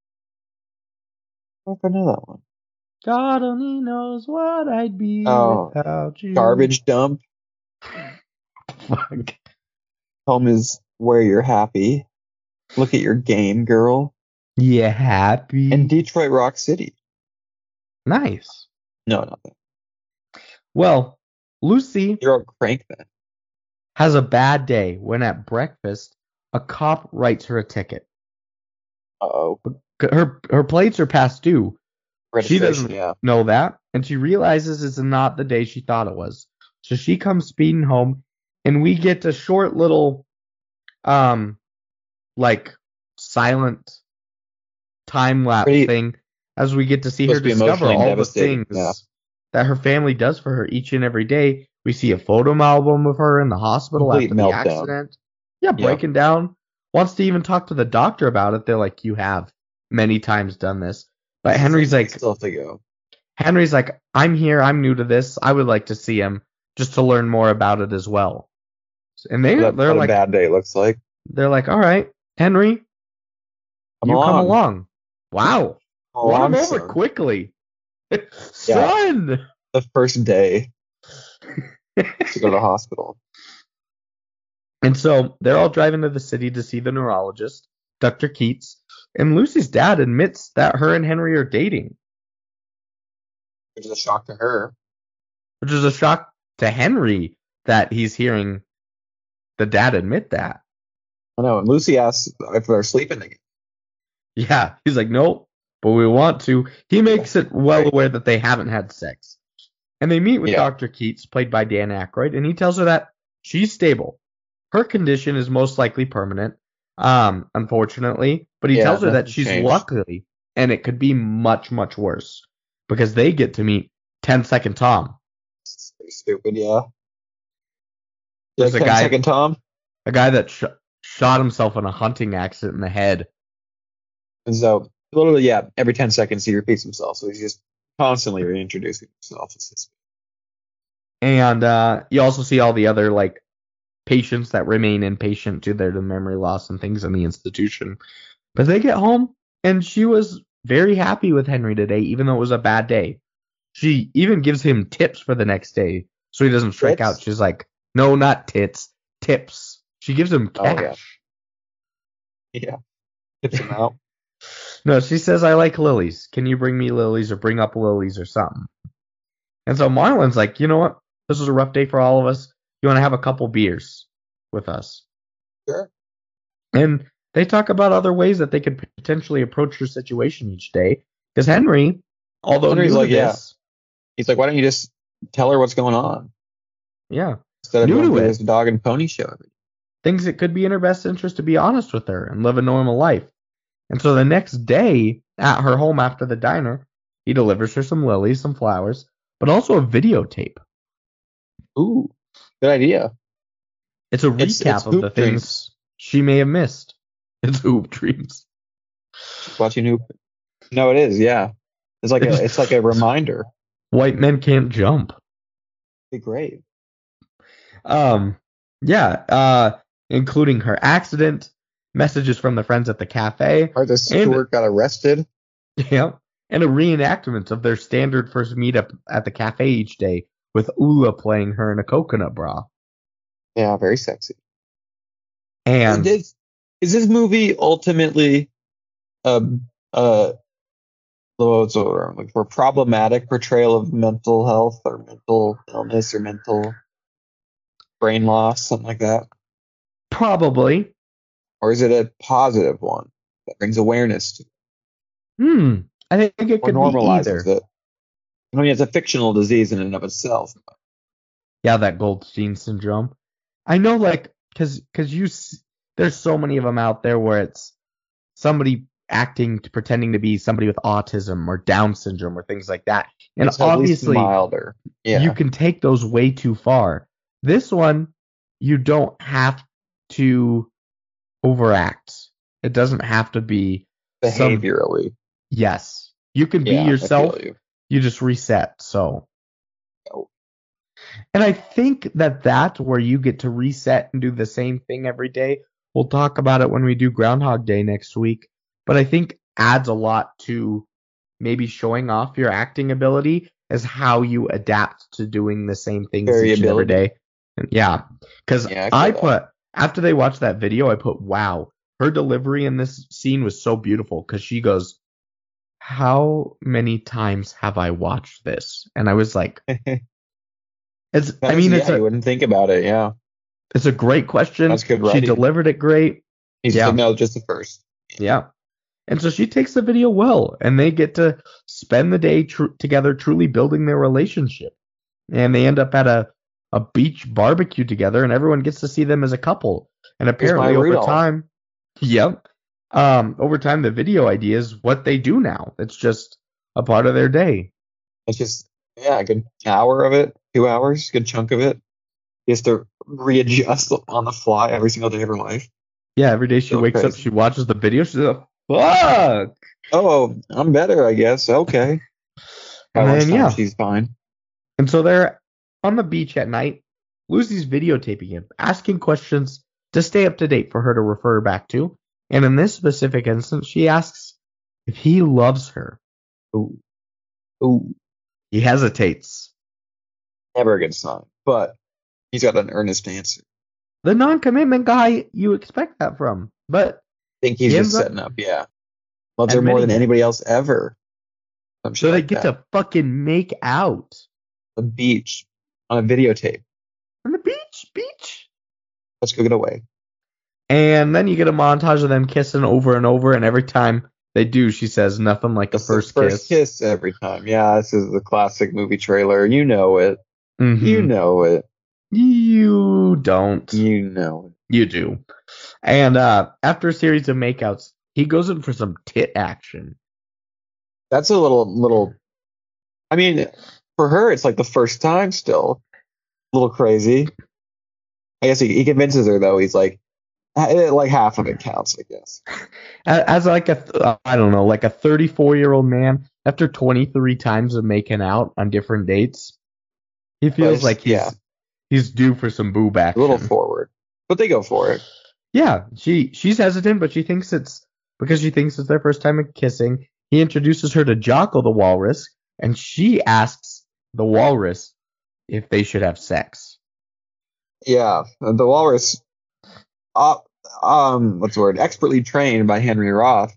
Speaker 10: I think I know that one.
Speaker 9: God only knows what I'd be
Speaker 10: Oh,
Speaker 9: without you.
Speaker 10: Garbage dump.
Speaker 9: Fuck.
Speaker 10: Home is where you're happy. Look at your game, girl.
Speaker 9: Yeah, happy.
Speaker 10: And Detroit Rock City.
Speaker 9: nice.
Speaker 10: No, not that.
Speaker 9: Well, Lucy
Speaker 10: You're all crank then.
Speaker 9: has a bad day when at breakfast a cop writes her a ticket.
Speaker 10: Uh oh.
Speaker 9: Her her plates are past due, She doesn't-
Speaker 10: Yeah.
Speaker 9: know that, and she realizes it's not the day she thought it was. So she comes speeding home, and we get a short little, um, like silent time lapse
Speaker 10: Pretty-
Speaker 9: thing as we get to see her
Speaker 10: Supposed to be
Speaker 9: discover
Speaker 10: emotionally
Speaker 9: all the
Speaker 10: devastating,
Speaker 9: things
Speaker 10: yeah.
Speaker 9: that her family does for her each and every day. We see a photo album of her in the hospital
Speaker 10: Complete
Speaker 9: after
Speaker 10: meltdown.
Speaker 9: the accident. Yeah,
Speaker 10: Yeah.
Speaker 9: breaking down. Wants to even talk to the doctor about it. They're like, "You have many times done this," but Henry's
Speaker 10: I
Speaker 9: like,
Speaker 10: still have to go.
Speaker 9: Henry's like, I'm here, I'm new to this, I would like to see him just to learn more about it as well. And they
Speaker 10: What a-
Speaker 9: they're
Speaker 10: what
Speaker 9: like
Speaker 10: a bad day it looks like.
Speaker 9: they're like, all right, Henry,
Speaker 10: Come
Speaker 9: you
Speaker 10: along.
Speaker 9: come along. Wow,
Speaker 10: Come
Speaker 9: run him
Speaker 10: along,
Speaker 9: over
Speaker 10: son.
Speaker 9: quickly, son.
Speaker 10: The first day to go to hospital.
Speaker 9: And so they're all driving to the city to see the neurologist, Dr. Keats, and Lucy's dad admits that her and Henry are dating,
Speaker 10: Which is a shock to her.
Speaker 9: which is a shock to Henry that he's hearing the dad admit that.
Speaker 10: I know. And Lucy asks if they're sleeping again.
Speaker 9: Yeah, he's like, nope, but we want to. He makes it well aware that they haven't had sex. And they meet with
Speaker 10: Yeah.
Speaker 9: Dr. Keats, played by Dan Aykroyd, and he tells her that she's stable. Her condition is most likely permanent, um, unfortunately, but he
Speaker 10: Yeah,
Speaker 9: tells her that
Speaker 10: nothing
Speaker 9: she's
Speaker 10: changed.
Speaker 9: luckily, and it could be much, much worse because they get to meet 10 Second Tom,
Speaker 10: It's pretty stupid, yeah. Yeah,
Speaker 9: There's a guy-
Speaker 10: Second Tom
Speaker 9: a guy that sh- shot himself in a hunting accident in the head.
Speaker 10: And so, literally, yeah, every 10 seconds he repeats himself. So he's just constantly reintroducing himself. It's just-
Speaker 9: and uh, you also see all the other like patients that remain inpatient due to their memory loss and things in the institution. But they get home, and she was very happy with Henry today, even though it was a bad day. She even gives him tips for the next day, so he doesn't strike
Speaker 10: Tips?
Speaker 9: out. She's like, "No, not tits, tips." She gives him
Speaker 10: Oh, yeah.
Speaker 9: cash.
Speaker 10: yeah. Tips him out.
Speaker 9: No, she says, I like lilies. Can you bring me lilies or bring up lilies or something? And so Marlin's like, you know what? This was a rough day for all of us. You want to have a couple beers with us?
Speaker 10: Sure.
Speaker 9: And they talk about other ways that they could potentially approach her situation each day. Because Henry, although
Speaker 10: Henry's
Speaker 9: new to
Speaker 10: like, yeah.
Speaker 9: this,
Speaker 10: He's like, why don't you just tell her what's going on
Speaker 9: yeah,
Speaker 10: instead of
Speaker 9: New
Speaker 10: going
Speaker 9: to
Speaker 10: through
Speaker 9: it.
Speaker 10: this dog and pony show? every day?"
Speaker 9: thinks it could be in her best interest to be honest with her and live a normal life. And so the next day at her home after the diner, he delivers her some lilies, some flowers, but also a videotape.
Speaker 10: Ooh, good idea.
Speaker 9: It's a recap
Speaker 10: It's- it's
Speaker 9: of the
Speaker 10: hoop dreams.
Speaker 9: things she may have missed. It's hoop dreams.
Speaker 10: Watching who? No, it is. Yeah, it's like a it's like a reminder.
Speaker 9: White men can't jump.
Speaker 10: It'd be great.
Speaker 9: Um, yeah, uh, including her accident, messages from the friends at the cafe,
Speaker 10: Arthur Stewart got arrested.
Speaker 9: yeah, and a reenactment of their standard first meetup at the cafe each day with Ula playing her in a coconut bra.
Speaker 10: Yeah, very sexy. Is
Speaker 9: And
Speaker 10: this, is this movie ultimately um uh what's the word I'm looking for problematic portrayal of mental health or mental illness or mental brain loss, something like that?
Speaker 9: probably,
Speaker 10: Or is it a positive one that brings awareness to
Speaker 9: hmm, I think it
Speaker 10: or
Speaker 9: could be either.
Speaker 10: normalizes it? I mean, it's a fictional disease in and of itself.
Speaker 9: Yeah, that Goldstein syndrome. I know, like, cause, cause you, s- there's so many of them out there where it's somebody acting, to, pretending to be somebody with autism or Down syndrome or things like that. And
Speaker 10: It's at least
Speaker 9: obviously,
Speaker 10: milder. Yeah.
Speaker 9: you can take those way too far. This one, you don't have to overact. It doesn't have to be some-
Speaker 10: behaviorally.
Speaker 9: yes. You can
Speaker 10: Yeah, I
Speaker 9: be
Speaker 10: feel
Speaker 9: yourself
Speaker 10: you.
Speaker 9: you just reset. So,
Speaker 10: Oh.
Speaker 9: and I think that that's where you get to reset and do the same thing every day. We'll talk about it when we do Groundhog Day next week, but I think adds a lot to maybe showing off your acting ability as how you adapt to doing the same things each and every
Speaker 10: Variability.
Speaker 9: day. Yeah, because
Speaker 10: Yeah, I feel
Speaker 9: I
Speaker 10: that.
Speaker 9: put after they watched that video, I put wow, her delivery in this scene was so beautiful because she goes, "How many times have I watched this?" And I was like, "It's." I mean, it's
Speaker 10: yeah, you
Speaker 9: a
Speaker 10: wouldn't think about it. Yeah,
Speaker 9: it's a great question.
Speaker 10: That's good
Speaker 9: she
Speaker 10: writing.
Speaker 9: delivered it great.
Speaker 10: he's
Speaker 9: Yeah.
Speaker 10: like, no, just the first.
Speaker 9: Yeah. And so she takes the video well, and they get to spend the day tr- together, truly building their relationship. And they end up at a, a beach barbecue together, and everyone gets to see them as a couple. And apparently, over
Speaker 10: read-all.
Speaker 9: time, yep, um, over time, the video idea is what they do now. It's just a part of their day.
Speaker 10: It's just yeah, a good hour of it, two hours, good chunk of it. He has to readjust on the fly every single day of her life.
Speaker 9: Yeah, every day she
Speaker 10: So
Speaker 9: wakes up,
Speaker 10: crazy.
Speaker 9: she watches the video, she's like, "Fuck!"
Speaker 10: Oh, I'm better, I guess. Okay. By
Speaker 9: And then,
Speaker 10: lunchtime,
Speaker 9: yeah.
Speaker 10: she's fine.
Speaker 9: And so they're on the beach at night. Lucy's videotaping him, asking questions to stay up to date for her to refer back to. And in this specific instance, she asks if he loves her.
Speaker 10: Ooh, ooh,
Speaker 9: He hesitates.
Speaker 10: never a good sign. But he's got an earnest answer.
Speaker 9: The non commitment guy, you expect that from. But
Speaker 10: I think he's
Speaker 9: He
Speaker 10: just
Speaker 9: ends up-
Speaker 10: setting up. Yeah, loves her more
Speaker 9: Admitting
Speaker 10: than
Speaker 9: it.
Speaker 10: anybody else ever. Some
Speaker 9: so
Speaker 10: shit
Speaker 9: they
Speaker 10: like
Speaker 9: get
Speaker 10: that.
Speaker 9: to fucking make out
Speaker 10: the beach on a videotape.
Speaker 9: on the beach, beach.
Speaker 10: Let's go get away.
Speaker 9: And then you get a montage of them kissing over and over. And every time they do, she says, nothing like a
Speaker 10: That's the
Speaker 9: first,
Speaker 10: first
Speaker 9: kiss.
Speaker 10: kiss every time. Yeah, this is the classic movie trailer. You know it.
Speaker 9: Mhm.
Speaker 10: You know it.
Speaker 9: you don't.
Speaker 10: You know
Speaker 9: You do. And uh, after a series of makeouts, he goes in for some tit action.
Speaker 10: that's a little little i mean for her it's like the first time still a little crazy i guess he, he convinces her though he's like eh, eh, like half of it counts i guess
Speaker 9: A- As like a, th- uh, I don't know, like a 34 year old man, after 23 times of making out on different dates, he feels
Speaker 10: Place,
Speaker 9: like he's
Speaker 10: yeah.
Speaker 9: he's due for some boob
Speaker 10: a
Speaker 9: action.
Speaker 10: little forward but they go for it
Speaker 9: Yeah, she she's hesitant, but she thinks it's because she thinks it's their first time in kissing. He introduces her to Jocko the walrus, and she asks the walrus if they should have sex.
Speaker 10: yeah the walrus uh, um what's the word expertly trained by henry roth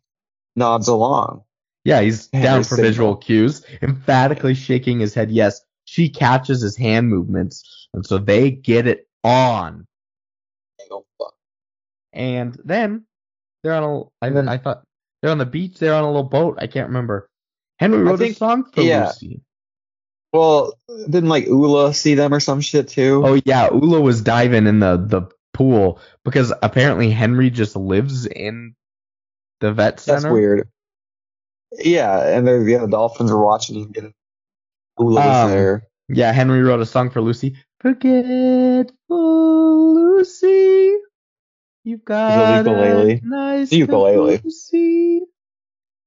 Speaker 10: nods along
Speaker 9: Yeah, he's
Speaker 10: Yeah,
Speaker 9: down
Speaker 10: there's
Speaker 9: for
Speaker 10: signal.
Speaker 9: visual cues, emphatically shaking his head yes. She catches his hand movements, and so they get it on.
Speaker 10: They go, "Fuck."
Speaker 9: And then they're on a. I,
Speaker 10: And then-
Speaker 9: I thought they're on the beach. They're on a little boat. I can't remember. Henry wrote
Speaker 10: think-
Speaker 9: a song for
Speaker 10: yeah.
Speaker 9: Lucy.
Speaker 10: well didn't like ula see them or some shit too
Speaker 9: Oh yeah, Ula was diving in the the pool because apparently Henry just lives in the vet center.
Speaker 10: that's weird yeah and there yeah, the dolphins were watching him get ula was
Speaker 9: Um,
Speaker 10: there
Speaker 9: Yeah, Henry wrote a song for Lucy. Forgetful Lucy, you've got
Speaker 10: ukulele.
Speaker 9: a nice
Speaker 10: The ukulele.
Speaker 9: caboosey.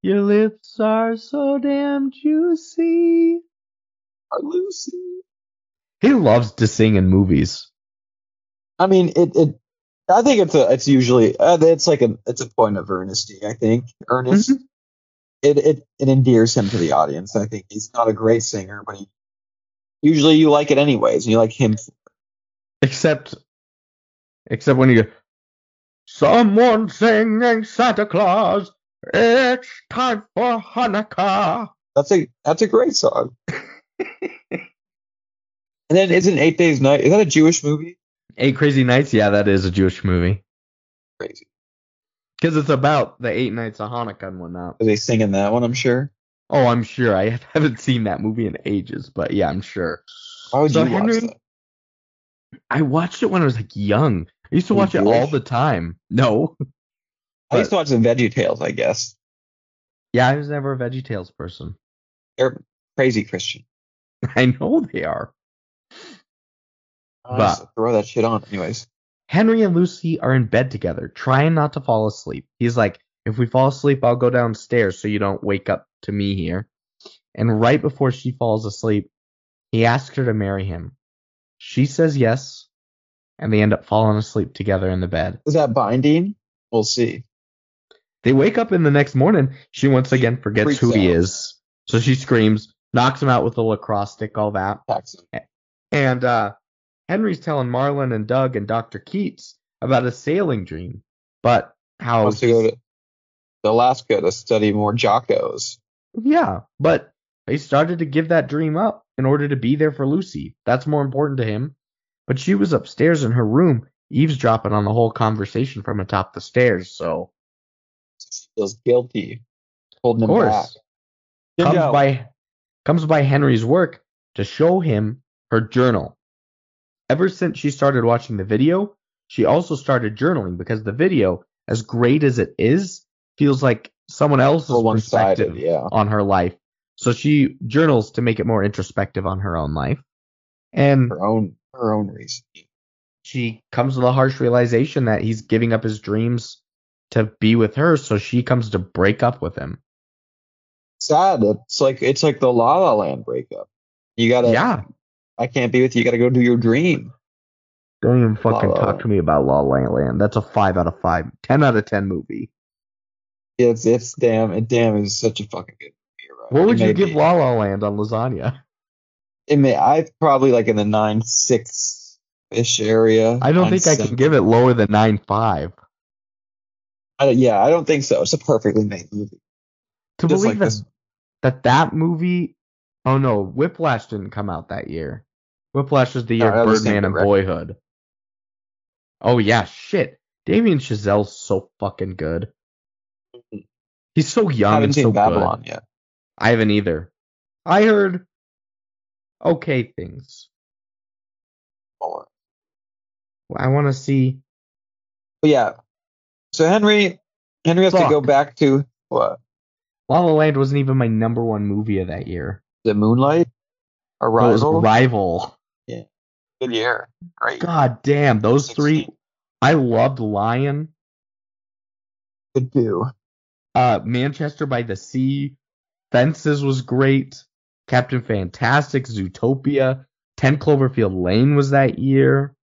Speaker 9: Your lips are so damn juicy.
Speaker 10: Lucy.
Speaker 9: He loves to sing in movies.
Speaker 10: I mean, it, it. I think it's a. It's usually. Uh, it's like a. It's a point of earnesty. I think earnest.
Speaker 9: Mm-hmm.
Speaker 10: It, it it endears him to the audience. I think he's not a great singer, but he. Usually, you like it anyways, and you like him.
Speaker 9: Except, except when you go, someone singing Santa Claus. It's time for Hanukkah.
Speaker 10: That's a. That's a great song. and then isn't Eight Days Night? Is that a Jewish movie?
Speaker 9: Eight Crazy Nights. Yeah, that is a Jewish movie
Speaker 10: Crazy.
Speaker 9: because it's about the eight nights of Hanukkah and whatnot.
Speaker 10: Are they singing that one? I'm sure.
Speaker 9: Oh, I'm sure. I haven't seen that movie in ages, but yeah, I'm sure.
Speaker 10: Why would
Speaker 9: So
Speaker 10: you
Speaker 9: Henry-
Speaker 10: watch that?
Speaker 9: I watched it when I was like young. I used to
Speaker 10: Were you
Speaker 9: watch it all
Speaker 10: Jewish?
Speaker 9: the time. No.
Speaker 10: I used to watch the Veggie Tales. I guess
Speaker 9: Yeah, I was never a VeggieTales person.
Speaker 10: they're crazy Christian.
Speaker 9: I know they are.
Speaker 10: I used
Speaker 9: But-
Speaker 10: to throw that shit on, anyways.
Speaker 9: Henry and Lucy are in bed together, trying not to fall asleep. He's like, if we fall asleep, I'll go downstairs so you don't wake up to me here. And right before she falls asleep, he asks her to marry him. She says yes, and they end up falling asleep together in the bed.
Speaker 10: Is that binding? We'll see.
Speaker 9: They wake up in the next morning. She once again forgets
Speaker 10: Freaks
Speaker 9: who he
Speaker 10: out.
Speaker 9: is So she screams, knocks him out with a lacrosse stick, all that.
Speaker 10: Tax him.
Speaker 9: And uh, Henry's telling Marlin and Doug and Dr. Keats about his sailing dream, but how
Speaker 10: Wants to go to Alaska to study more Jocko's.
Speaker 9: Yeah, but he started to give that dream up in order to be there for Lucy. That's more important to him. But she was upstairs in her room, eavesdropping on the whole conversation from atop the stairs, so
Speaker 10: She feels guilty, holding
Speaker 9: of
Speaker 10: him back.
Speaker 9: course. Comes by comes by Henry's work to show him her journal. Ever since she started watching the video, she also started journaling because the video, as great as it is, feels like someone else's
Speaker 10: For one-sided,
Speaker 9: perspective
Speaker 10: yeah.
Speaker 9: on her life. So she journals to make it more introspective on her own life. And
Speaker 10: Her own, her own reason.
Speaker 9: she comes to the harsh realization that he's giving up his dreams to be with her, so she comes to break up with him.
Speaker 10: Sad. It's like it's like the La La Land breakup. You gotta.
Speaker 9: yeah.
Speaker 10: I can't be with you. You gotta go do your dream.
Speaker 9: Don't even fucking
Speaker 10: La La
Speaker 9: talk to me about La La Land. That's a five out of five, ten out of ten movie.
Speaker 10: It's it's damn it damn is such a fucking good movie. you're Right?
Speaker 9: What would
Speaker 10: It
Speaker 9: you
Speaker 10: may
Speaker 9: give
Speaker 10: be-
Speaker 9: La La Land on lasagna?
Speaker 10: It may I probably like in the nine six ish area.
Speaker 9: I don't
Speaker 10: Nine,
Speaker 9: think I
Speaker 10: seven.
Speaker 9: can give it lower than nine five.
Speaker 10: I don't- yeah, I don't think so. It's a perfectly made movie.
Speaker 9: To
Speaker 10: Just
Speaker 9: believe
Speaker 10: like
Speaker 9: that,
Speaker 10: this.
Speaker 9: that that movie. Oh no, Whiplash didn't come out that year. Whiplash was the
Speaker 10: No,
Speaker 9: year
Speaker 10: that was the same
Speaker 9: Birdman and
Speaker 10: director.
Speaker 9: Boyhood. Oh yeah, shit. Damien Chazelle's so fucking good. He's so
Speaker 10: I
Speaker 9: young
Speaker 10: haven't
Speaker 9: and
Speaker 10: seen
Speaker 9: so
Speaker 10: Babylon
Speaker 9: good.
Speaker 10: yet.
Speaker 9: I haven't either. I heard okay things.
Speaker 10: But
Speaker 9: I want to see
Speaker 10: yeah. So Henry Henry has to
Speaker 9: Fuck.
Speaker 10: go back to what?
Speaker 9: La La Land wasn't even my number one movie of that year.
Speaker 10: The Moonlight?
Speaker 9: No, It was
Speaker 10: Arrival?
Speaker 9: Rival.
Speaker 10: Good year. Right.
Speaker 9: God damn, those three.
Speaker 10: 16.
Speaker 9: I loved Lion,
Speaker 10: Good do.
Speaker 9: uh, Manchester by the Sea, Fences was great, Captain Fantastic, Zootopia, Ten Cloverfield Lane was that year,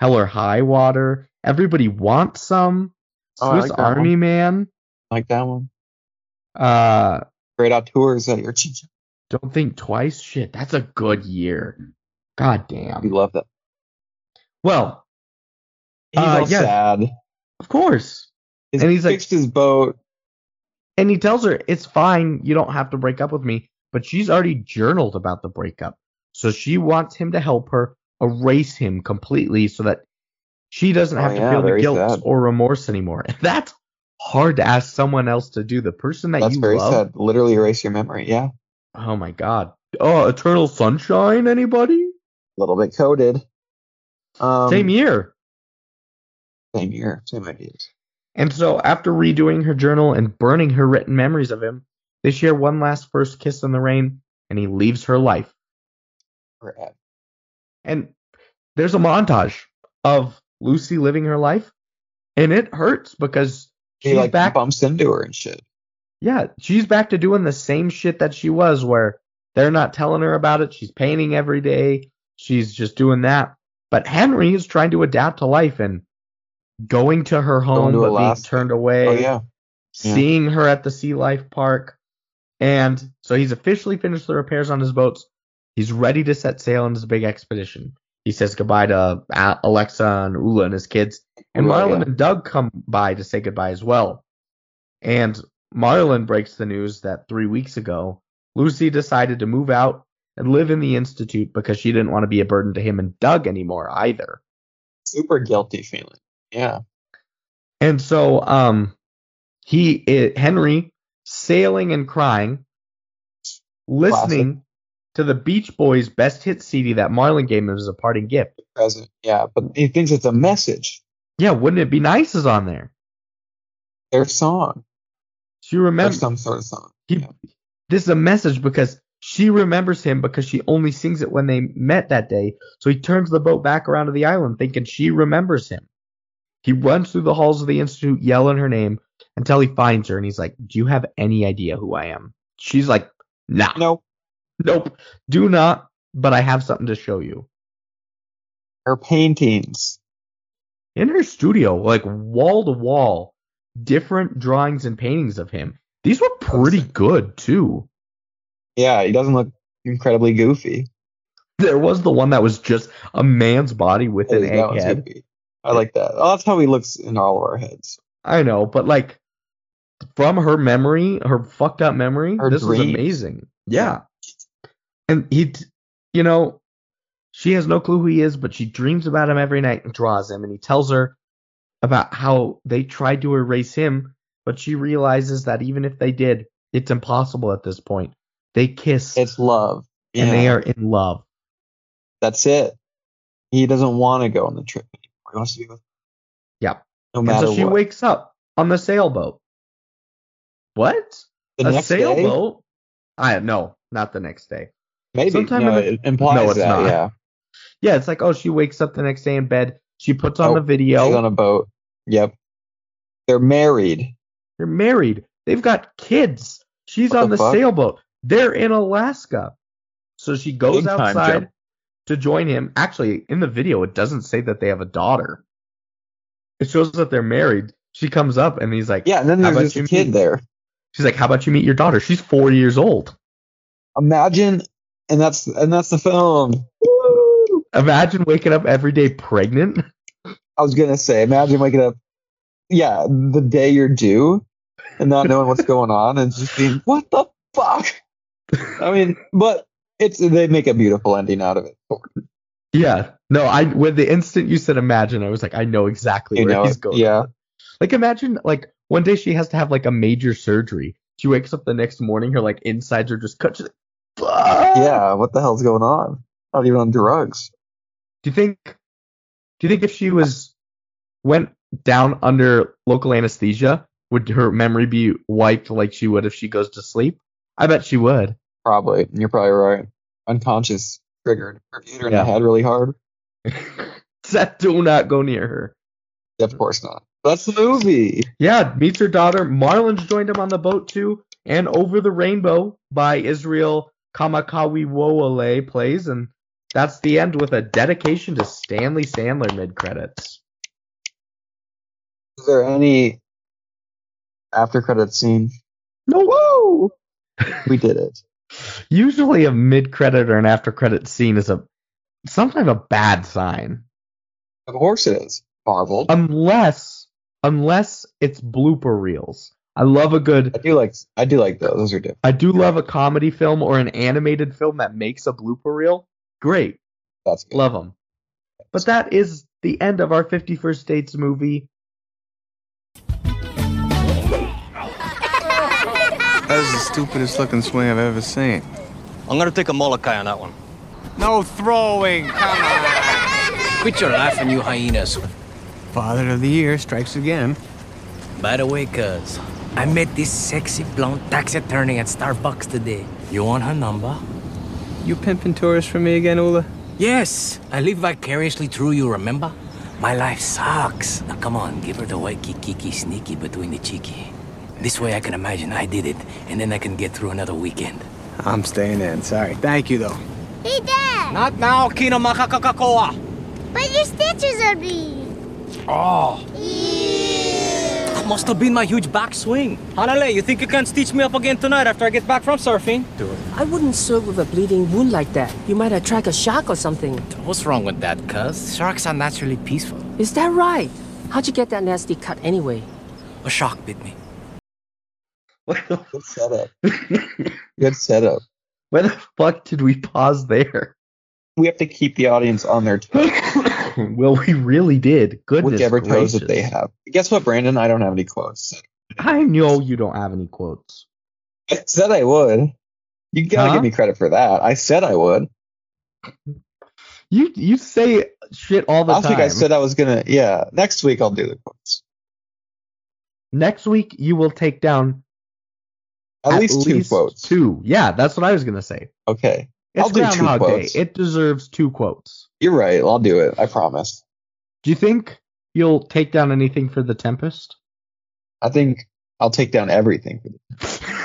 Speaker 9: Hell or High Water, Everybody Wants Some,
Speaker 10: Oh, I
Speaker 9: Swiss
Speaker 10: like that
Speaker 9: Army Man.
Speaker 10: Like that one.
Speaker 9: Uh,
Speaker 10: Great outdoors that year. Ching, ching.
Speaker 9: don't think twice. Shit, that's a good year. God
Speaker 10: We
Speaker 9: damn.
Speaker 10: love that.
Speaker 9: Well,
Speaker 10: He's
Speaker 9: Uh,
Speaker 10: all
Speaker 9: yeah.
Speaker 10: sad.
Speaker 9: of course.
Speaker 10: He's,
Speaker 9: And he's like-
Speaker 10: fixed his boat.
Speaker 9: And he tells her, it's fine. You don't have to break up with me. But she's already journaled about the breakup. So she wants him to help her erase him completely so that she doesn't
Speaker 10: Oh,
Speaker 9: have to
Speaker 10: yeah,
Speaker 9: feel the
Speaker 10: very
Speaker 9: guilt
Speaker 10: sad.
Speaker 9: or remorse anymore. That's hard to ask someone else to do. The person that
Speaker 10: That's
Speaker 9: you
Speaker 10: very
Speaker 9: love.
Speaker 10: sad. Literally erase your memory. Yeah. A
Speaker 9: Oh my God. Oh, Eternal Sunshine, anybody?
Speaker 10: little bit coded. Um,
Speaker 9: Same year.
Speaker 10: Same year. Same ideas.
Speaker 9: And so after redoing her journal and burning her written memories of him, they share one last first kiss in the rain and he leaves her life.
Speaker 10: Forever.
Speaker 9: And there's a montage of Lucy living her life, and it hurts because
Speaker 10: He
Speaker 9: she's
Speaker 10: like
Speaker 9: back.
Speaker 10: bumps into her and shit.
Speaker 9: Yeah, she's back to doing the same shit that she was, where they're not telling her about it. She's painting every day. She's just doing that. But Henry is trying to adapt to life and going to her home,
Speaker 10: to
Speaker 9: but being
Speaker 10: Alaska.
Speaker 9: turned away
Speaker 10: Oh yeah. Yeah.
Speaker 9: seeing her at the Sea Life Park. And so he's officially finished the repairs on his boats. He's ready to set sail on his big expedition. He says goodbye to A- Alexa and Ula and his kids. And
Speaker 10: Ula,
Speaker 9: Marlin
Speaker 10: yeah.
Speaker 9: and Doug come by to say goodbye as well. And Marlin breaks the news that three weeks ago, Lucy decided to move out and live in the Institute because she didn't want to be a burden to him and Doug anymore either.
Speaker 10: Super guilty feeling. Yeah.
Speaker 9: And so um he i Henry sailing and crying listening to the Beach Boys best hit CD that Marlon gave him as a parting gift.
Speaker 10: Present. Yeah. But he thinks it's a message.
Speaker 9: Yeah, wouldn't it be nice is on there.
Speaker 10: Their song.
Speaker 9: She
Speaker 10: Or
Speaker 9: remembers
Speaker 10: some sort of song.
Speaker 9: he,
Speaker 10: yeah.
Speaker 9: this is a message because she remembers him because she only sings it when they met that day. So he turns the boat back around to the island thinking she remembers him. He runs through the halls of the institute yelling her name until he finds her and he's like, "Do you have any idea who I am?" She's like, "Nah."
Speaker 10: No.
Speaker 9: Nope. Do not, but I have something to show you.
Speaker 10: Her paintings.
Speaker 9: In her studio, like wall to wall, different drawings and paintings of him. These were pretty good too.
Speaker 10: yeah, he doesn't look incredibly goofy.
Speaker 9: There was the one that was just a man's body with an
Speaker 10: Hey, Oh, that
Speaker 9: egg
Speaker 10: one's
Speaker 9: head.
Speaker 10: goofy. I like that. Oh, that's how he looks in all of our heads.
Speaker 9: I know, but like from her memory, her fucked up memory,
Speaker 10: Her
Speaker 9: this is
Speaker 10: dreams.
Speaker 9: amazing. Yeah. And he, t- you know, she has no clue who he is, but she dreams about him every night and draws him. And he tells her about how they tried to erase him, but she realizes that even if they did, it's impossible at this point. They kiss
Speaker 10: It's love. Yeah,
Speaker 9: and they are in love.
Speaker 10: that's it. He doesn't want to go on the trip anymore. He wants to be with.
Speaker 9: Yeah.
Speaker 10: No
Speaker 9: And
Speaker 10: matter
Speaker 9: so she
Speaker 10: what.
Speaker 9: wakes up on the sailboat. What?
Speaker 10: the
Speaker 9: a
Speaker 10: next day,
Speaker 9: sailboat? I no, not the next day.
Speaker 10: maybe.
Speaker 9: sometime
Speaker 10: no,
Speaker 9: in the-
Speaker 10: it implies
Speaker 9: No, it's
Speaker 10: that.
Speaker 9: not.
Speaker 10: Yeah,
Speaker 9: Yeah, it's like oh, she wakes up the next day in bed. She puts on
Speaker 10: Oh,
Speaker 9: the video.
Speaker 10: he's on a boat. Yep. They're married.
Speaker 9: They're married. They've got kids. She's
Speaker 10: What
Speaker 9: on
Speaker 10: the
Speaker 9: the,
Speaker 10: fuck?
Speaker 9: sailboat. They're in Alaska. So she goes
Speaker 2: Big time
Speaker 9: outside
Speaker 2: jump.
Speaker 9: to join him. Actually, in the video, it doesn't say that they have a daughter. It shows that they're married. She comes up and he's like,
Speaker 10: Yeah, and then
Speaker 9: How
Speaker 10: there's
Speaker 9: about
Speaker 10: just
Speaker 9: you
Speaker 10: a kid
Speaker 9: meet-
Speaker 10: there.
Speaker 9: She's like, how about you meet your daughter? She's four years old.
Speaker 10: Imagine, and that's and that's the film. Woo!
Speaker 9: Imagine waking up every day pregnant.
Speaker 10: I was gonna say, imagine waking up, yeah, the day you're due, and not knowing what's going on, and just being, what the fuck? I mean, but it's they make a beautiful ending out of it.
Speaker 9: Yeah. No, I when the instant you said imagine, I was like, I know exactly
Speaker 10: You
Speaker 9: where
Speaker 10: know,
Speaker 9: he's
Speaker 10: it.
Speaker 9: going.
Speaker 10: yeah,
Speaker 9: Like imagine like one day she has to have like a major surgery. She wakes up the next morning, her like insides are just cut. She's like, Fuck!
Speaker 10: yeah. What the hell's going on? Not even on drugs.
Speaker 9: Do you think do you think if she was went down under local anesthesia, would her memory be wiped like she would if she goes to sleep? I bet she would.
Speaker 10: Probably. You're probably right. Unconscious, triggered. Hit her in
Speaker 9: Yeah.
Speaker 10: the head really hard.
Speaker 9: Seth, do not go near her.
Speaker 10: Of course not. That's the movie.
Speaker 9: Yeah, meets her daughter. Marlon's joined him on the boat too, and Over the Rainbow by Israel Kamakawi Woale plays, and that's the end with a dedication to Stanley Sandler mid credits.
Speaker 10: Is there any after credit scene?
Speaker 9: No, whoa!
Speaker 10: We did it.
Speaker 9: Usually a mid credit or an after credit scene is a sometimes a bad sign,
Speaker 10: Of course it is. Marvel.
Speaker 9: Um, unless unless it's blooper reels. I love a good
Speaker 10: I do like I do like those. Those are different.
Speaker 9: I do love a comedy film or an animated film that makes a blooper reel. Great.
Speaker 10: That's good.
Speaker 9: Love them. But that is the end of our 51st Dates movie.
Speaker 7: That is the stupidest looking swing I've ever seen.
Speaker 4: I'm gonna take a Molokai on that one.
Speaker 7: No throwing. Come on.
Speaker 11: Quit your laughing, you hyenas.
Speaker 7: Father of the year strikes again.
Speaker 11: By the way, cuz, I met this sexy blonde tax attorney at Starbucks today. You want her number?
Speaker 7: You pimping tourists for me again, Ula?
Speaker 11: Yes, I live vicariously through you, remember? My life sucks. Now, come on, give her the white kikiki sneaky between the cheeky. This way I can imagine I did it, and then I can get through another weekend.
Speaker 7: I'm staying in. Sorry. Thank you, though.
Speaker 12: Hey, Dad,
Speaker 11: Not now, Kino Makakakoa.
Speaker 12: but your stitches are bleeding.
Speaker 11: Oh, that must have been my huge backswing. Hanale, you think you can stitch me up again tonight after I get back from surfing?
Speaker 13: I wouldn't serve with a bleeding wound like that. You might attract a shark or something.
Speaker 11: What's wrong with that, cuz? Sharks are naturally peaceful.
Speaker 13: Is that right? How'd you get that nasty cut anyway?
Speaker 11: A shark bit me.
Speaker 10: Good setup. Good setup.
Speaker 9: Where the fuck did we pause there?
Speaker 10: We have to keep the audience on their toes,
Speaker 9: well, we really did. Goodness
Speaker 10: whichever toes that they
Speaker 9: gracious.
Speaker 10: have. Guess what, Brandon? I don't have any quotes.
Speaker 9: I know you don't have any quotes.
Speaker 10: I said I would. You gotta
Speaker 9: Huh?
Speaker 10: give me credit for that. I said I would.
Speaker 9: You you say shit all the
Speaker 10: Last
Speaker 9: time.
Speaker 10: week I said I was gonna. Yeah, next week I'll do the quotes.
Speaker 9: Next week you will take down
Speaker 10: At, least, two quotes.
Speaker 9: Two. Yeah, that's what I was gonna say.
Speaker 10: Okay,
Speaker 9: It's
Speaker 10: I'll do two
Speaker 9: Groundhog Day.
Speaker 10: quotes.
Speaker 9: It deserves two quotes.
Speaker 10: you're right. I'll do it. I promise.
Speaker 9: Do you think you'll take down anything for the Tempest?
Speaker 10: I think I'll take down everything.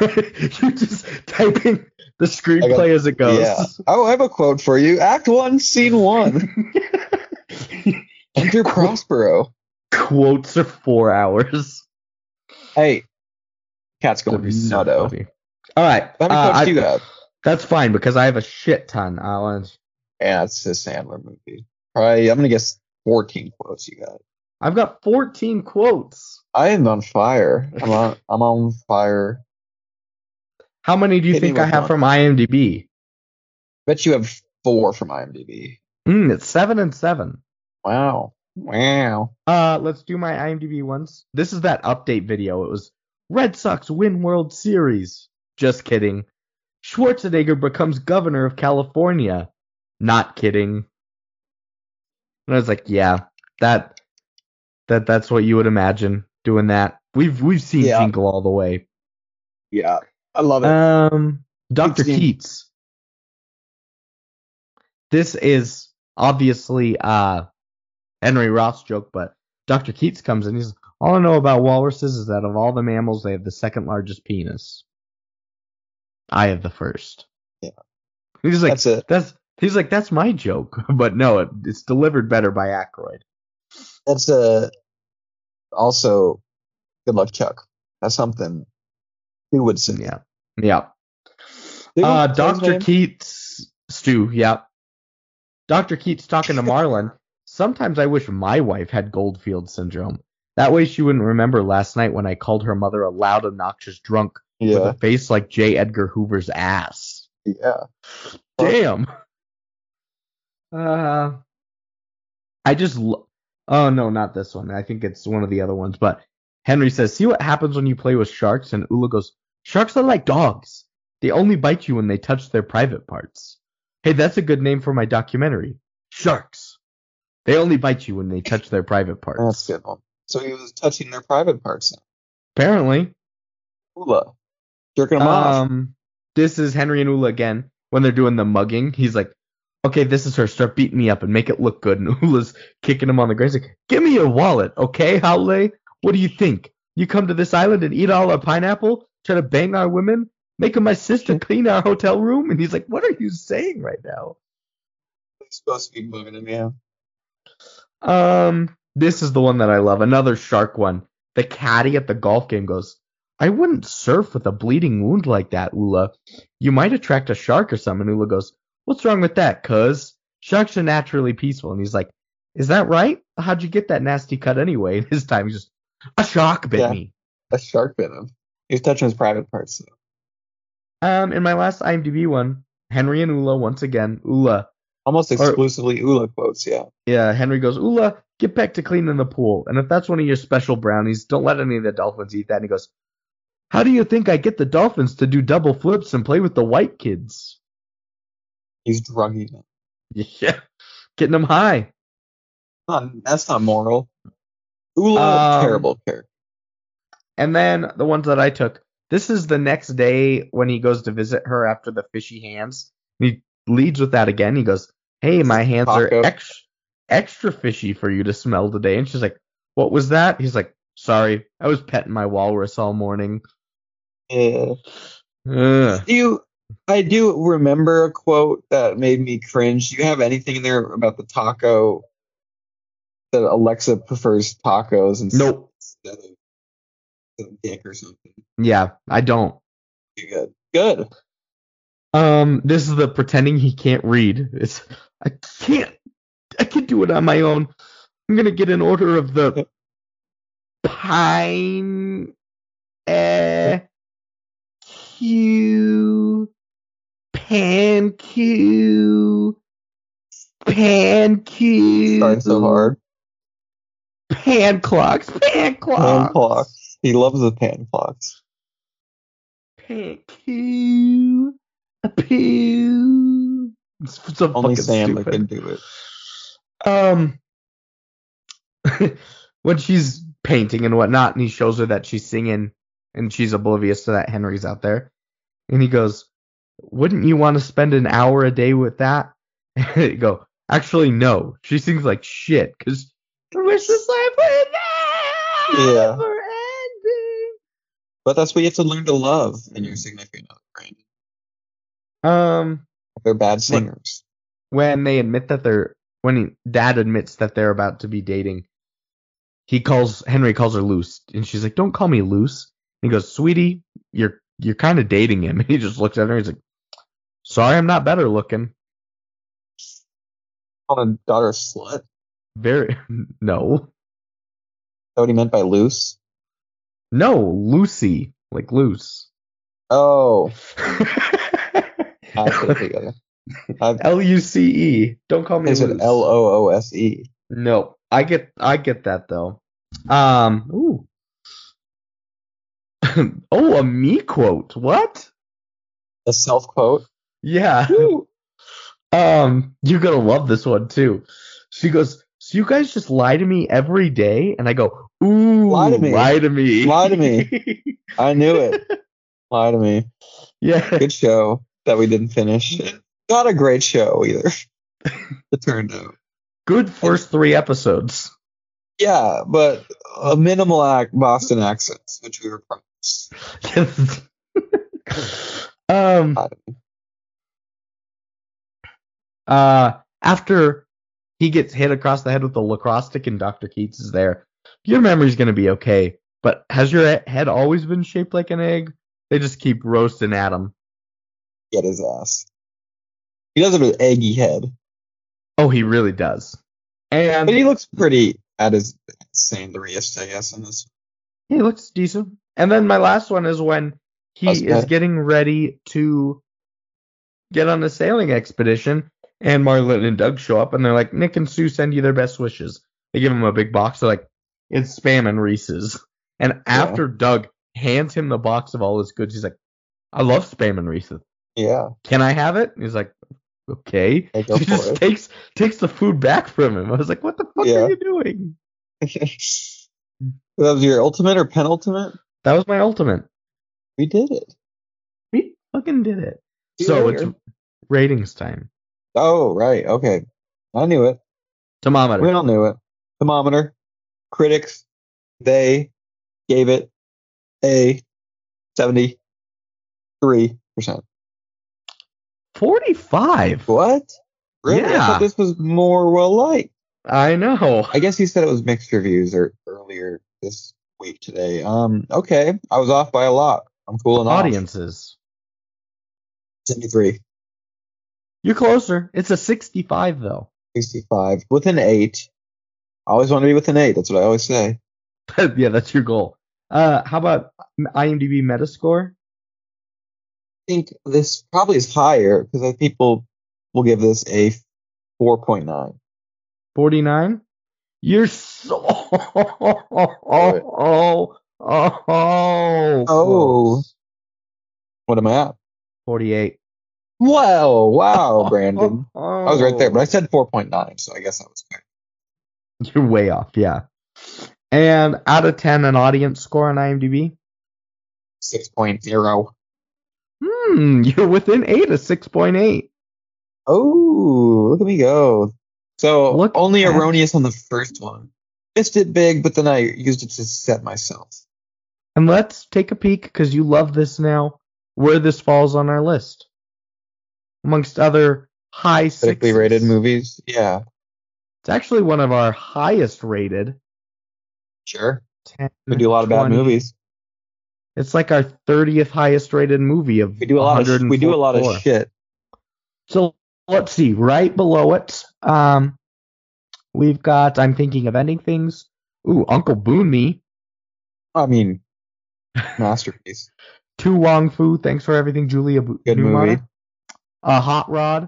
Speaker 9: You're just typing the screenplay as it goes.
Speaker 10: Yeah. Oh, I have a quote for you. Act one, scene one. Enter Prospero.
Speaker 9: Quotes are four hours.
Speaker 10: Hey, cat's going
Speaker 9: That'd be so
Speaker 10: nutto.
Speaker 9: funny. All right.
Speaker 10: How many
Speaker 9: uh,
Speaker 10: quotes
Speaker 9: I,
Speaker 10: do you got?
Speaker 9: That's fine because I have a shit ton. I want.
Speaker 10: Yeah, it's his Sandler movie. Probably, I'm gonna guess 14 quotes you got.
Speaker 9: I've got 14 quotes.
Speaker 10: I am on fire. I'm on. I'm on fire.
Speaker 9: How many do you
Speaker 10: Hit me
Speaker 9: think I
Speaker 10: with
Speaker 9: have
Speaker 10: one.
Speaker 9: from IMDb?
Speaker 10: Bet you have four from IMDb.
Speaker 9: Mm, it's seven and seven.
Speaker 10: Wow. Wow.
Speaker 9: Uh, let's do my IMDb ones. This is that update video. It was Red Sox win World Series. Just kidding. Schwarzenegger becomes governor of California. Not kidding. And I was like, yeah, that that that's what you would imagine doing that. We've we've seen
Speaker 10: Yeah.
Speaker 9: Finkel all the way.
Speaker 10: Yeah, I love it.
Speaker 9: Um, Dr.
Speaker 10: Sixteen.
Speaker 9: Keats. This is obviously uh Henry Ross joke, but Dr. Keats comes in. He says, "All I know about walruses is that of all the mammals, they have the second largest penis. I have the first.
Speaker 10: Yeah.
Speaker 9: He's like,
Speaker 10: That's it.
Speaker 9: "That's." He's like, "That's my joke," but no, it, it's delivered better by Aykroyd.
Speaker 10: That's a. Also, good luck, Chuck. That's something. Who would say?
Speaker 9: Yeah. Yeah.
Speaker 10: They were-
Speaker 9: Uh,
Speaker 10: that was
Speaker 9: Dr.
Speaker 10: lame.
Speaker 9: Keats, Stu, yeah. Dr. Keats talking to Marlon. Sometimes I wish my wife had Goldfield syndrome. That way she wouldn't remember last night when I called her mother a loud, obnoxious drunk with
Speaker 10: Yeah.
Speaker 9: a face like J. Edgar Hoover's ass.
Speaker 10: Yeah.
Speaker 9: Damn. Uh, I just. Lo- oh no, not this one. I think it's one of the other ones. But Henry says, "See what happens when you play with sharks." And Ula goes, "Sharks are like dogs. They only bite you when they touch their private parts." Hey, that's a good name for my documentary. Sharks. They only bite you when they touch their private parts.
Speaker 10: That's a good one. So he was touching their private parts.
Speaker 9: Apparently.
Speaker 10: Hula. Jerking them off.
Speaker 9: Um, this is Henry and Ula again when they're doing the mugging. He's like, "Okay, this is her. Start beating me up and make it look good." And Ula's kicking him on the ground. He's like, "Give me your wallet, okay, Howley? What do you think? You come to this island and eat all our pineapple? Try to bang our women? Making my sister clean our hotel room?" And he's like, "What are you saying right now?"
Speaker 10: He's supposed to be moving him, yeah.
Speaker 9: Um, this is the one that I love. Another shark one. The caddy at the golf game goes, I wouldn't surf with a bleeding wound like that, Ula. You might attract a shark or something. And Ula goes, What's wrong with that, cuz? Sharks are naturally peaceful. And he's like, Is that right? How'd you get that nasty cut anyway? And his time he's just, A shark bit
Speaker 10: Yeah.
Speaker 9: me.
Speaker 10: A shark bit him. He was touching his private parts. though.
Speaker 9: Um, in my last IMDb one, Henry and Ula once again. Ula,
Speaker 10: Almost
Speaker 9: Or-
Speaker 10: exclusively Ula quotes, yeah.
Speaker 9: Yeah, Henry goes, Ula, get back to cleaning the pool. And if that's one of your special brownies, don't let any of the dolphins eat that. And he goes, How do you think I get the dolphins to do double flips and play with the white kids?
Speaker 10: He's drugging them.
Speaker 9: Yeah. Getting them high.
Speaker 10: Not, that's not moral. Ula,
Speaker 9: Um,
Speaker 10: terrible character.
Speaker 9: And then the ones that I took. This is the next day when he goes to visit her after the fishy hands. He leads with that again. He goes, Hey, my hands
Speaker 10: Taco.
Speaker 9: are extra, extra fishy for you to smell today. And she's like, What was that? He's like, Sorry, I was petting my walrus all morning.
Speaker 10: Yeah.
Speaker 9: Ugh.
Speaker 10: Do you? I do remember a quote that made me cringe. Do you have anything in there about the taco? That Alexa prefers tacos and
Speaker 9: Nope.
Speaker 10: instead of instead of dick or something.
Speaker 9: Yeah, I don't.
Speaker 10: Good. Good.
Speaker 9: Um, this is the pretending he can't read. It's I can't I can't do it on my own. I'm gonna get an order of the pine eh Q pan Q pan Q
Speaker 10: Starting so hard.
Speaker 9: pan clocks pan
Speaker 10: Pan
Speaker 9: clocks
Speaker 10: clocks. He loves the pan clocks.
Speaker 9: pan Q a pew. It's so
Speaker 10: Only
Speaker 9: fucking
Speaker 10: Sam
Speaker 9: stupid.
Speaker 10: can do it.
Speaker 9: um when she's painting and whatnot and he shows her that she's singing and she's oblivious to that henry's out there and he goes wouldn't you want to spend an hour a day with that and I go actually no she sings like shit because i wish this life were
Speaker 10: Yeah.
Speaker 9: never ending
Speaker 10: But that's what you have to learn to love in your significant other. Brandon.
Speaker 9: um
Speaker 10: They're bad singers.
Speaker 9: when they admit that they're when he, dad admits that they're about to be dating he calls henry calls her loose and she's like don't call me loose and he goes sweetie you're you're kind of dating him and he just looks at her and he's like Sorry, I'm not better looking.
Speaker 10: Called a daughter a slut.
Speaker 9: Very no.
Speaker 10: Is that what he meant by loose?
Speaker 9: No, Lucy, like loose.
Speaker 10: Oh. I put it together.
Speaker 9: L U C E. Don't call me.
Speaker 10: Is it
Speaker 9: loose.
Speaker 10: L O O S E?
Speaker 9: No, I get I get that though. Um. Ooh. oh, a me quote. What?
Speaker 10: A self quote.
Speaker 9: Yeah. Um. You're gonna love this one too. She goes. So you guys just lie to me every day, and I go, ooh,
Speaker 10: Lie to me.
Speaker 9: lie to me,
Speaker 10: Lie to me. I knew it. Lie to me.
Speaker 9: Yeah.
Speaker 10: Good show that we didn't finish. Not a great show either. It turned out.
Speaker 9: Good first three episodes.
Speaker 10: Yeah, but a minimal ac Boston accents, which we were promised.
Speaker 9: um uh after he gets hit across the head with the lacrosse stick and Dr. Keats is there, your memory's gonna be okay. But has your he- head always been shaped like an egg? They just keep roasting at him.
Speaker 10: Get his ass. He does have an eggy head.
Speaker 9: Oh, he really does. And
Speaker 10: but he looks pretty at his sandriest, I guess, in this.
Speaker 9: He looks decent. And then my last one is when he
Speaker 10: That's
Speaker 9: is
Speaker 10: good.
Speaker 9: getting ready to get on a sailing expedition, and Marlin and Doug show up, and they're like, Nick and Sue send you their best wishes. They give him a big box. They're like, it's spam and Reese's. And after Doug hands him the box of all his goods, he's like, I love spam and Reese's.
Speaker 10: Yeah.
Speaker 9: Can I have it? He's like, okay.
Speaker 10: Hey, go
Speaker 9: he
Speaker 10: for
Speaker 9: just
Speaker 10: it.
Speaker 9: takes takes the food back from him. I was like, what the fuck
Speaker 10: Yeah.
Speaker 9: are you doing?
Speaker 10: That was your ultimate or penultimate?
Speaker 9: That was my ultimate.
Speaker 10: We did it.
Speaker 9: We fucking did it.
Speaker 10: See you
Speaker 9: so
Speaker 10: later.
Speaker 9: it's ratings time.
Speaker 10: Oh, right. Okay. I knew it.
Speaker 9: Thermometer.
Speaker 10: We all knew it. Thermometer. Critics, they gave it a 73%.
Speaker 9: 45.
Speaker 10: What? Really? I
Speaker 9: Yeah.
Speaker 10: thought this was more well liked.
Speaker 9: I know.
Speaker 10: I guess he said it was mixed reviews or earlier this week today. Um, okay. I was off by a lot. I'm cooling off.
Speaker 9: Audiences.
Speaker 10: 73,
Speaker 9: You're closer. It's a 65 though.
Speaker 10: 65, with an 8. I always want to be with an 8. That's what I always say.
Speaker 9: yeah, that's your goal. Uh, how about IMDb Metascore?
Speaker 10: think this probably is higher because people will give this a 4.9.
Speaker 9: 49. You're so. Oh, oh, oh, oh,
Speaker 10: Oh. What am I at?
Speaker 9: 48.
Speaker 10: Wow, wow, Brandon.
Speaker 9: Oh.
Speaker 10: I was right there, but I said 4.9, so I guess I was correct.
Speaker 9: You're way off. Yeah. And out of 10, an audience score on IMDb?
Speaker 10: 6.0.
Speaker 9: Hmm. You're within 8 of 6.8.
Speaker 10: Oh, look at me go. So
Speaker 9: Look
Speaker 10: only
Speaker 9: at-
Speaker 10: erroneous on the first one. Missed it big, but then I used it to set myself.
Speaker 9: And let's take a peek because you love this now. Where this falls on our list, amongst other high
Speaker 10: Critically
Speaker 9: sixes,
Speaker 10: rated movies. Yeah,
Speaker 9: it's actually one of our highest rated.
Speaker 10: sure.
Speaker 9: 10,
Speaker 10: We do a lot of bad
Speaker 9: 20.
Speaker 10: movies.
Speaker 9: It's like our thirtieth highest rated movie of.
Speaker 10: We do a lot of sh- we do a lot of
Speaker 9: 144.
Speaker 10: shit.
Speaker 9: So let's see. Right below it, um, we've got. I'm thinking of ending things. Ooh, Uncle Boonmi,
Speaker 10: I mean, masterpiece.
Speaker 9: Tu Wong Fu. Thanks for everything, Julia. Bu-
Speaker 10: Good
Speaker 9: Newmar.
Speaker 10: movie.
Speaker 9: uh, Hot Rod.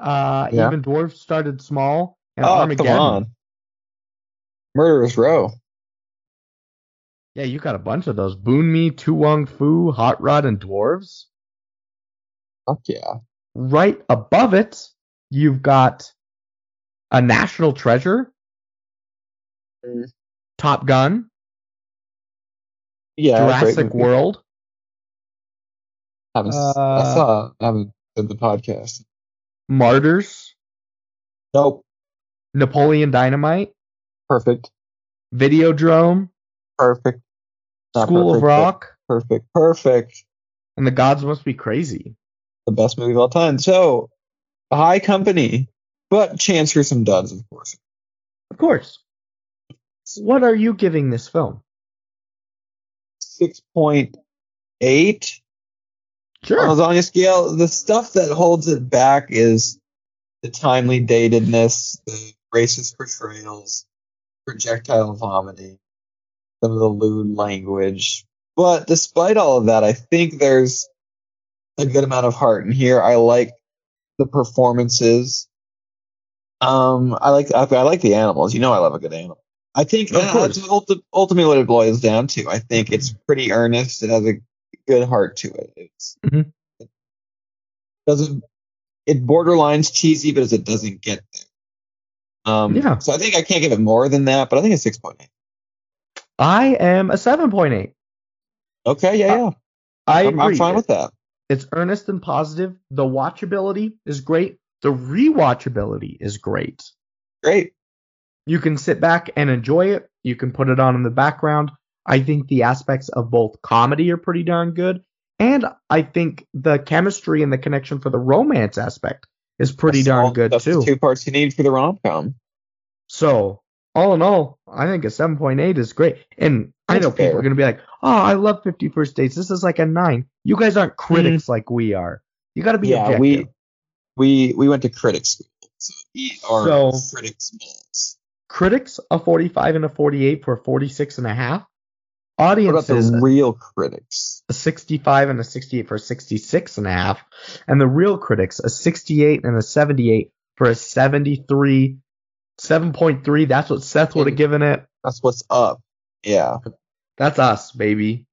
Speaker 9: Uh,
Speaker 10: Yeah.
Speaker 9: even Dwarf started small. And
Speaker 10: oh,
Speaker 9: Armageddon.
Speaker 10: come on. Murderous Row.
Speaker 9: Yeah, you got a bunch of those. Boon Me, Tu Wong Fu, Hot Rod, and Dwarves.
Speaker 10: Fuck yeah.
Speaker 9: Right above it, you've got a National Treasure,
Speaker 10: Mm.
Speaker 9: Top Gun,
Speaker 10: Yeah. great
Speaker 9: Jurassic
Speaker 10: movie.
Speaker 9: World.
Speaker 10: I, haven't, s- I
Speaker 9: Uh,
Speaker 10: saw. I haven't did the podcast.
Speaker 9: Martyrs,
Speaker 10: Nope.
Speaker 9: Napoleon Dynamite,
Speaker 10: Perfect.
Speaker 9: Videodrome,
Speaker 10: Perfect. Not
Speaker 9: School of
Speaker 10: perfect, but
Speaker 9: Rock,
Speaker 10: Perfect. Perfect.
Speaker 9: and The Gods Must Be Crazy.
Speaker 10: The best movie of all time. So, high company, but chance for some duds, of course.
Speaker 9: Of course. What are you giving this film?
Speaker 10: Six point eight. Sure. On a scale, the stuff that holds it back is the timely datedness, the racist portrayals, projectile vomiting, some of the lewd language. But despite all of that, I think there's a good amount of heart in here. I like the performances. Um, I like I, I like the animals. You know, I love a good animal. I think
Speaker 2: Of
Speaker 10: that's
Speaker 2: course.
Speaker 10: ulti- ultimately what it boils down to. I think it's pretty earnest. It has a good heart to it. It's,
Speaker 9: Mhm.
Speaker 10: It doesn't it borderlines cheesy, but it doesn't get there. Um,
Speaker 9: Yeah.
Speaker 10: So I think I can't give it more than that, but I think it's six point eight.
Speaker 9: I am a 7.8.
Speaker 10: Okay, yeah, yeah.
Speaker 9: I
Speaker 10: I'm- I'm
Speaker 9: agree.
Speaker 10: fine with that.
Speaker 9: It's earnest and positive. The watchability is great. The rewatchability is great.
Speaker 10: Great.
Speaker 9: You can sit back and enjoy it. You can put it on in the background. I think the aspects of both comedy are pretty darn good. And I think the chemistry and the connection for the romance aspect is pretty darn good
Speaker 10: That's
Speaker 9: too.
Speaker 10: the two parts you need for the rom com.
Speaker 9: So all in all, I think a 7.8 is great. And I
Speaker 10: That's
Speaker 9: know people
Speaker 10: fair.
Speaker 9: are going to be like, oh, I love 50 First Dates. This is like a 9. You guys aren't critics like we are. You got to be
Speaker 10: Mm. Yeah,
Speaker 9: objective.
Speaker 10: we we we went to critics school, so we are
Speaker 9: So-
Speaker 10: critics balls.
Speaker 9: Critics, a 45 and a 48 for 46 and a half.
Speaker 10: What about
Speaker 9: Audiences,
Speaker 10: the real critics?
Speaker 9: a 65 and a 68 for 66 and a half. And the real critics, a 68 and a 78 for a 73, 7.3. That's what Seth would have
Speaker 10: Mm.
Speaker 9: given it.
Speaker 10: That's what's up. Yeah.
Speaker 9: That's us, baby.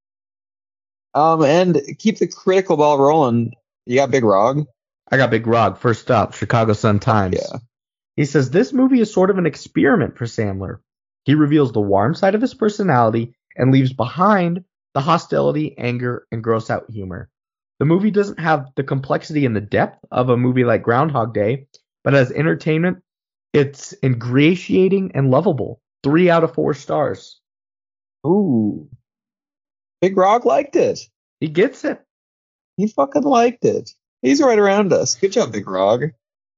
Speaker 10: Um, and keep the critical ball rolling. You got Big Rog.
Speaker 9: I got Big Rog first up, Chicago Sun Times. Yeah. He says this movie is sort of an experiment for Sandler. He reveals the warm side of his personality and leaves behind the hostility, anger, and gross out humor. The movie doesn't have the complexity and the depth of a movie like Groundhog Day, but as entertainment, it's ingratiating and lovable. Three out of four stars.
Speaker 10: Ooh. Big Rog liked it.
Speaker 9: He gets it.
Speaker 10: He fucking liked it. He's right around us. Good job, Big Rog.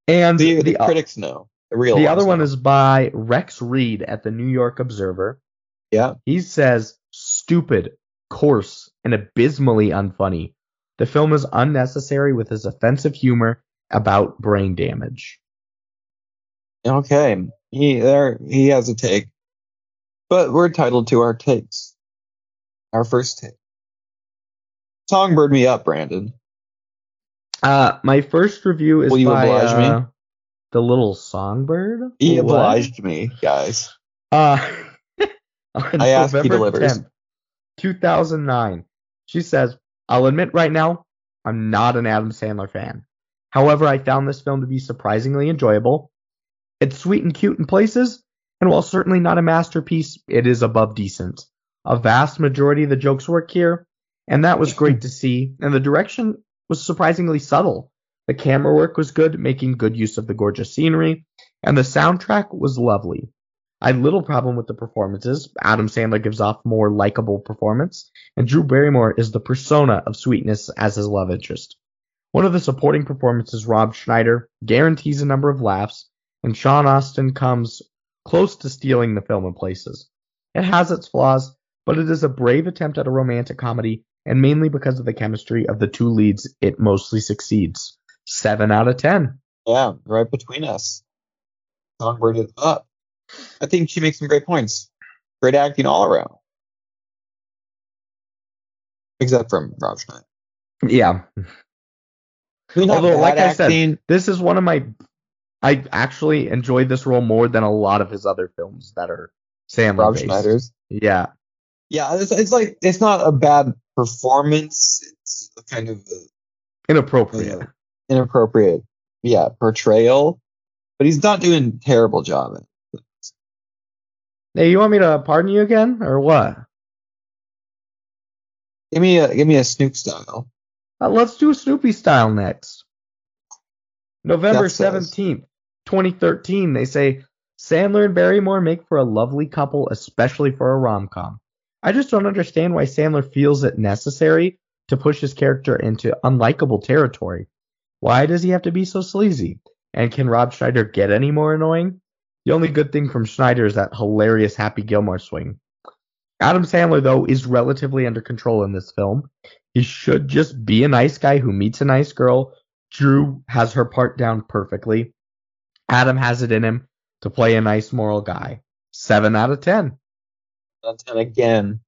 Speaker 9: And
Speaker 10: the,
Speaker 9: the-
Speaker 10: the critics know. The real
Speaker 9: the
Speaker 10: ones
Speaker 9: other
Speaker 10: know.
Speaker 9: one is by Rex Reed at the New York Observer.
Speaker 10: Yeah.
Speaker 9: He says stupid, coarse, and abysmally unfunny. The film is unnecessary with his offensive humor about brain damage.
Speaker 10: Okay. He there he has a take. But we're entitled to our takes. Our first take. Songbird me up, Brandon.
Speaker 9: Uh, my first review is
Speaker 10: Will you
Speaker 9: by
Speaker 10: oblige
Speaker 9: uh,
Speaker 10: me?
Speaker 9: the little songbird.
Speaker 10: He
Speaker 9: What?
Speaker 10: obliged me, guys.
Speaker 9: Uh, on
Speaker 10: I ask, he
Speaker 9: November
Speaker 10: delivers.
Speaker 9: 10th, 2009. She says, I'll admit right now, I'm not an Adam Sandler fan. However, I found this film to be surprisingly enjoyable. It's sweet and cute in places, and while certainly not a masterpiece, it is above decent. A vast majority of the jokes work here, and that was great to see, and the direction was surprisingly subtle. The camera work was good, making good use of the gorgeous scenery, and the soundtrack was lovely. I had little problem with the performances. Adam Sandler gives off more likable performance, and Drew Barrymore is the persona of sweetness as his love interest. One of the supporting performances, Rob Schneider, guarantees a number of laughs, and Sean Austin comes close to stealing the film in places. It has its flaws, but it is a brave attempt at a romantic comedy, and mainly because of the chemistry of the two leads, it mostly succeeds. 7 out of 10.
Speaker 10: Yeah, right between us. Songbird is up. I think she makes some great points. Great acting all around. Except from Rob Schneider.
Speaker 9: Yeah.
Speaker 10: I mean, not
Speaker 9: Although,
Speaker 10: bad
Speaker 9: like I
Speaker 10: acting.
Speaker 9: said, this is one of my. I actually enjoyed this role more than a lot of his other films that are Sandler
Speaker 10: Rob
Speaker 9: based.
Speaker 10: Schneider's?
Speaker 9: Yeah.
Speaker 10: Yeah, it's, it's like it's not a bad performance. It's a kind of
Speaker 9: Inappropriate.
Speaker 10: inappropriate, yeah, portrayal. But he's not doing a terrible job. in it.
Speaker 9: Hey, you want me to pardon you again or what?
Speaker 10: Give me a give me a Snoop style.
Speaker 9: Uh, let's do Snoopy style next. November
Speaker 10: That says-
Speaker 9: seventeenth, twenty thirteen. They say Sandler and Barrymore make for a lovely couple, especially for a rom com. I just don't understand why Sandler feels it necessary to push his character into unlikable territory. Why does he have to be so sleazy? And can Rob Schneider get any more annoying? The only good thing from Schneider is that hilarious Happy Gilmore swing. Adam Sandler, though, is relatively under control in this film. He should just be a nice guy who meets a nice girl. Drew has her part down perfectly. Adam has it in him to play a nice moral guy. Seven out of ten.
Speaker 10: That's- And again,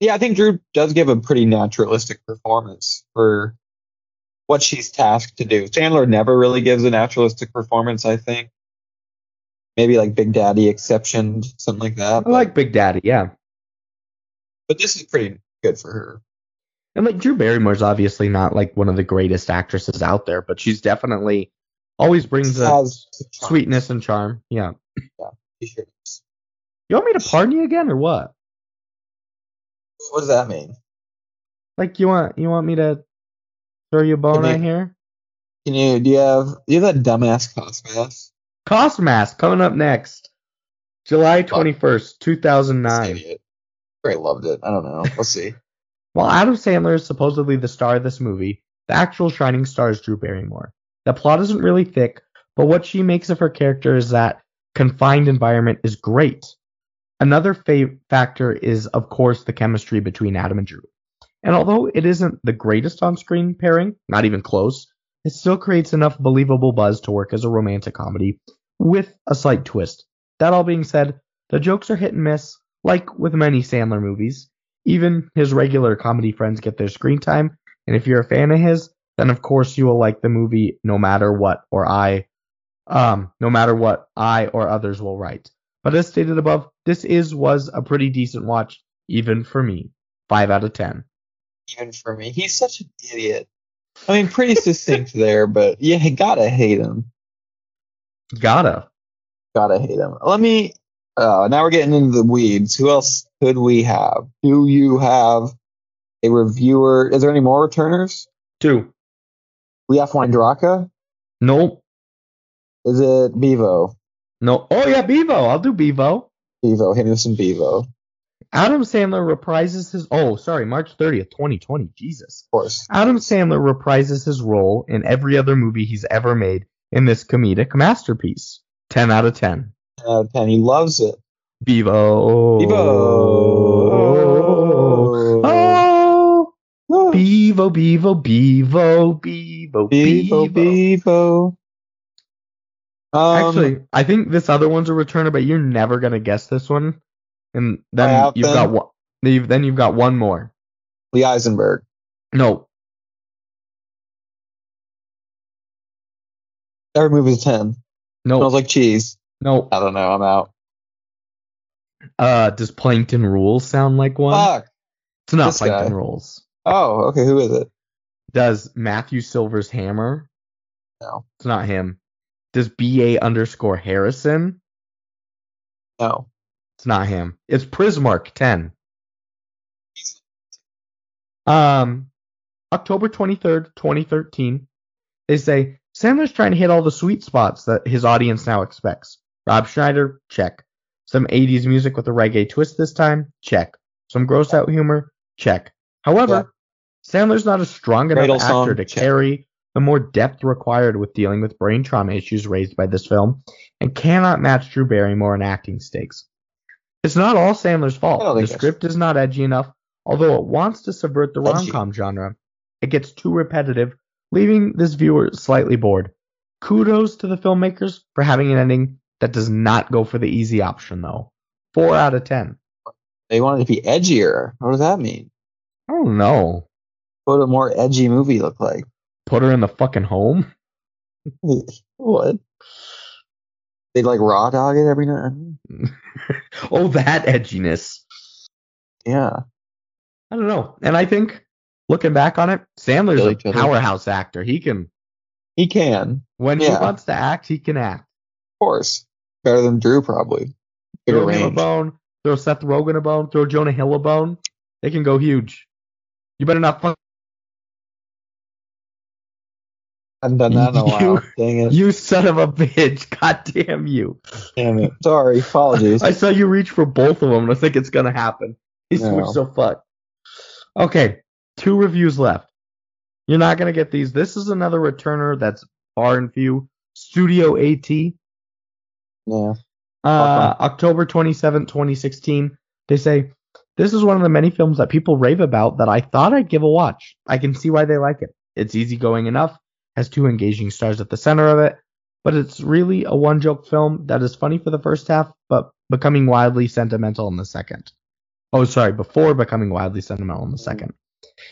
Speaker 10: yeah, I think Drew does give a pretty naturalistic performance for what she's tasked to do. Chandler never really gives a naturalistic performance, I think. Maybe like Big Daddy exception, something like that.
Speaker 9: I like Big Daddy, yeah.
Speaker 10: But this is pretty good for her.
Speaker 9: And like Drew Barrymore's obviously not like one of the greatest actresses out there, but she's definitely always brings a
Speaker 10: Has
Speaker 9: sweetness and charm. Yeah.
Speaker 10: she sure does.
Speaker 9: You want me to pardon you again or what?
Speaker 10: What does that mean?
Speaker 9: Like you want you want me to throw you a bone
Speaker 10: Give me-
Speaker 9: out here?
Speaker 10: Can you do you have do you have that dumbass Cosmas?
Speaker 9: Cost Mask coming up next. July twenty first, two thousand nine.
Speaker 10: I loved it. I don't know. We'll see.
Speaker 9: While Adam Sandler is supposedly the star of this movie, the actual shining star is Drew Barrymore. The plot isn't really thick, but what she makes of her character is that confined environment is great. Another fa- factor is, of course, the chemistry between Adam and Drew. And although it isn't the greatest on screen pairing, not even close, it still creates enough believable buzz to work as a romantic comedy with a slight twist. That all being said, the jokes are hit and miss, like with many Sandler movies. Even his regular comedy friends get their screen time, and if you're a fan of his, then of course you will like the movie no matter what or I um no matter what I or others will write. But as stated above, this is was a pretty decent watch, even for me. Five out of ten.
Speaker 10: Even for me. He's such an idiot. I mean pretty succinct there, but yeah, you gotta hate him.
Speaker 9: Gotta.
Speaker 10: Gotta hate him. Let me uh now we're getting into the weeds. Who else could we have? Do you have a reviewer? Is there any more returners?
Speaker 9: Two.
Speaker 10: We have Weindraka?
Speaker 9: Nope.
Speaker 10: Is it Bevo?
Speaker 9: No. Oh yeah, Bevo. I'll do Bevo.
Speaker 10: Bevo. Hit me with some Bevo.
Speaker 9: Adam Sandler reprises his oh sorry March 30th 2020 Jesus
Speaker 10: of course
Speaker 9: Adam Sandler reprises his role in every other movie he's ever made in this comedic masterpiece 10 out of 10
Speaker 10: 10 out of 10. He loves it.
Speaker 9: Bevo Bevo
Speaker 10: Ah.
Speaker 9: oh Bevo Bevo Bevo Bevo Bevo
Speaker 10: Bevo Um,
Speaker 9: Actually I think this other one's a returner but you're never going to guess this one and
Speaker 10: I
Speaker 9: then
Speaker 10: out
Speaker 9: you've
Speaker 10: then?
Speaker 9: got one you've- then you've got one more
Speaker 10: Lee Eisenberg.
Speaker 9: No.
Speaker 10: Every movie's a 10.
Speaker 9: No.
Speaker 10: Smells like cheese.
Speaker 9: No.
Speaker 10: I don't know. I'm out.
Speaker 9: Uh, does Plankton Rules sound like one?
Speaker 10: Fuck.
Speaker 9: It's not
Speaker 10: This
Speaker 9: Plankton
Speaker 10: guy.
Speaker 9: Rules.
Speaker 10: Oh, okay. Who is it?
Speaker 9: Does Matthew Silver's Hammer?
Speaker 10: No.
Speaker 9: It's not him. Does BA underscore Harrison?
Speaker 10: No.
Speaker 9: It's not him. It's Prismark 10. Um, October 23rd, 2013. They say Sandler's trying to hit all the sweet spots that his audience now expects. Rob Schneider, check. Some 80s music with a reggae twist this time, check. Some gross out humor, check. However, Sandler's not a strong enough
Speaker 10: Cradle
Speaker 9: actor
Speaker 10: song,
Speaker 9: to carry the more depth required with dealing with brain trauma issues raised by this film, and cannot match Drew Barrymore in acting stakes. It's not all Sandler's fault. The script is not edgy enough, although it wants to subvert the rom
Speaker 10: Edgy.
Speaker 9: com genre. It gets too repetitive, leaving this viewer slightly bored. Kudos to the filmmakers for having an ending that does not go for the easy option, though. Four out of ten.
Speaker 10: They wanted to be edgier. What does that mean?
Speaker 9: I don't know.
Speaker 10: What would a more edgy movie look like?
Speaker 9: Put her in the fucking home?
Speaker 10: what? They like raw dog it every night.
Speaker 9: Oh, that edginess.
Speaker 10: Yeah.
Speaker 9: I don't know. And I think looking back on it, Sandler's
Speaker 10: Kill each
Speaker 9: a
Speaker 10: other.
Speaker 9: powerhouse actor. He can
Speaker 10: He can.
Speaker 9: when
Speaker 10: Yeah.
Speaker 9: he wants to act, he can act.
Speaker 10: Of course. Better than Drew, probably. Bigger
Speaker 9: Throw him a
Speaker 10: range.
Speaker 9: bone. Throw Seth Rogen a bone. Throw Jonah Hill a bone. They can go huge. You better not fuck.
Speaker 10: I haven't done that in a
Speaker 9: You-
Speaker 10: while. Dang it.
Speaker 9: You son of a bitch. God damn you.
Speaker 10: Damn it. Sorry. Apologies.
Speaker 9: I saw you reach for both of them, and I think it's going to happen. These two are
Speaker 10: No.
Speaker 9: so fucked. Okay, two reviews left. You're not going to get these. This is another returner that's far and few. Studio AT.
Speaker 10: yeah.
Speaker 9: Uh, October 27, 2016. They say This is one of the many films that people rave about that I thought I'd give a watch. I can see why they like it. It's easygoing enough, has two engaging stars at the center of it, but it's really a one joke film that is funny for the first half, but becoming wildly sentimental in the second. Oh, sorry, before becoming wildly sentimental in the second.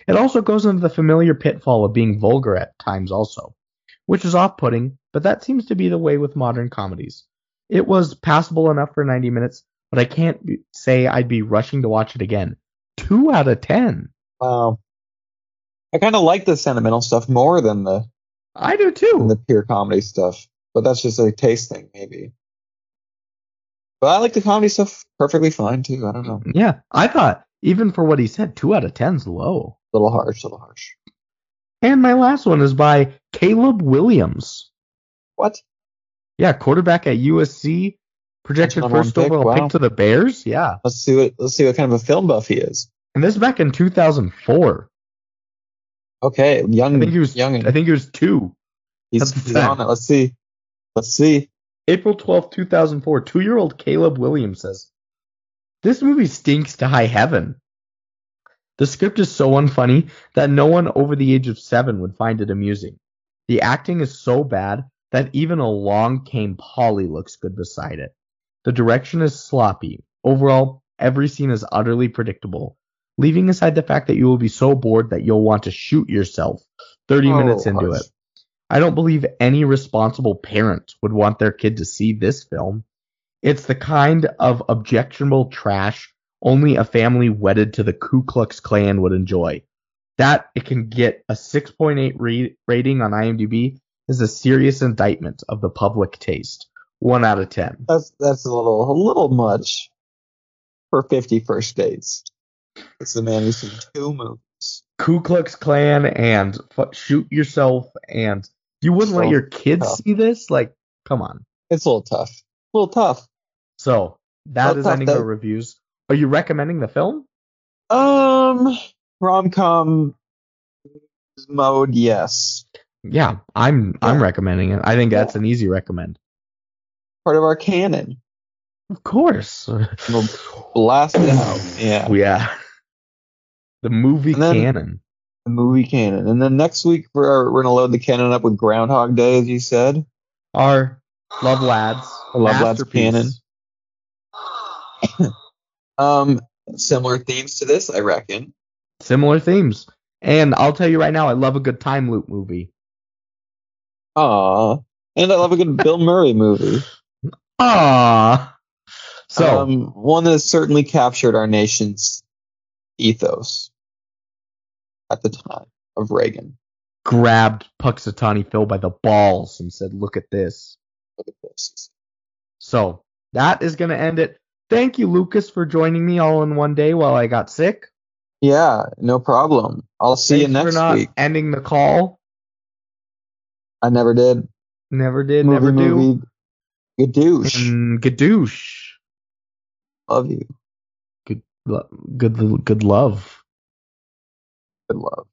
Speaker 9: It also goes into the familiar pitfall of being vulgar at times, also, which is off putting, but that seems to be the way with modern comedies. It was passable enough for 90 minutes, but I can't be- say I'd be rushing to watch it again. Two out of 10.
Speaker 10: Wow. I kind of like the sentimental stuff more than the.
Speaker 9: I do too.
Speaker 10: The pure comedy stuff, but that's just a taste thing, maybe. But I like the comedy stuff perfectly fine too. I don't know.
Speaker 9: Yeah, I thought, even for what he said, two out of 10's low.
Speaker 10: Little harsh, little harsh.
Speaker 9: And my last one is by Caleb Williams.
Speaker 10: What?
Speaker 9: Yeah, quarterback at USC, projected
Speaker 10: Number one
Speaker 9: first
Speaker 10: pick,
Speaker 9: overall
Speaker 10: wow.
Speaker 9: pick to the Bears. Yeah.
Speaker 10: Let's see what let's see what kind of a film buff he is.
Speaker 9: And this is back in 2004.
Speaker 10: Okay, young.
Speaker 9: I think he was
Speaker 10: young.
Speaker 9: I think he was two.
Speaker 10: He's, he's on it. Let's see. Let's see.
Speaker 9: April 12th, 2004. Two year old Caleb Williams says, This movie stinks to high heaven. The script is so unfunny that no one over the age of seven would find it amusing. The acting is so bad that even Along Came Polly looks good beside it. The direction is sloppy. Overall, every scene is utterly predictable, leaving aside the fact that you will be so bored that you'll want to shoot yourself 30
Speaker 10: Oh,
Speaker 9: minutes into
Speaker 10: harsh.
Speaker 9: it. I don't believe any responsible parent would want their kid to see this film. It's the kind of objectionable trash only a family wedded to the Ku Klux Klan would enjoy. That it can get a 6.8 re- rating on IMDb is a serious indictment of the public taste. 1 out of 10.
Speaker 10: That's that's a little a little much for 50 first dates. It's the man who's seen two movies.
Speaker 9: Ku Klux Klan and f- shoot yourself and you wouldn't let
Speaker 10: So
Speaker 9: your kids
Speaker 10: tough.
Speaker 9: see this? Like, come on.
Speaker 10: It's a little tough. A little tough.
Speaker 9: So, that
Speaker 10: Little
Speaker 9: is
Speaker 10: tough,
Speaker 9: ending
Speaker 10: though.
Speaker 9: our reviews. Are you recommending the film?
Speaker 10: Um, rom com mode, yes.
Speaker 9: Yeah, I'm I'm recommending it. I think that's an easy recommend.
Speaker 10: Part of our canon.
Speaker 9: Of course.
Speaker 10: We'll blast it out. Yeah.
Speaker 9: Yeah. The movie
Speaker 10: then-
Speaker 9: canon.
Speaker 10: The movie canon. And then next week we're we're gonna load the canon up with Groundhog Day, as you said.
Speaker 9: Our Love Lads.
Speaker 10: Love Lads
Speaker 9: masterpiece.
Speaker 10: canon. um, similar themes to this, I reckon.
Speaker 9: Similar themes. And I'll tell you right now, I love a good time loop movie.
Speaker 10: Aw. And I love a good Bill Murray movie.
Speaker 9: Aw. So
Speaker 10: um, one that certainly captured our nation's ethos at the time of Reagan.
Speaker 9: grabbed Puxatani Phil by the balls and said, Look at this.
Speaker 10: Look at this.
Speaker 9: So that is gonna end it. Thank you, Lucas, for joining me all in one day while I got sick.
Speaker 10: Yeah, no problem. I'll see you
Speaker 9: Thanks for
Speaker 10: next
Speaker 9: not
Speaker 10: week.
Speaker 9: Ending the call.
Speaker 10: I never did.
Speaker 9: Never did,
Speaker 10: Movie,
Speaker 9: never do.
Speaker 10: movie. Gadoosh.
Speaker 9: Mm, Gadoosh.
Speaker 10: Love you.
Speaker 9: Good, lo- good, good love.
Speaker 10: Good love.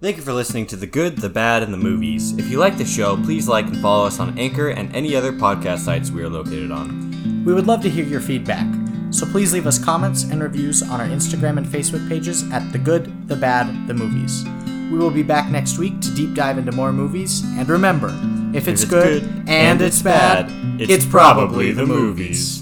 Speaker 14: Thank you for listening to The Good, the Bad, and the Movies. If you like the show, please like and follow us on Anchor and any other podcast sites we are located on.
Speaker 1: We would love to hear your feedback, so please leave us comments and reviews on our Instagram and Facebook pages at The Good, The Bad, The Movies. We will be back next week to deep dive into more movies, and remember, if it's, good, and, it's bad, it's probably the movies.